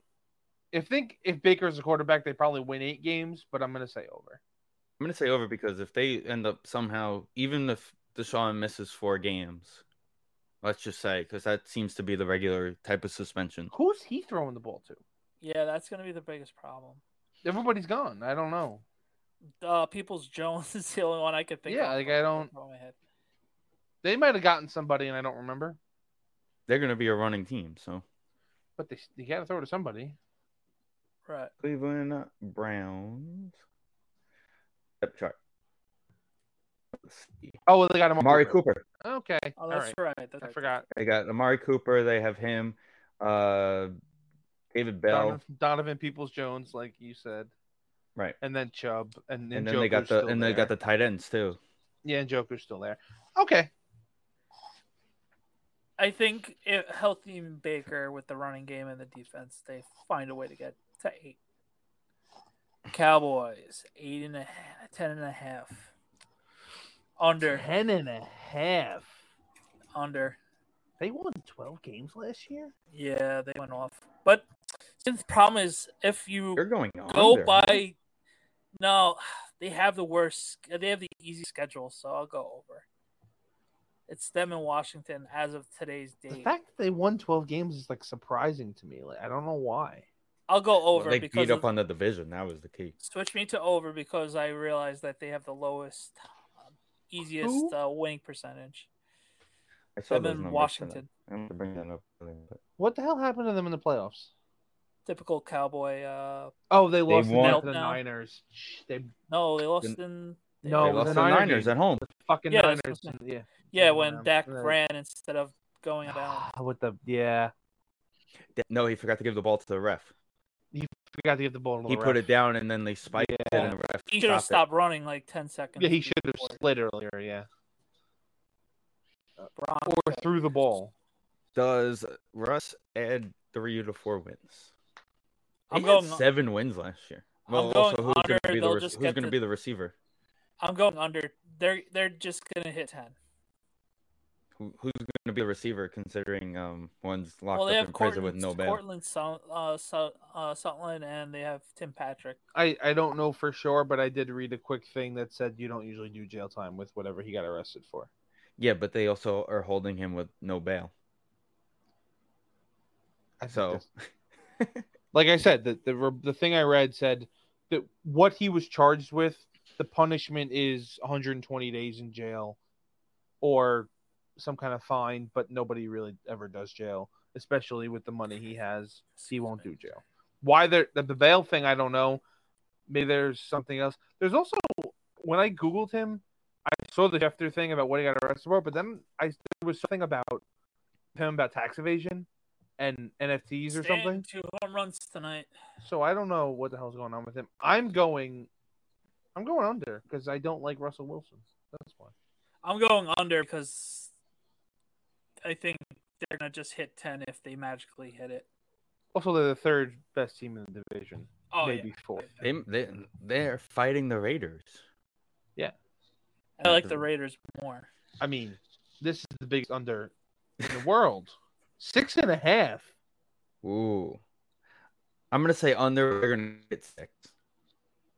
Speaker 4: If think if Baker's a quarterback, they probably win eight games, but I'm gonna say over.
Speaker 1: I'm gonna say over because if they end up somehow, even if Deshaun misses four games, let's just say because that seems to be the regular type of suspension.
Speaker 4: Who's he throwing the ball to?
Speaker 2: Yeah, that's gonna be the biggest problem.
Speaker 4: Everybody's gone. I don't know.
Speaker 2: Uh, Peoples Jones is the only one I could think.
Speaker 4: Yeah,
Speaker 2: of
Speaker 4: like, I don't-
Speaker 2: off the top of my head.
Speaker 4: They might have gotten somebody, and I don't remember.
Speaker 1: They're gonna be a running team, so
Speaker 4: But they you gotta throw to somebody.
Speaker 2: Right.
Speaker 1: Cleveland Browns. Step chart. Let's see.
Speaker 4: Oh, well, they got Amari,
Speaker 1: Amari Cooper.
Speaker 4: Okay,
Speaker 2: Oh,
Speaker 4: all
Speaker 2: that's
Speaker 4: right.
Speaker 2: right. That's
Speaker 4: I
Speaker 2: right.
Speaker 4: forgot.
Speaker 1: They got Amari Cooper. They have him. Uh, David Bell.
Speaker 4: Donovan, Donovan Peoples Jones, like you said,
Speaker 1: Right.
Speaker 4: and then Chubb, and then,
Speaker 1: And then they got
Speaker 4: Njoku's
Speaker 1: the
Speaker 4: still
Speaker 1: and they got
Speaker 4: there.
Speaker 1: the tight ends too.
Speaker 4: yeah, and Joker's still there. Okay,
Speaker 2: I think it, healthy and Baker with the running game and the defense, they find a way to get to eight. Cowboys eight and a half, ten and a half. Under.
Speaker 4: Ten and a half.
Speaker 2: Under.
Speaker 4: They won 12 games last year?
Speaker 2: Yeah, they went off. But since the problem is, if you
Speaker 1: You're going
Speaker 2: go
Speaker 1: under.
Speaker 2: by, no, they have the worst. They have the easy schedule, so I'll go over. It's them in Washington as of today's
Speaker 4: The
Speaker 2: date.
Speaker 4: fact that they won 12 games is like surprising to me. Like, I don't know why.
Speaker 2: I'll go
Speaker 1: Well,
Speaker 2: over
Speaker 1: they
Speaker 2: because
Speaker 1: beat up
Speaker 2: of-
Speaker 1: on the division. That was the key.
Speaker 2: switch me to over because I realized that they have the lowest, um, easiest
Speaker 4: Who?
Speaker 2: uh, winning percentage.
Speaker 1: I saw
Speaker 2: Them
Speaker 1: those
Speaker 2: in
Speaker 1: numbers
Speaker 2: Washington,
Speaker 1: tonight. I'm gonna bring that up. but
Speaker 4: What the hell happened to them in the playoffs?
Speaker 2: typical cowboy. Uh,
Speaker 4: Oh, they lost the
Speaker 1: won-
Speaker 4: net to the
Speaker 2: Meltdown.
Speaker 4: Niners. Shh, They
Speaker 2: no, they lost
Speaker 1: Didn't-
Speaker 2: in
Speaker 4: No,
Speaker 1: they
Speaker 4: it was
Speaker 1: lost
Speaker 4: a
Speaker 1: to the
Speaker 4: Niner
Speaker 1: Niners
Speaker 4: Oh, game.
Speaker 1: at home.
Speaker 4: fucking
Speaker 2: Yeah, that's
Speaker 4: Niners.
Speaker 2: what I'm
Speaker 4: Yeah.
Speaker 2: yeah when Dak
Speaker 4: Yeah.
Speaker 2: ran instead of going down.
Speaker 4: Ah, With the yeah,
Speaker 1: Th- No, he forgot to give the ball to the ref.
Speaker 4: forgot to get the ball. To
Speaker 1: He
Speaker 4: the
Speaker 1: put
Speaker 4: ref.
Speaker 1: it down and then they spiked it,
Speaker 4: Yeah.
Speaker 1: and the ref
Speaker 2: He should have
Speaker 1: stopped
Speaker 2: stopped running like ten seconds.
Speaker 4: Yeah, he should have
Speaker 2: before
Speaker 4: slid earlier. Yeah,
Speaker 2: Brown-
Speaker 4: or threw the ball.
Speaker 1: it. Does Russ add three to four wins? They
Speaker 2: I'm
Speaker 1: had
Speaker 2: going-
Speaker 1: seven wins last year.
Speaker 2: I'm
Speaker 1: Well,
Speaker 2: going
Speaker 1: also who's
Speaker 2: under,
Speaker 1: going to be the
Speaker 2: they'll
Speaker 1: rec-
Speaker 2: just
Speaker 1: who's
Speaker 2: get
Speaker 1: going to
Speaker 2: to-
Speaker 1: be the receiver?
Speaker 2: I'm going under. They're they're just gonna hit ten.
Speaker 1: Who, who's going to be the receiver considering um one's locked
Speaker 2: well, they
Speaker 1: up
Speaker 2: have
Speaker 1: in prison with
Speaker 2: Cortland,
Speaker 1: no bail?
Speaker 2: Cortland Sut- uh, Sut- uh, Sutton, and they have Tim Patrick.
Speaker 4: I I don't know for sure, but I did read a quick thing that said you don't usually do jail time with whatever he got arrested for.
Speaker 1: Yeah, but they also are holding him with no bail.
Speaker 4: I think
Speaker 1: So
Speaker 4: that's- like I said, the the re- the thing I read said that what he was charged with, the punishment is 120 days in jail, or some kind of fine. But nobody really ever does jail, especially with the money he has. He won't do jail. Why the the bail thing? I don't know. Maybe there's something else. There's also when I googled him, I saw the Jeffter thing about what he got arrested for, but then I there was something about him about tax evasion and NFTs or
Speaker 2: Stand
Speaker 4: something.
Speaker 2: Two home runs tonight.
Speaker 4: So I don't know what the hell's going on with him. I'm going, I'm going under because I don't like Russell Wilson. That's why.
Speaker 2: I'm going under because I think they're gonna just hit ten if they magically hit it.
Speaker 4: Also, they're the third best team in the division,
Speaker 2: Oh
Speaker 4: maybe fourth.
Speaker 1: they they they're fighting the Raiders.
Speaker 2: yeah, I like the Raiders more.
Speaker 4: I mean, this is the biggest under in the world. Six and a half.
Speaker 1: Ooh, I'm gonna say under. They're gonna get six.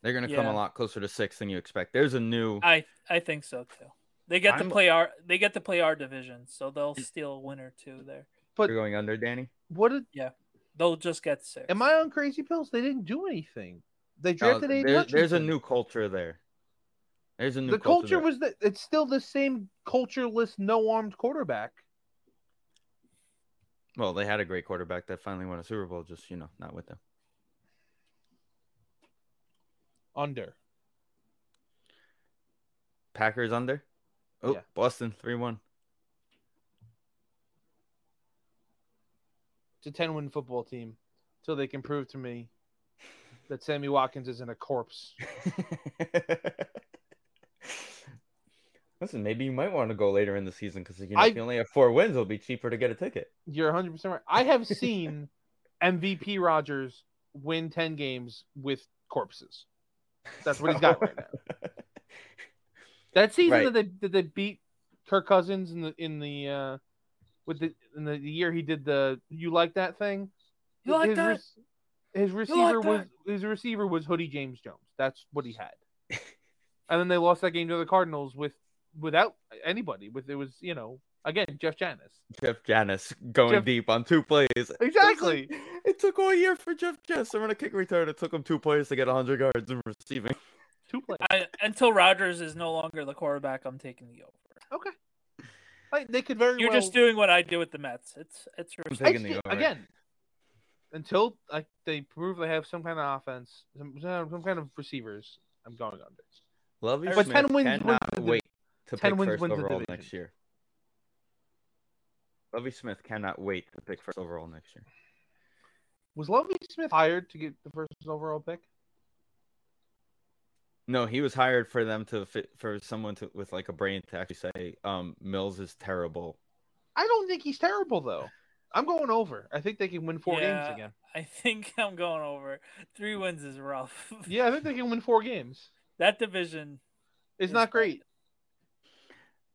Speaker 1: They're gonna come
Speaker 2: Yeah.
Speaker 1: a lot closer to six than you expect. There's a new.
Speaker 2: I I think so too. They get
Speaker 1: I'm-
Speaker 2: to play our they get to play our division, so they'll
Speaker 4: Mm.
Speaker 2: steal a win or two there.
Speaker 4: but-
Speaker 1: You're going under, Danny.
Speaker 4: What did?
Speaker 2: They'll just get six.
Speaker 4: Am I on crazy pills? They didn't do anything. They
Speaker 1: No,
Speaker 4: drafted Aiden
Speaker 1: there, there's a
Speaker 4: Hutchinson.
Speaker 1: new culture there. There's a new
Speaker 4: The culture
Speaker 1: there.
Speaker 4: was that it's still the same cultureless, no armed quarterback.
Speaker 1: well. They had a great quarterback that finally won a Super Bowl. Just you know, not with them.
Speaker 4: Under.
Speaker 1: Packers under. Oh,
Speaker 4: Yeah.
Speaker 1: Boston three one.
Speaker 4: It's a 10 win football team till they can prove to me that Sammy Watkins isn't a corpse.
Speaker 1: Listen, maybe you might want to go later in the season because you know
Speaker 4: I-
Speaker 1: if you only have four wins, it'll be cheaper to get a ticket.
Speaker 4: You're 100% right. I have seen MVP Rogers win 10 games with corpses. That's what he's got right
Speaker 1: now.
Speaker 4: That season
Speaker 1: Right.
Speaker 4: that they that they beat Kirk Cousins in the in the uh with the in the, the year he did the you like that thing?
Speaker 2: You like
Speaker 4: his,
Speaker 2: that?
Speaker 4: rec- his
Speaker 2: You like
Speaker 4: receiver was
Speaker 2: that?
Speaker 4: his receiver was Hoodie James Jones. That's what he had. and then they lost that game to the Cardinals with without anybody. With it was you know again Jeff Janis.
Speaker 1: Jeff Janis going
Speaker 4: Jeff-
Speaker 1: deep on two plays. It's like,
Speaker 4: Exactly.
Speaker 1: it took all year for Jeff Janis to run a kick return. It took him two plays to get 100 yards in receiving.
Speaker 4: Two plays.
Speaker 2: I, until Rodgers is no longer the quarterback, I'm taking the over.
Speaker 4: Okay. Like, they could very
Speaker 2: You're
Speaker 4: well.
Speaker 2: just doing what I do with the Mets. It's it's your
Speaker 4: I
Speaker 1: Taking the
Speaker 4: sti-
Speaker 1: over.
Speaker 4: again until like they prove they have some kind of offense, some, some some kind of receivers. I'm going under.
Speaker 1: Lovey
Speaker 2: But
Speaker 1: 10 wins
Speaker 4: wins
Speaker 1: cannot
Speaker 4: the div-
Speaker 1: wait to
Speaker 4: 10
Speaker 1: pick
Speaker 4: wins
Speaker 1: first
Speaker 4: wins the
Speaker 1: overall
Speaker 4: division.
Speaker 1: next year. Lovey Smith cannot wait to pick first overall next year.
Speaker 4: Was Lovey Smith hired to get the first overall pick?
Speaker 1: No, he was hired for them to fit for someone to with like a brain to actually say, um, Mills is terrible.
Speaker 4: I don't think he's terrible though. I'm going over. I think they can win four
Speaker 2: Yeah.
Speaker 4: games again.
Speaker 2: I think I'm going over. Three wins is rough.
Speaker 4: Yeah, I think they can win four games.
Speaker 2: That division
Speaker 4: It's
Speaker 2: It's
Speaker 4: not
Speaker 2: bad.
Speaker 4: great.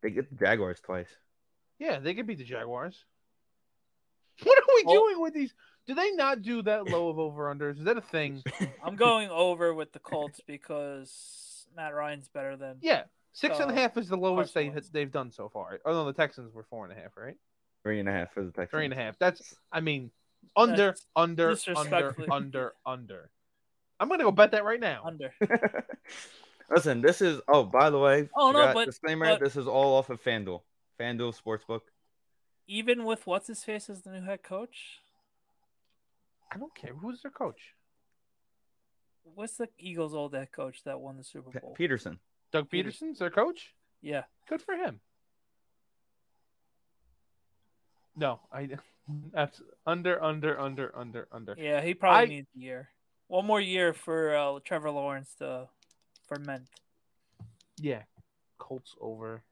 Speaker 1: They get the Jaguars twice.
Speaker 4: Yeah, they could beat the Jaguars. What are we
Speaker 2: Oh.
Speaker 4: doing with these? Do they not do that low of over unders? Is that a thing?
Speaker 2: I'm going over with the Colts because Matt Ryan's better than
Speaker 4: Yeah, six and a half
Speaker 2: Uh,
Speaker 4: is the lowest they
Speaker 2: Parsons.
Speaker 4: they've done so far. Oh no, the Texans were four and a half, right?
Speaker 1: Three and a half for the Texans.
Speaker 4: Three and a half. That's I mean under
Speaker 2: That's
Speaker 4: under under
Speaker 2: disrespectful.
Speaker 4: under under. I'm gonna go bet that right now.
Speaker 2: under.
Speaker 1: Listen, this is oh by the way,
Speaker 2: Oh, no,
Speaker 1: forgot-
Speaker 2: but-
Speaker 1: disclaimer,
Speaker 2: but-
Speaker 1: this is all off of FanDuel. FanDuel Sportsbook.
Speaker 2: Even with what's his face as the new head coach,
Speaker 4: I don't care who's their coach.
Speaker 2: what's the Eagles' old head coach that won the Super
Speaker 1: P-
Speaker 4: Oh.
Speaker 2: Bowl?
Speaker 1: Peterson.
Speaker 4: Doug Peterson's their coach.
Speaker 2: Yeah,
Speaker 4: Good for him. No, I that's under under under under under.
Speaker 2: yeah, he probably
Speaker 4: I-
Speaker 2: needs a year, one more year for uh, Trevor Lawrence to ferment.
Speaker 4: Yeah. Colts over.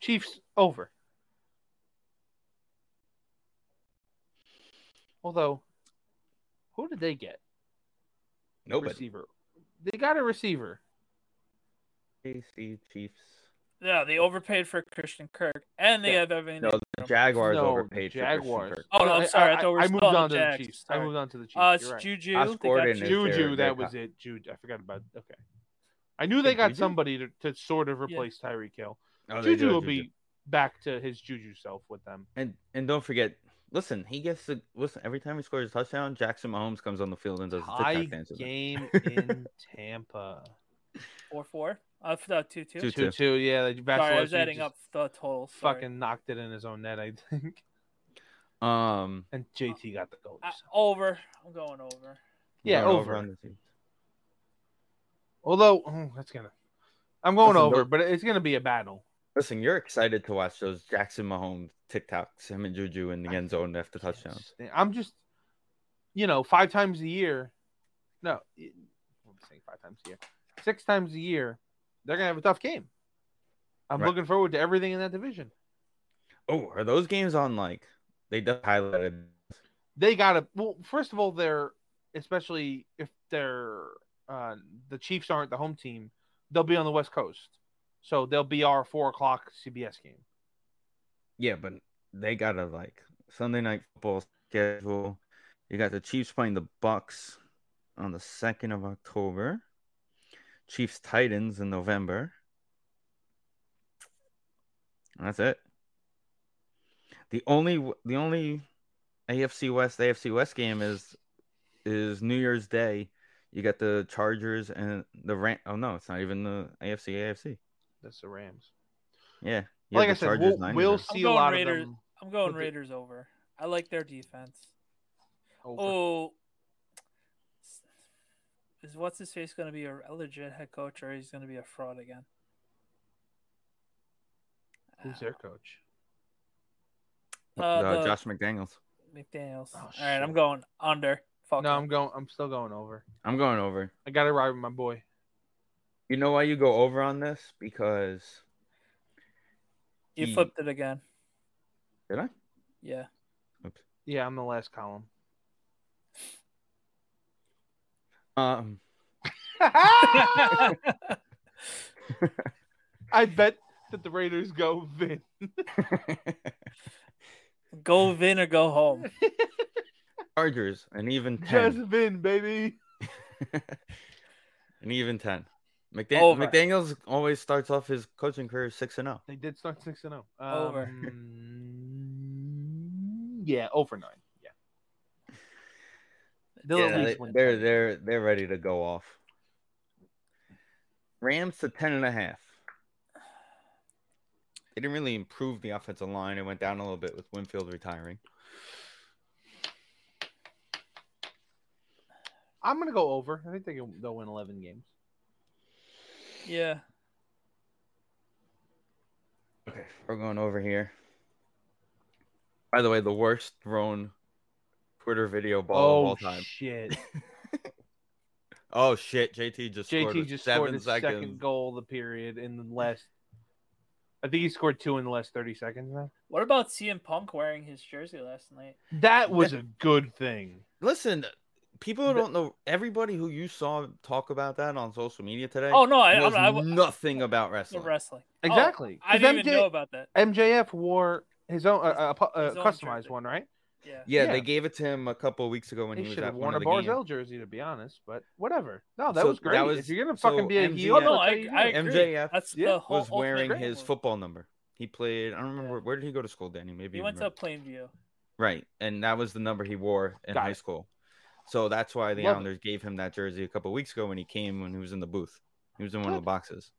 Speaker 4: Chiefs over. Although, who did they get?
Speaker 1: Nobody.
Speaker 4: Receiver. They got a receiver.
Speaker 1: KC Chiefs.
Speaker 2: Yeah, they overpaid for Christian Kirk, and they
Speaker 1: Yeah.
Speaker 2: have everything.
Speaker 1: No,
Speaker 2: they-
Speaker 1: the Jaguars
Speaker 4: No,
Speaker 1: overpaid for Christian
Speaker 4: Jaguars.
Speaker 1: Kirk.
Speaker 2: Oh, no, I'm sorry, I thought we were
Speaker 4: I moved
Speaker 2: still on
Speaker 4: on
Speaker 2: the
Speaker 4: to the
Speaker 2: Jags,
Speaker 4: Chiefs. I
Speaker 2: sorry.
Speaker 4: moved on to the Chiefs.
Speaker 2: uh, it's
Speaker 4: You're right.
Speaker 2: Juju.
Speaker 1: I
Speaker 2: They
Speaker 1: scored
Speaker 2: got
Speaker 1: in it.
Speaker 2: Juju.
Speaker 1: their-
Speaker 4: Juju,
Speaker 1: their
Speaker 4: that was
Speaker 1: co-
Speaker 4: it. Juju. I forgot about. Okay. I knew they
Speaker 1: Did
Speaker 4: got
Speaker 1: Juju?
Speaker 4: somebody to, to sort of
Speaker 2: Yeah.
Speaker 4: replace Tyreek Hill.
Speaker 1: Oh, they do
Speaker 4: Juju
Speaker 1: have
Speaker 4: will be back to his Juju self with them.
Speaker 1: And and don't forget, listen, he gets to listen every time he scores a touchdown. Jackson Mahomes comes on the field and does a
Speaker 4: High
Speaker 1: TikTok dance. with him.
Speaker 4: game in Tampa.
Speaker 2: Four four. Uh, no, two two.
Speaker 1: Two-
Speaker 4: Two two, yeah. Like
Speaker 2: Sorry, I
Speaker 4: Vasilevsky
Speaker 2: was adding
Speaker 4: just
Speaker 2: up the total. Sorry.
Speaker 4: Fucking knocked it in his own net, I think.
Speaker 1: Um,
Speaker 4: And JT got the goal.
Speaker 2: I, Uh, over. I'm going over.
Speaker 4: yeah,
Speaker 1: going
Speaker 4: over.
Speaker 1: on the team.
Speaker 4: Although mm, that's gonna, I'm going
Speaker 1: Listen,
Speaker 4: over,
Speaker 1: don't-
Speaker 4: but it's gonna be a battle.
Speaker 1: Listen, you're excited to watch those Jackson Mahomes TikToks, him and Juju in the end zone after touchdown.
Speaker 4: I'm just, you know, five times a year. No, it- I'm saying five times a year, six times a year. They're gonna have a tough game. I'm
Speaker 1: Right.
Speaker 4: looking forward to everything in that division.
Speaker 1: Oh, are those games on like they just highlighted?
Speaker 4: they gotta well first of all they're especially if they're uh the chiefs aren't the home team they'll be on the west coast so they'll be our four o'clock cbs game
Speaker 1: Yeah, but they gotta like Sunday night football schedule. You got the Chiefs playing the Bucks on the second of October. Chiefs Titans in November. That's it. The only the only AFC West AFC West game is is New Year's Day. You got the Chargers and the Ram. Oh no, it's not even the AFC AFC.
Speaker 4: that's the rams
Speaker 1: Yeah, you
Speaker 4: like i
Speaker 1: have the
Speaker 4: said
Speaker 1: Chargers,
Speaker 4: we'll,
Speaker 1: Niners,
Speaker 4: we'll
Speaker 1: and-
Speaker 4: see
Speaker 2: I'm
Speaker 4: a
Speaker 2: going
Speaker 4: lot
Speaker 2: Raiders.
Speaker 4: of them
Speaker 2: I'm going
Speaker 4: With it-
Speaker 2: Raiders over. I like their defense.
Speaker 4: over.
Speaker 2: Oh, is what's his face going to be a legit head coach or he's going to be a fraud again? Ah.
Speaker 4: who's their coach
Speaker 2: Uh,
Speaker 1: the
Speaker 2: the-
Speaker 1: Josh McDaniels.
Speaker 2: McDaniel's.
Speaker 4: Oh,
Speaker 2: All right, I'm
Speaker 4: shit.
Speaker 2: going under. Fuck.
Speaker 4: no
Speaker 2: it.
Speaker 4: i'm going i'm still going over
Speaker 1: I'm going over.
Speaker 4: i gotta ride with my boy
Speaker 1: You know why you go over on this? Because
Speaker 2: you
Speaker 1: he-
Speaker 2: flipped it again.
Speaker 1: Did I?
Speaker 2: Yeah.
Speaker 4: yeah i'm the last column
Speaker 1: Um,
Speaker 4: i bet that the raiders go vin
Speaker 2: Go Vin or go home.
Speaker 1: Chargers an even ten,
Speaker 4: just vin baby
Speaker 1: an even ten. McDan-
Speaker 2: Over.
Speaker 1: McDaniel's always starts off his coaching career six and oh. zero.
Speaker 4: They did start six and oh. zero.
Speaker 2: Over.
Speaker 4: Um, yeah, over nine. Yeah. They'll
Speaker 1: Yeah,
Speaker 4: at least
Speaker 1: they,
Speaker 4: win.
Speaker 1: they're
Speaker 4: ten.
Speaker 1: they're they're ready to go off. Rams to ten and a half. They didn't really improve the offensive line. It went down a little bit with Winfield retiring.
Speaker 4: I'm gonna go over. I think they can, they'll win eleven games.
Speaker 2: Yeah.
Speaker 1: Okay, we're going over here. By the way, the worst thrown Twitter video ball of all
Speaker 4: oh
Speaker 1: time.
Speaker 4: shit!
Speaker 1: Oh shit! JT just scored
Speaker 4: JT
Speaker 1: with
Speaker 4: just
Speaker 1: seven
Speaker 4: scored his
Speaker 1: seconds.
Speaker 4: second goal of the period in the last. I think he scored two in the last thirty seconds. Now
Speaker 2: What about CM Punk wearing his jersey last night?
Speaker 4: that was a good thing.
Speaker 1: Listen, people who don't know everybody who you saw talk about that on social media today
Speaker 2: Oh no, I,
Speaker 1: knows
Speaker 2: I, I,
Speaker 1: nothing about
Speaker 2: I
Speaker 1: wrestling.
Speaker 2: wrestling. Oh,
Speaker 4: Exactly.
Speaker 2: I
Speaker 4: 'Cause
Speaker 2: didn't even
Speaker 4: MJ
Speaker 2: know about that.
Speaker 4: MJF wore his own uh, uh, pu- uh,
Speaker 2: His own
Speaker 4: customized
Speaker 2: jersey.
Speaker 4: one, right?
Speaker 2: Yeah.
Speaker 1: yeah,
Speaker 4: Yeah.
Speaker 1: they gave it to him a couple of weeks ago when he,
Speaker 4: he
Speaker 1: was
Speaker 4: should
Speaker 1: at
Speaker 4: have
Speaker 1: one
Speaker 4: worn
Speaker 1: of
Speaker 4: a
Speaker 1: the games.
Speaker 4: Barzell jersey, to be honest. But whatever. No, that
Speaker 1: So
Speaker 4: was
Speaker 1: that
Speaker 4: great.
Speaker 1: was-
Speaker 4: if you're gonna
Speaker 1: so
Speaker 4: fucking be a heel,
Speaker 2: Oh,
Speaker 1: MJF
Speaker 4: that's
Speaker 2: no,
Speaker 4: how
Speaker 2: I,
Speaker 4: you do
Speaker 2: I
Speaker 4: it.
Speaker 2: agree.
Speaker 1: MJF
Speaker 2: That's
Speaker 4: yeah,
Speaker 2: the whole
Speaker 1: was wearing
Speaker 2: ultimate
Speaker 1: his
Speaker 2: rule.
Speaker 1: football number. He played. I don't remember where did he go to school, Danny. Maybe
Speaker 2: He
Speaker 1: you
Speaker 2: went to
Speaker 1: remember.
Speaker 2: Plainview.
Speaker 1: right, and that was the number he wore in
Speaker 4: Got
Speaker 1: high
Speaker 4: it.
Speaker 1: school. So that's why the
Speaker 4: Love it.
Speaker 1: Islanders gave him that jersey a couple of weeks ago when he came when he was in the booth. He was in one of
Speaker 4: Good.
Speaker 1: the boxes.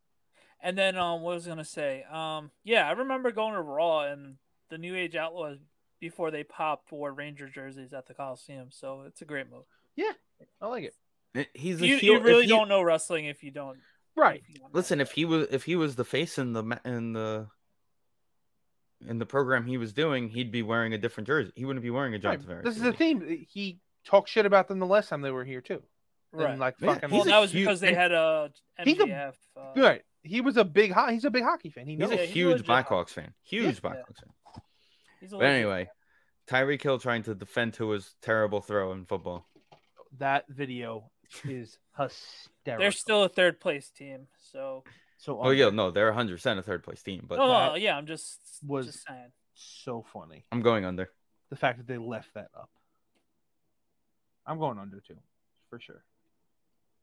Speaker 2: And then um, what was I gonna say? Um, yeah, I remember going to Raw and the New Age Outlaws before they popped wore Ranger jerseys at the Coliseum. So it's a great move.
Speaker 4: I like it.
Speaker 1: It- He's a
Speaker 2: You,
Speaker 1: heel.
Speaker 2: you
Speaker 1: if
Speaker 2: really
Speaker 1: he-
Speaker 2: don't know wrestling if you don't.
Speaker 4: Right.
Speaker 2: if you don't know.
Speaker 1: Listen, if he was if he was the face in the ma- in the in the program he was doing, he'd be wearing a different jersey. He wouldn't be wearing a John
Speaker 4: Right.
Speaker 1: Tavares.
Speaker 4: This is the
Speaker 1: jersey.
Speaker 4: theme. He talked shit about them the last time they were here too. And,
Speaker 2: right?
Speaker 4: like
Speaker 1: Yeah,
Speaker 4: fucking.
Speaker 2: well,
Speaker 1: he's a
Speaker 2: that was
Speaker 1: huge-
Speaker 2: because they
Speaker 1: and-
Speaker 2: had a
Speaker 4: he's a-
Speaker 2: MJF. uh,
Speaker 4: Right. He was a big. Ho- he's a big hockey fan. He
Speaker 1: He's
Speaker 4: knows.
Speaker 1: a
Speaker 2: Yeah, he's a
Speaker 1: huge
Speaker 2: legit-
Speaker 1: Blackhawks fan. Huge
Speaker 2: Yeah.
Speaker 1: Blackhawks fan.
Speaker 2: he's a
Speaker 1: But
Speaker 2: legend.
Speaker 1: anyway, Tyreek Hill trying to defend Tua's terrible throw in football.
Speaker 4: that video is hysterical.
Speaker 2: they're still a third place team. So
Speaker 4: so
Speaker 1: Oh yeah, no, they're 100 percent a third place team, but
Speaker 2: no, no,
Speaker 4: that
Speaker 2: yeah, I'm just
Speaker 4: was-
Speaker 2: just saying.
Speaker 4: so funny.
Speaker 1: I'm going under.
Speaker 4: The fact that they left that up. I'm going under two, for sure.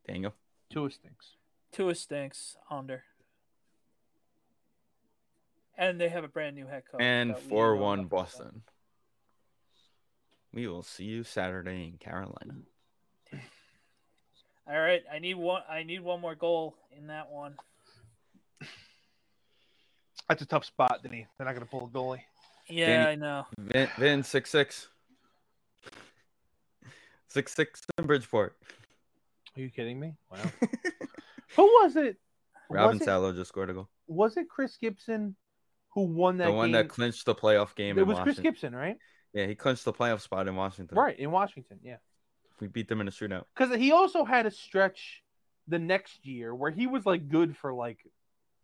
Speaker 1: Daniel,
Speaker 4: Two stinks.
Speaker 2: Tua stinks under. And they have a brand new head coach.
Speaker 1: and
Speaker 2: that we
Speaker 1: four
Speaker 2: will
Speaker 1: one
Speaker 2: talk about.
Speaker 1: Boston. We will see you Saturday in Carolina.
Speaker 2: All right, I need one. I need one more goal in that one.
Speaker 4: That's a tough spot, Denny. They're not going to pull a goalie.
Speaker 2: Yeah,
Speaker 1: Danny-
Speaker 2: I know.
Speaker 1: Vin, Vin six six. Six six in Bridgeport.
Speaker 4: Are you kidding me? Wow. Who was it?
Speaker 1: Robin
Speaker 4: was it,
Speaker 1: Salo just scored a goal.
Speaker 4: was it Chris Gibson who won that
Speaker 1: the one
Speaker 4: game?
Speaker 1: that clinched the playoff game.
Speaker 4: it
Speaker 1: in
Speaker 4: was Chris
Speaker 1: Washington.
Speaker 4: Gibson, right?
Speaker 1: Yeah, he clinched the playoff spot in Washington.
Speaker 4: Right, in Washington. Yeah.
Speaker 1: We beat them in a shootout.
Speaker 4: Because he also had a stretch the next year where he was like good for like,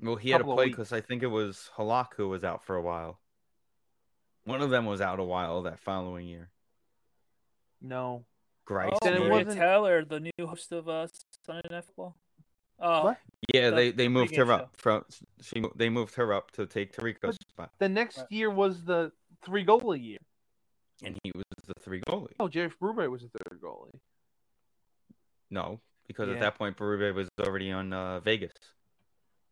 Speaker 1: Well, he had a
Speaker 4: Couple of
Speaker 1: play
Speaker 4: weeks.
Speaker 1: because I think it was Halak who was out for a while. One of them was out a while that following year.
Speaker 4: no.
Speaker 1: Great.
Speaker 2: Oh,
Speaker 4: Then it
Speaker 2: Maria
Speaker 4: wasn't-
Speaker 2: Taylor, the new host of uh, Sunday Night Football. Uh,
Speaker 4: What?
Speaker 1: yeah,
Speaker 2: the
Speaker 1: they, they moved
Speaker 2: pregame
Speaker 1: her up from she they moved her up to take Tariq's spot,
Speaker 4: The next
Speaker 2: Right.
Speaker 4: year was the three goalie year.
Speaker 1: and he was the three goalie.
Speaker 4: Oh, Jeff Brubeck was the third goalie.
Speaker 1: No, because
Speaker 4: Yeah.
Speaker 1: at that point Berube was already on uh, Vegas.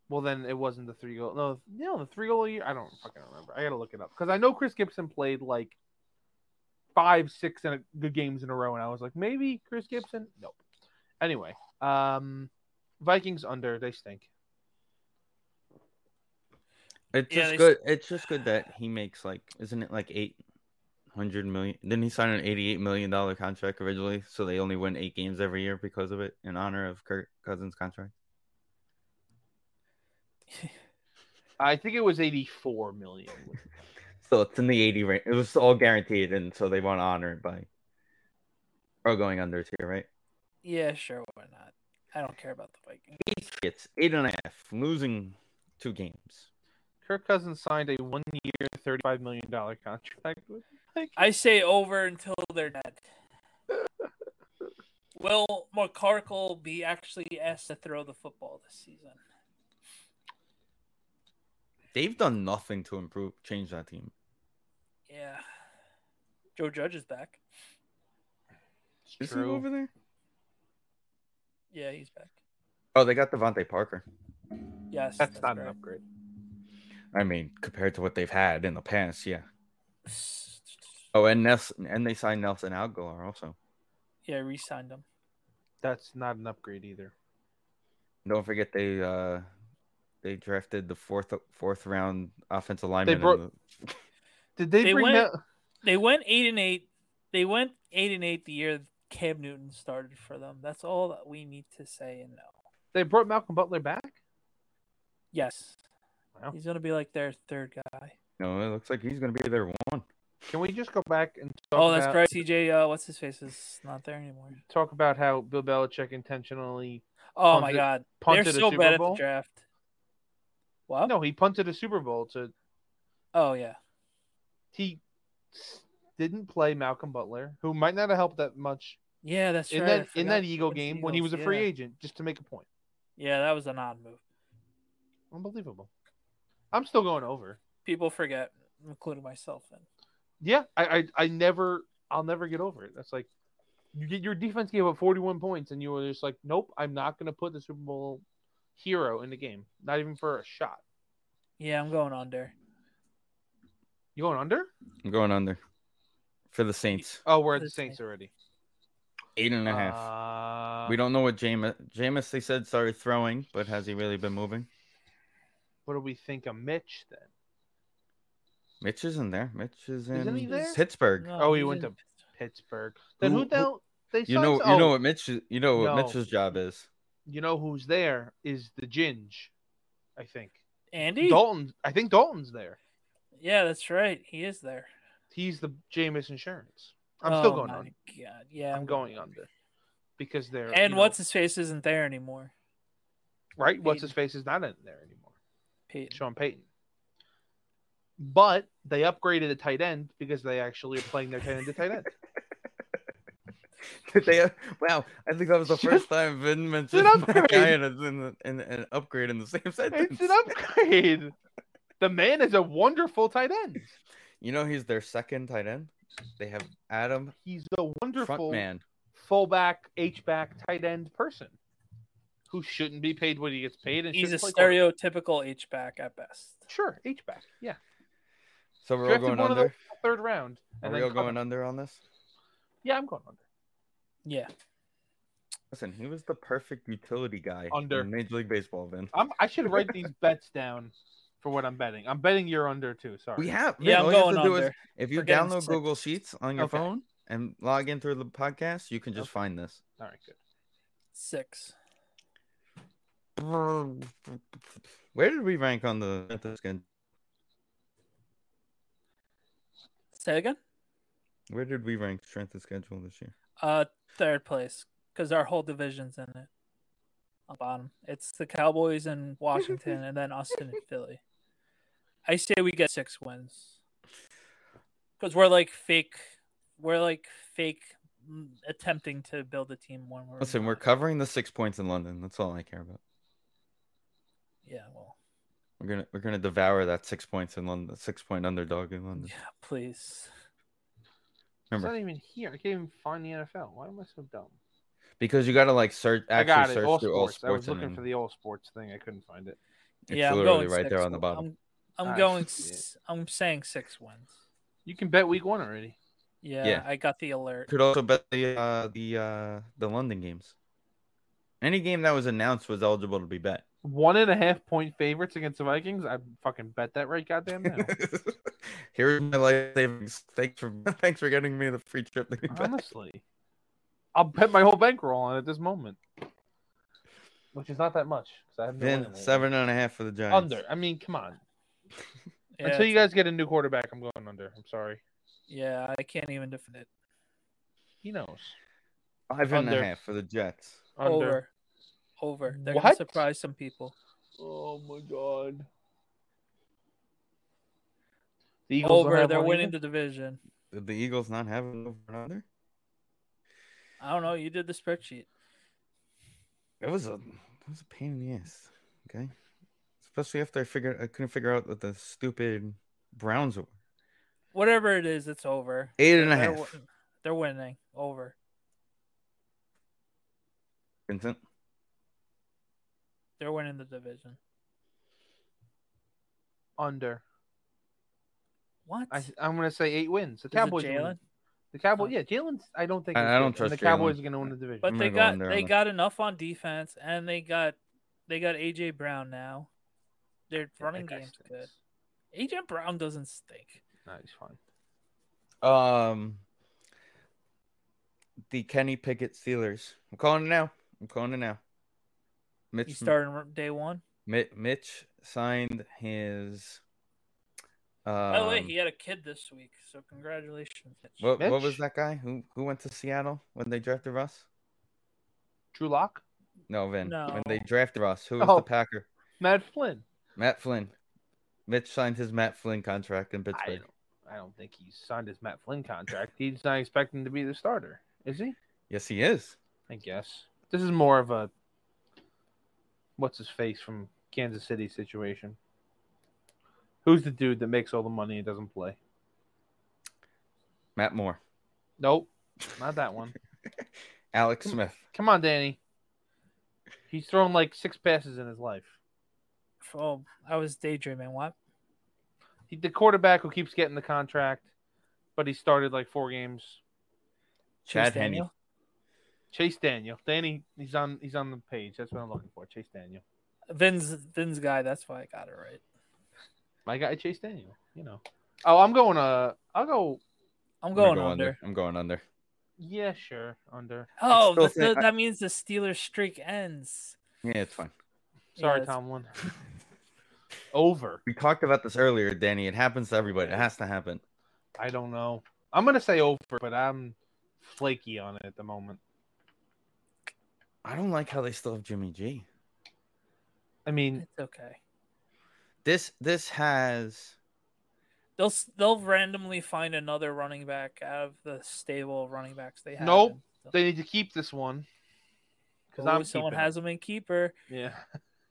Speaker 4: Well, then it wasn't the three goal. No, no, the three goal year. I don't fucking remember. I gotta look it up because I know Chris Gibson played like five, six in a, good games in a row, and I was like, maybe Chris Gibson. Nope. Anyway, um, Vikings under. They stink.
Speaker 1: It's
Speaker 2: Yeah,
Speaker 1: just
Speaker 2: they s-
Speaker 1: good. It's just good that he makes like, isn't it like eight hundred million? Didn't he sign an eighty-eight million dollar contract originally? So they only win eight games every year because of it, in honor of Kirk Cousins' contract.
Speaker 4: I think it was eighty-four million.
Speaker 1: So it's in the eighty range. It was all guaranteed, and so they want to honor it by or going under tier, right?
Speaker 2: yeah, sure, why not? I don't care about the Vikings.
Speaker 1: It's eight and a half, losing two games.
Speaker 4: Kirk Cousins signed a one-year, thirty-five million dollar contract. With
Speaker 2: I say over until they're dead. Will McCarkle be actually asked to throw the football this season?
Speaker 1: They've done nothing to improve, change that team.
Speaker 2: Yeah. Joe Judge is back.
Speaker 1: Is he over there?
Speaker 2: Yeah, he's back.
Speaker 1: Oh, they got Devontae Parker.
Speaker 2: Yes,
Speaker 4: That's not an
Speaker 2: correct.
Speaker 4: upgrade.
Speaker 1: I mean, compared to what they've had in the past, yeah. Oh, and Nelson, and they signed Nelson Aguilar also.
Speaker 2: Yeah, re-signed him.
Speaker 4: That's not an upgrade either.
Speaker 1: Don't forget they uh they drafted the fourth fourth round offensive lineman. in
Speaker 4: brought-
Speaker 1: the-
Speaker 4: Did they,
Speaker 2: They
Speaker 4: bring
Speaker 2: went-
Speaker 4: that?
Speaker 2: They went eight and eight. They went eight and eight the year Cam Newton started for them. That's all that we need to say and know.
Speaker 4: They brought Malcolm Butler back.
Speaker 2: Yes,
Speaker 4: Wow.
Speaker 2: he's gonna be like their third guy.
Speaker 1: no, it looks like he's gonna be their one.
Speaker 4: Can we just go back and talk
Speaker 2: Oh, that's
Speaker 4: about-
Speaker 2: correct. CJ, uh, what's his face is not there anymore.
Speaker 4: talk about how Bill Belichick intentionally
Speaker 2: Oh
Speaker 4: Punted-
Speaker 2: my God, they're
Speaker 4: punted a
Speaker 2: so
Speaker 4: Super
Speaker 2: bad at the
Speaker 4: Bowl?
Speaker 2: draft. What?
Speaker 4: no, he punted a Super Bowl to
Speaker 2: Oh yeah.
Speaker 4: he s- didn't play Malcolm Butler, who might not have helped that much
Speaker 2: Yeah, that's
Speaker 4: in
Speaker 2: right.
Speaker 4: that
Speaker 2: I
Speaker 4: in that
Speaker 2: forgot
Speaker 4: ego
Speaker 2: the
Speaker 4: game when he was
Speaker 2: Eagles,
Speaker 4: a free
Speaker 2: yeah.
Speaker 4: agent, just to make a point.
Speaker 2: Yeah, that was an odd move.
Speaker 4: Unbelievable. I'm still going over.
Speaker 2: People forget, including myself. Then
Speaker 4: Yeah, I, I I never I'll never get over it. That's like you get your defense gave up 41 points and you were just like, nope, I'm not going to put the Super Bowl hero in the game, not even for a shot.
Speaker 2: yeah, I'm going under.
Speaker 4: You going under?
Speaker 1: I'm going under for the Saints.
Speaker 4: Oh, we're at the
Speaker 2: Let's
Speaker 4: Saints
Speaker 2: see.
Speaker 4: already.
Speaker 1: Eight and a half.
Speaker 4: Uh,
Speaker 1: we don't know what Jameis. Jameis, they said, started throwing, but has he really been moving?
Speaker 4: What do we think of Mitch then?
Speaker 1: Mitch isn't there. Mitch is in
Speaker 4: Isn't he there?
Speaker 1: Pittsburgh.
Speaker 4: Oh, he
Speaker 2: he's
Speaker 4: went
Speaker 2: in-
Speaker 4: Pittsburgh. Then
Speaker 1: Who-
Speaker 4: who, the hell they
Speaker 1: You know,
Speaker 4: sucked?
Speaker 1: you know
Speaker 4: Oh,
Speaker 1: what Mitch, you know what
Speaker 4: No.
Speaker 1: Mitch's job is.
Speaker 4: you know who's there is the Ginge, I think.
Speaker 2: Andy.
Speaker 4: Dalton, I think Dalton's there.
Speaker 2: Yeah, that's right. He is there.
Speaker 4: He's the Jameis insurance. I'm still
Speaker 2: Oh
Speaker 4: going
Speaker 2: my
Speaker 4: under.
Speaker 2: God, yeah,
Speaker 4: I'm going under because they're
Speaker 2: And
Speaker 4: you know,
Speaker 2: what's his face isn't there anymore.
Speaker 4: right? What's his
Speaker 2: Peyton.
Speaker 4: face is not in there anymore.
Speaker 2: Peyton.
Speaker 4: Sean Payton. But they upgraded the tight end because they actually are playing their tight end to tight end.
Speaker 1: Did they? uh, Wow, I think that was the
Speaker 4: It's
Speaker 1: first time Vin mentioned
Speaker 4: an
Speaker 1: my
Speaker 4: upgrade.
Speaker 1: guy and it's in the- in- an upgrade in the same sentence.
Speaker 4: it's an upgrade. The man is a wonderful tight end.
Speaker 1: You know, he's their second tight end. They have Adam
Speaker 4: He's a wonderful
Speaker 1: Frontman.
Speaker 4: fullback, H back, tight end person who shouldn't be paid what he gets paid. And
Speaker 2: He's a
Speaker 4: shouldn't play quarterback.
Speaker 2: stereotypical H back at best.
Speaker 4: Sure, H back. Yeah,
Speaker 1: So we're all
Speaker 4: Drafted
Speaker 1: going
Speaker 4: one of the-
Speaker 1: under.
Speaker 4: third round.
Speaker 1: Are
Speaker 4: And
Speaker 1: we
Speaker 4: then
Speaker 1: all
Speaker 4: cover.
Speaker 1: going under on this?
Speaker 4: Yeah, I'm going under.
Speaker 2: Yeah,
Speaker 1: Listen, he was the perfect utility guy
Speaker 4: Under.
Speaker 1: in Major League Baseball. Vin,
Speaker 4: I'm, I should write these bets down for what I'm betting. I'm betting you're under too. Sorry.
Speaker 1: we have. Vin,
Speaker 2: yeah,
Speaker 1: all
Speaker 2: I'm
Speaker 1: you have
Speaker 2: going
Speaker 1: to do is
Speaker 2: under.
Speaker 1: If you
Speaker 2: We're getting
Speaker 1: download
Speaker 2: sick.
Speaker 1: Google Sheets on your
Speaker 4: Okay.
Speaker 1: phone and log in through the podcast, you can just
Speaker 4: Okay.
Speaker 1: find this.
Speaker 4: All right, good.
Speaker 2: Six.
Speaker 1: Where did we rank on the at the skin?
Speaker 2: Say again.
Speaker 1: Where did we rank strength of schedule this year?
Speaker 2: Uh, third place because our whole division's in it. On bottom, it's the Cowboys and Washington, and then Austin and Philly. I say we get six wins because we're like fake. We're like fake mm, attempting to build a team when we're
Speaker 1: Listen, we're
Speaker 2: not.
Speaker 1: covering the six points in London. That's all I care about.
Speaker 2: yeah. Well,
Speaker 1: We're gonna we're gonna devour that six points in London, six point underdog in London.
Speaker 2: yeah, please.
Speaker 1: Remember,
Speaker 4: It's not even here. I can't even find the NFL. Why am I so dumb?
Speaker 1: because you gotta like search actually
Speaker 4: I got it.
Speaker 1: search
Speaker 4: All
Speaker 1: through
Speaker 4: sports.
Speaker 1: all
Speaker 4: I was
Speaker 1: sports and
Speaker 4: looking
Speaker 1: then
Speaker 4: for the all sports thing. I couldn't find it.
Speaker 1: it's
Speaker 2: yeah, I'm
Speaker 1: literally
Speaker 2: going
Speaker 1: right there
Speaker 2: six
Speaker 1: on the
Speaker 2: wins.
Speaker 1: bottom.
Speaker 2: I'm, I'm
Speaker 4: Ah,
Speaker 2: going.
Speaker 4: shit.
Speaker 2: s- I'm saying six wins.
Speaker 4: You can bet week one already.
Speaker 2: Yeah,
Speaker 1: Yeah.
Speaker 2: I got the alert.
Speaker 1: Could also bet the uh, the uh, the London games. Any game that was announced was eligible to be bet.
Speaker 4: One and a half point favorites against the Vikings. I fucking bet that right goddamn now.
Speaker 1: Here's my life savings. Thanks for thanks for getting me the free trip. To be back.
Speaker 4: Honestly, I'll bet my whole bankroll on it at this moment, which is not that much. 'cause I have no money
Speaker 1: Then
Speaker 4: on it.
Speaker 1: seven and a half for the Giants.
Speaker 4: under. I mean, come on.
Speaker 2: Yeah,
Speaker 4: Until you
Speaker 2: it's-
Speaker 4: guys get a new quarterback, I'm going under. I'm sorry.
Speaker 2: yeah, I can't even defend it.
Speaker 4: He knows.
Speaker 1: Five and a half
Speaker 4: Under.
Speaker 1: for the Jets.
Speaker 4: Under.
Speaker 2: Over. Over. They're going to
Speaker 4: What?
Speaker 2: surprise some people.
Speaker 4: Oh my god. The don't
Speaker 2: Over.
Speaker 4: have
Speaker 2: They're
Speaker 4: one
Speaker 2: winning
Speaker 4: either?
Speaker 2: the division.
Speaker 1: Did the Eagles not have an over and under?
Speaker 2: I don't know. You did the spreadsheet.
Speaker 1: It was a it was a pain in the ass. Okay, especially after I figured I couldn't figure out what the stupid Browns were.
Speaker 2: Whatever it is, it's over.
Speaker 1: Eight and a
Speaker 2: They're,
Speaker 1: half.
Speaker 2: wi- they're winning. Over.
Speaker 1: Vincent,
Speaker 2: They're winning the division.
Speaker 4: under.
Speaker 2: What?
Speaker 4: I, I'm gonna say eight wins. The
Speaker 2: Is it
Speaker 4: Cowboys. are winning.
Speaker 2: Jalen? Oh.
Speaker 4: The Cowboys. Yeah, Jalen's. I don't think.
Speaker 1: I-
Speaker 4: is
Speaker 1: I don't
Speaker 4: good, and
Speaker 1: trust
Speaker 4: The Cowboys
Speaker 1: Jalen.
Speaker 4: are gonna win the division.
Speaker 2: But
Speaker 1: I'm
Speaker 2: they
Speaker 1: gonna go
Speaker 2: got
Speaker 1: under on
Speaker 2: they
Speaker 1: this.
Speaker 2: got enough on defense, and they got they got AJ Brown now. Their running
Speaker 4: That guy
Speaker 2: game's
Speaker 4: stinks.
Speaker 2: good. AJ Brown doesn't stink.
Speaker 4: No, he's fine.
Speaker 1: um, the Kenny Pickett Steelers. I'm calling it now. I'm calling it now. Mitch
Speaker 2: You starting r- day one.
Speaker 1: Mi- Mitch signed his. Um,
Speaker 2: By the way, he had a kid this week, so congratulations. Mitch.
Speaker 1: what, what was
Speaker 4: Mitch?
Speaker 1: that guy who who went to Seattle when they drafted Russ?
Speaker 4: Drew Lock,
Speaker 1: No, Vin. When they
Speaker 2: No.
Speaker 1: drafted Russ, who was
Speaker 4: Oh.
Speaker 1: the Packer?
Speaker 4: Matt Flynn.
Speaker 1: Matt Flynn. Mitch signed his Matt Flynn contract in
Speaker 4: I
Speaker 1: Pittsburgh.
Speaker 4: don't, I don't think he signed his Matt Flynn contract. He's not expecting to be the starter, is he?
Speaker 1: Yes, he is.
Speaker 4: I guess. This is more of a what's his face from Kansas City situation. Who's the dude that makes all the money and doesn't play?
Speaker 1: Matt Moore,
Speaker 4: Nope, not that one.
Speaker 1: Alex Smith.
Speaker 4: Come on, Danny. He's thrown like six passes in his life.
Speaker 2: Oh, I was daydreaming. What?
Speaker 4: He, the quarterback who keeps getting the contract, but he started like four games.
Speaker 1: Chad
Speaker 2: Chase
Speaker 1: Henne.
Speaker 2: Daniel?
Speaker 4: Chase Daniel. Danny, he's on he's on the page. That's what I'm looking for. Chase Daniel.
Speaker 2: Vin's Vin's guy. That's why I got it right.
Speaker 4: My guy Chase Daniel, you know. Oh, I'm going uh I'll go
Speaker 2: I'm
Speaker 1: I'm
Speaker 2: going
Speaker 1: gonna go
Speaker 2: under.
Speaker 1: I'm going under.
Speaker 4: yeah, sure, under.
Speaker 2: Oh,
Speaker 1: still
Speaker 2: but
Speaker 1: think-
Speaker 2: the- that means the Steelers streak ends.
Speaker 1: Yeah, it's fine.
Speaker 4: Sorry,
Speaker 2: Yeah, it's-
Speaker 4: Tomlin. Over.
Speaker 1: We talked about this earlier, Danny. It happens to everybody. It has to happen.
Speaker 4: I don't know. I'm gonna say over, but I'm flaky on it at the moment.
Speaker 1: I don't like how they still have Jimmy G.
Speaker 4: I mean,
Speaker 2: It's okay.
Speaker 1: This this has
Speaker 2: They'll s- they'll randomly find another running back out of the stable of running backs they have.
Speaker 4: Nope.
Speaker 2: and they'll-
Speaker 4: they need to keep this one because
Speaker 2: Ooh,
Speaker 4: I'm
Speaker 2: Oh, someone
Speaker 4: keeping it.
Speaker 2: has them in keeper.
Speaker 4: Yeah.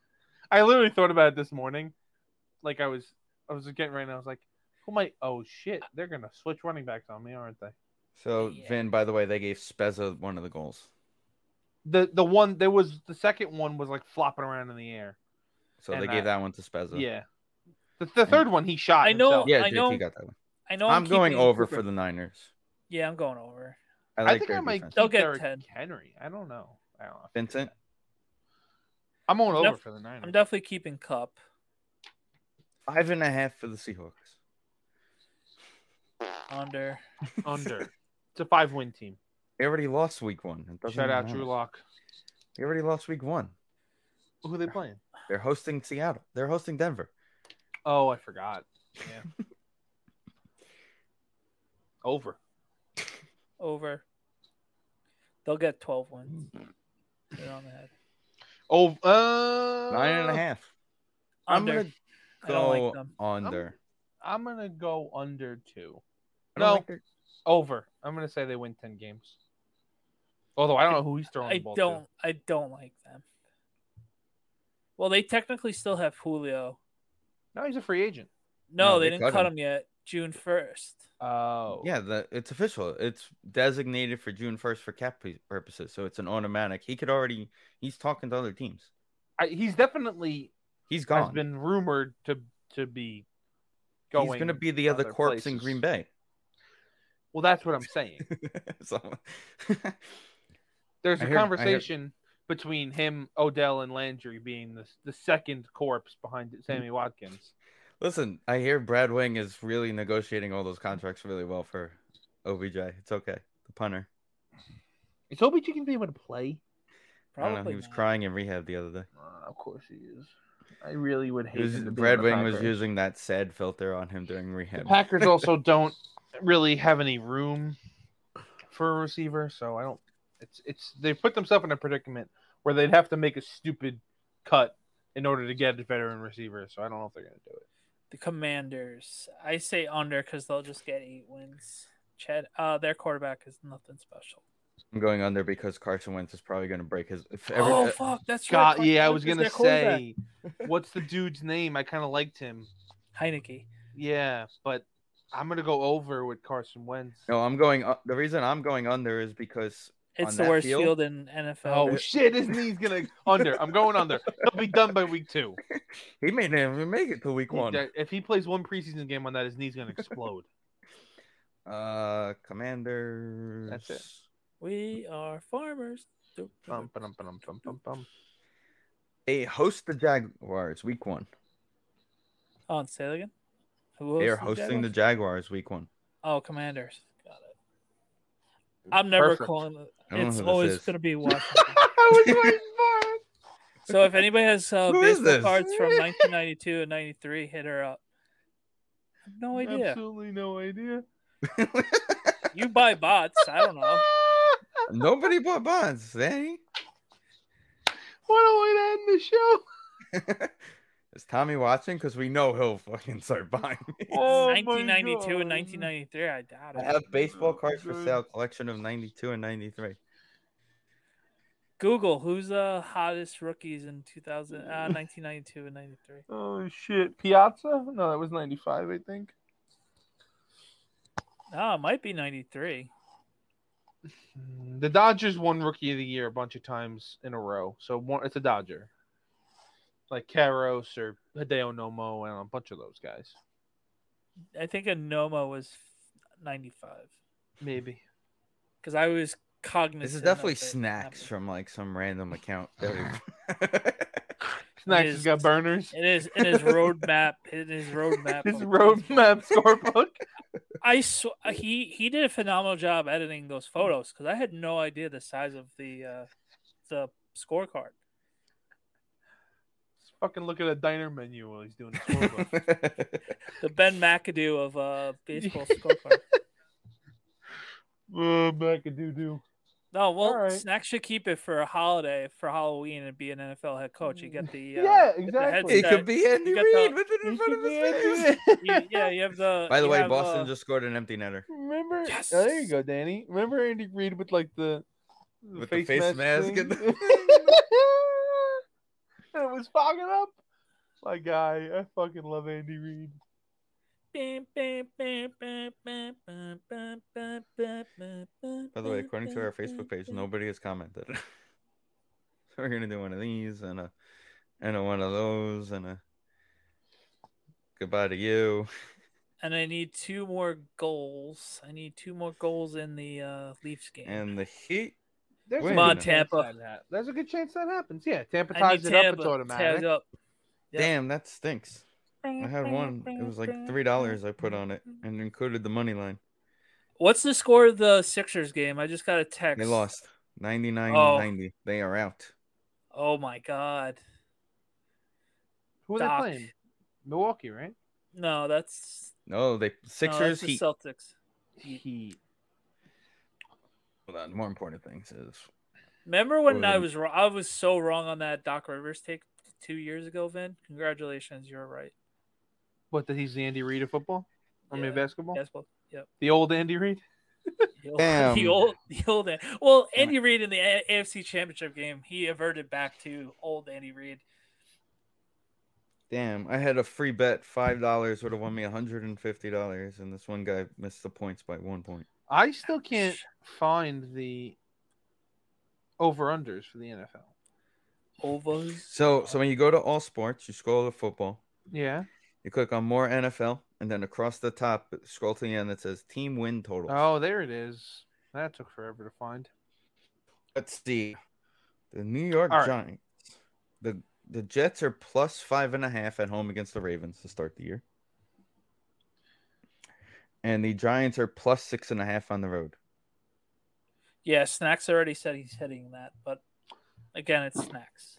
Speaker 4: I literally thought about it this morning. Like I was I was getting right now, I was like, who might oh shit, they're gonna switch running backs on me, aren't they?
Speaker 1: so
Speaker 2: Yeah.
Speaker 1: Vin, by the way, they gave Spezza one of the goals.
Speaker 4: The the one there was the second one was like flopping around in the air.
Speaker 1: So
Speaker 4: And
Speaker 1: they
Speaker 4: I-
Speaker 1: gave that one to Spezza.
Speaker 4: Yeah. The, the third one he shot.
Speaker 2: I know-
Speaker 4: himself.
Speaker 1: Yeah,
Speaker 2: I
Speaker 1: JT
Speaker 2: know-
Speaker 1: got that one.
Speaker 2: I know.
Speaker 1: I'm going
Speaker 2: keeping
Speaker 1: over
Speaker 2: Cooper.
Speaker 1: for the Niners.
Speaker 2: Yeah, I'm going over.
Speaker 1: I
Speaker 4: I,
Speaker 1: like
Speaker 4: think
Speaker 1: their
Speaker 4: I might
Speaker 1: defense.
Speaker 4: keep
Speaker 2: They'll get
Speaker 4: Derrick
Speaker 2: 10.
Speaker 4: Henry. I don't know. I don't know.
Speaker 1: Vincent,
Speaker 4: I'm going
Speaker 2: I'm
Speaker 4: over
Speaker 2: def-
Speaker 4: for the
Speaker 2: I'm
Speaker 1: Hmm.
Speaker 4: Niners.
Speaker 2: definitely keeping Cup.
Speaker 1: five and a half for the Seahawks.
Speaker 2: Under.
Speaker 4: Under. It's a five win team.
Speaker 1: They already lost week one. It doesn't
Speaker 4: Shout
Speaker 1: even
Speaker 4: out
Speaker 1: matter.
Speaker 4: Drew Lock.
Speaker 1: They already lost week one.
Speaker 4: Who are they playing?
Speaker 1: They're hosting Seattle. They're hosting Denver.
Speaker 4: Oh, I forgot. Yeah. over.
Speaker 2: Over. They'll get 12 wins.
Speaker 1: Hmm.
Speaker 2: Hit it on the head.
Speaker 4: Oh, uh,
Speaker 1: Nine and a half. I'm
Speaker 2: Under.
Speaker 1: gonna
Speaker 2: I
Speaker 1: go
Speaker 2: don't like them.
Speaker 1: under.
Speaker 4: I'm gonna go under two.
Speaker 1: I don't
Speaker 4: No.
Speaker 1: like their-
Speaker 4: Over. I'm gonna say they win ten games. Although I don't know who he's throwing
Speaker 2: I
Speaker 4: the ball
Speaker 2: don't.
Speaker 4: to.
Speaker 2: I don't like them. Well, they technically still have Julio.
Speaker 4: No, he's a free agent.
Speaker 2: No,
Speaker 1: No,
Speaker 2: they,
Speaker 1: they
Speaker 2: didn't
Speaker 1: cut
Speaker 2: cut him.
Speaker 1: him.
Speaker 2: yet. June first.
Speaker 4: Oh,
Speaker 1: Yeah, the, it's official. It's designated for June first for cap pu- purposes, so it's an automatic. He could already. He's talking to other teams.
Speaker 4: I, he's definitely
Speaker 1: He's
Speaker 4: has
Speaker 1: gone.
Speaker 4: been rumored to to be going.
Speaker 1: he's going to be the other
Speaker 4: other
Speaker 1: corpse in
Speaker 4: places.
Speaker 1: Green Bay.
Speaker 4: Well, that's what I'm saying.
Speaker 1: so,
Speaker 4: There's
Speaker 1: I hear- I
Speaker 4: a
Speaker 1: hear-
Speaker 4: conversation between him, Odell, and Landry being the the second corpse behind
Speaker 1: Mm-hmm.
Speaker 4: Sammy Watkins.
Speaker 1: listen, I hear Brad Wing is really negotiating all those contracts really well for OBJ. It's okay. The punter.
Speaker 4: Is OBJ gonna be able to play?
Speaker 1: I don't know.
Speaker 2: Probably.
Speaker 1: He was
Speaker 2: not.
Speaker 1: crying in rehab the other day.
Speaker 4: Uh, of course he is. I really would
Speaker 1: It
Speaker 4: hate.
Speaker 1: was,
Speaker 4: him to be
Speaker 1: Brad
Speaker 4: on the
Speaker 1: Wing was
Speaker 4: Packers.
Speaker 1: using that sad filter on him during
Speaker 4: The
Speaker 1: rehab.
Speaker 4: Packers also don't really have any room for a receiver, so I don't. It's it's they put themselves in a predicament where they'd have to make a stupid cut in order to get a veteran receiver. So I don't know if they're going to do it.
Speaker 2: The Commanders. I say under because they'll just get eight wins. Chad. Uh, their quarterback is nothing special.
Speaker 1: I'm going under because Carson Wentz is probably going to break his. If every,
Speaker 2: oh
Speaker 1: uh,
Speaker 2: fuck! That's right.
Speaker 4: God,
Speaker 2: Carson
Speaker 4: yeah, I
Speaker 2: Wentz
Speaker 4: was
Speaker 2: is
Speaker 4: going
Speaker 2: their
Speaker 4: to
Speaker 2: quarterback.
Speaker 4: say, what's the dude's name? I kind of liked him.
Speaker 2: Heineke.
Speaker 4: Yeah, but I'm going to go over with Carson Wentz.
Speaker 1: no, I'm going. u- the reason I'm going under is because
Speaker 2: It's
Speaker 1: On
Speaker 2: the
Speaker 1: that
Speaker 2: worst
Speaker 1: field?
Speaker 2: field, in NFL.
Speaker 4: Oh shit! His knee's gonna under. I'm going under. He'll be done by week two.
Speaker 1: he may not even make it to week one.
Speaker 4: If he plays one preseason game on that, his knee's gonna explode.
Speaker 1: Uh, Commanders.
Speaker 4: That's it.
Speaker 2: we are farmers.
Speaker 4: Bum, ba-dum, ba-dum, bum, bum, bum.
Speaker 1: They host the Jaguars week one.
Speaker 2: Oh, and say that again. Who
Speaker 1: they are
Speaker 2: hosts
Speaker 1: hosting the
Speaker 2: Jaguars?
Speaker 1: Jaguars week one.
Speaker 2: Oh, Commanders. Got it. I'm never
Speaker 4: Perfect.
Speaker 2: calling it.
Speaker 1: I don't know
Speaker 2: It's
Speaker 1: who this
Speaker 2: always
Speaker 1: is.
Speaker 2: going to be Washington.
Speaker 4: I was right smart.
Speaker 2: so if anybody has uh,
Speaker 1: Who is
Speaker 2: baseball
Speaker 1: this?
Speaker 2: cards from 1992 and 93, hit her up. I have no idea.
Speaker 4: Absolutely no idea.
Speaker 2: You buy bots. I don't know.
Speaker 4: Oh.
Speaker 1: Nobody bought bonds, eh? Danny.
Speaker 4: Why don't we end the show?
Speaker 1: is Tommy watching? Because we know he'll fucking start buying. these.
Speaker 4: Oh my
Speaker 2: 1992
Speaker 4: God.
Speaker 2: and 1993. I doubt
Speaker 1: I
Speaker 2: it.
Speaker 1: have baseball cards for
Speaker 4: Oh, Dude.
Speaker 1: sale, collection of 92 and 93.
Speaker 2: Google who's the hottest rookies in 2000, uh, 1992 and 93.
Speaker 4: Oh shit, Piazza? No, that was '95, I think.
Speaker 2: Oh, it might be 93.
Speaker 4: Hmm, The Dodgers won Rookie of the Year a bunch of times in a row, so one, it's a Dodger, like Caros or Hideo Nomo and a bunch of those guys.
Speaker 2: I think a Noma was 95
Speaker 4: Maybe
Speaker 2: because I was cognizant.
Speaker 1: This is
Speaker 2: of
Speaker 1: definitely
Speaker 2: that
Speaker 1: snacks
Speaker 2: happening.
Speaker 1: from like some random account. that
Speaker 4: Snacks
Speaker 2: is-
Speaker 4: has got burners.
Speaker 2: It is in his roadmap. In his roadmap.
Speaker 4: His roadmap scorebook.
Speaker 2: I sw- he he did a phenomenal job editing those photos because I had no idea the size of the uh, the scorecard.
Speaker 4: Just fucking look at a diner menu while he's doing his scorebook.
Speaker 1: we-
Speaker 2: The Ben McAdoo of uh, baseball scorecard.
Speaker 4: oh, back a doo doo.
Speaker 2: No, well,
Speaker 4: All right.
Speaker 2: Snack should keep it for a holiday for Halloween and be an NFL head coach. You get the uh,
Speaker 4: Yeah,
Speaker 2: He
Speaker 4: exactly.
Speaker 1: it
Speaker 2: that-
Speaker 1: could be Andy
Speaker 2: you got
Speaker 1: Reid
Speaker 2: the-
Speaker 1: with it in
Speaker 4: He
Speaker 1: front
Speaker 4: should
Speaker 1: of
Speaker 4: be
Speaker 1: his
Speaker 4: Andy
Speaker 1: face.
Speaker 2: you,
Speaker 4: Reid.
Speaker 2: yeah, you have the.
Speaker 1: By the
Speaker 2: you
Speaker 1: way,
Speaker 2: have,
Speaker 1: Boston
Speaker 2: uh,
Speaker 1: just scored an empty netter
Speaker 4: Remember?
Speaker 2: Yes.
Speaker 4: Oh, there you go, Danny. Remember Andy Reid with like the, the
Speaker 1: with the face mask.
Speaker 4: thing?
Speaker 1: and the-
Speaker 4: and it was fogging up. My guy, I fucking love Andy Reid.
Speaker 1: By the way, according to our Facebook page, nobody has commented. so we're gonna do one of these and a and a one of those and a goodbye to you.
Speaker 2: And I need two more goals. I need two more goals in the uh, Leafs game.
Speaker 1: And the Heat
Speaker 4: There's
Speaker 1: Wait
Speaker 4: a
Speaker 1: a Come on,
Speaker 4: good
Speaker 2: Tampa.
Speaker 4: chance that hap- There's a good chance that happens. Yeah, Tampa
Speaker 2: I need
Speaker 4: ties it up. It's
Speaker 2: Tampa ties
Speaker 4: automatic.
Speaker 2: up. Yep.
Speaker 1: Damn, that stinks. I had one. It was like three dollars I put on it and included the money line.
Speaker 2: What's the score of the Sixers game? I just got a text.
Speaker 1: They lost 99
Speaker 2: Oh.
Speaker 1: 90. They are out.
Speaker 2: Oh my god.
Speaker 4: Who are they
Speaker 2: Doc.
Speaker 4: playing? Milwaukee, right?
Speaker 2: No, that's
Speaker 1: No, they
Speaker 2: no, that's
Speaker 1: Sixers
Speaker 2: the
Speaker 1: Heat.
Speaker 2: Celtics.
Speaker 4: Heat.
Speaker 1: Hold on, more important things is
Speaker 2: Remember when I
Speaker 1: Um,
Speaker 2: was wrong? I was so wrong on that Doc Rivers take two years ago, Vin. Congratulations, you were right.
Speaker 4: What? That he's the Andy Reid of football? I mean,
Speaker 2: Yeah.
Speaker 4: basketball.
Speaker 2: Basketball. Yep.
Speaker 4: The old Andy Reid.
Speaker 2: The old,
Speaker 1: Damn.
Speaker 2: the old, the old. Well,
Speaker 1: Damn
Speaker 2: Andy Reid in the A- AFC Championship game, he averted back to old Andy Reid.
Speaker 1: damn, I had a free bet five dollars would have won me hundred and fifty dollars, and this one guy missed the points by one point.
Speaker 4: I still can't find the over unders for the NFL.
Speaker 2: Ovos.
Speaker 1: So so when you go to all sports, you scroll to football,
Speaker 4: Yeah.
Speaker 1: you click on more NFL, and then across the top, scroll to the end that says team win totals.
Speaker 4: Oh, there it is. That took forever to find.
Speaker 1: Let's see. The New York
Speaker 4: All right.
Speaker 1: Giants. The the Jets are plus five and a half at home against the Ravens to start the year. And the Giants are plus six and a half on the road.
Speaker 2: Yeah, Snacks already said he's hitting that, but again, it's Snacks.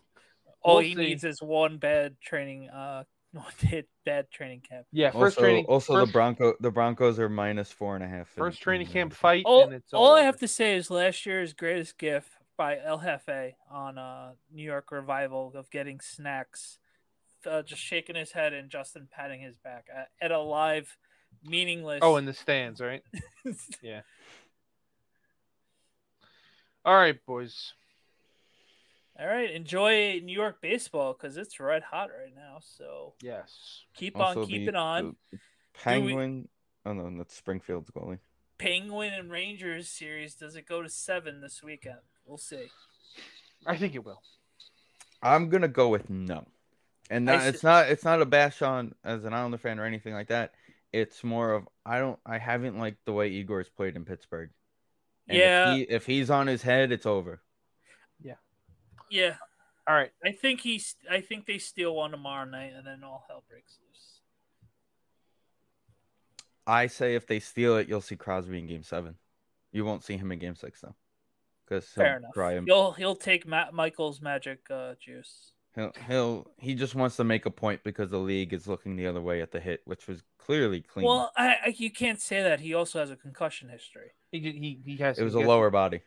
Speaker 2: All
Speaker 4: We'll
Speaker 2: he
Speaker 4: see.
Speaker 2: needs is one bad training, uh, one hit bad training camp.
Speaker 4: Yeah. First
Speaker 1: also,
Speaker 4: training.
Speaker 1: also
Speaker 4: first,
Speaker 1: the Bronco the Broncos are minus four and a half. in-
Speaker 4: First training
Speaker 1: in-
Speaker 4: camp fight.
Speaker 2: All,
Speaker 4: and it's
Speaker 2: all I
Speaker 4: over.
Speaker 2: have to say is last year's greatest gift by El Jefe on uh, New York Revival of getting Snacks, uh, just shaking his head and Justin patting his back at, at a live, meaningless.
Speaker 4: Oh, in the stands, right? All right, boys.
Speaker 2: all right, enjoy New York baseball because it's red hot right now. So
Speaker 4: Yes.
Speaker 2: keep
Speaker 1: Also
Speaker 2: on keeping
Speaker 1: the-
Speaker 2: on.
Speaker 1: the Penguin. Oh no, that's Springfield's goalie.
Speaker 2: Penguin and Rangers series does it go to seven this weekend? We'll see.
Speaker 4: I think it will.
Speaker 1: I'm gonna go with no, and
Speaker 2: I
Speaker 1: not,
Speaker 2: s-
Speaker 1: it's not it's not a bash on as an Islander fan or anything like that. It's more of I don't I haven't liked the way Igor's played in Pittsburgh. And
Speaker 2: yeah,
Speaker 1: if, he, if he's on his head, it's over.
Speaker 2: yeah.
Speaker 4: All right.
Speaker 2: I think he's. I think they steal one tomorrow night, and then all hell breaks loose.
Speaker 1: I say if they steal it, you'll see Crosby in Game Seven. You won't see him in Game Six though, because he'll
Speaker 2: Fair enough.
Speaker 1: dry him.
Speaker 2: He'll he'll take Matt Michael's magic uh, juice.
Speaker 1: He'll, he'll he just wants to make a point because the league is looking the other way at the hit, which was clearly clean.
Speaker 2: Well, I, I you can't say that. He also has a concussion history.
Speaker 4: He did- he he has.
Speaker 1: it was
Speaker 4: he
Speaker 1: a
Speaker 4: gets-
Speaker 1: lower body.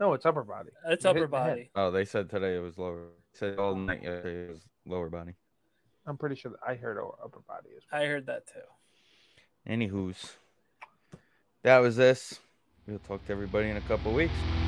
Speaker 4: No, it's upper body.
Speaker 2: It's
Speaker 4: Hit in
Speaker 2: upper
Speaker 4: the head.
Speaker 2: body.
Speaker 1: Oh, they said today it was lower. Said all night yesterday it was lower body.
Speaker 4: I'm pretty sure that I heard o- upper body as well.
Speaker 2: I heard that too.
Speaker 1: Anywho's, that was this. We'll talk to everybody in a couple weeks.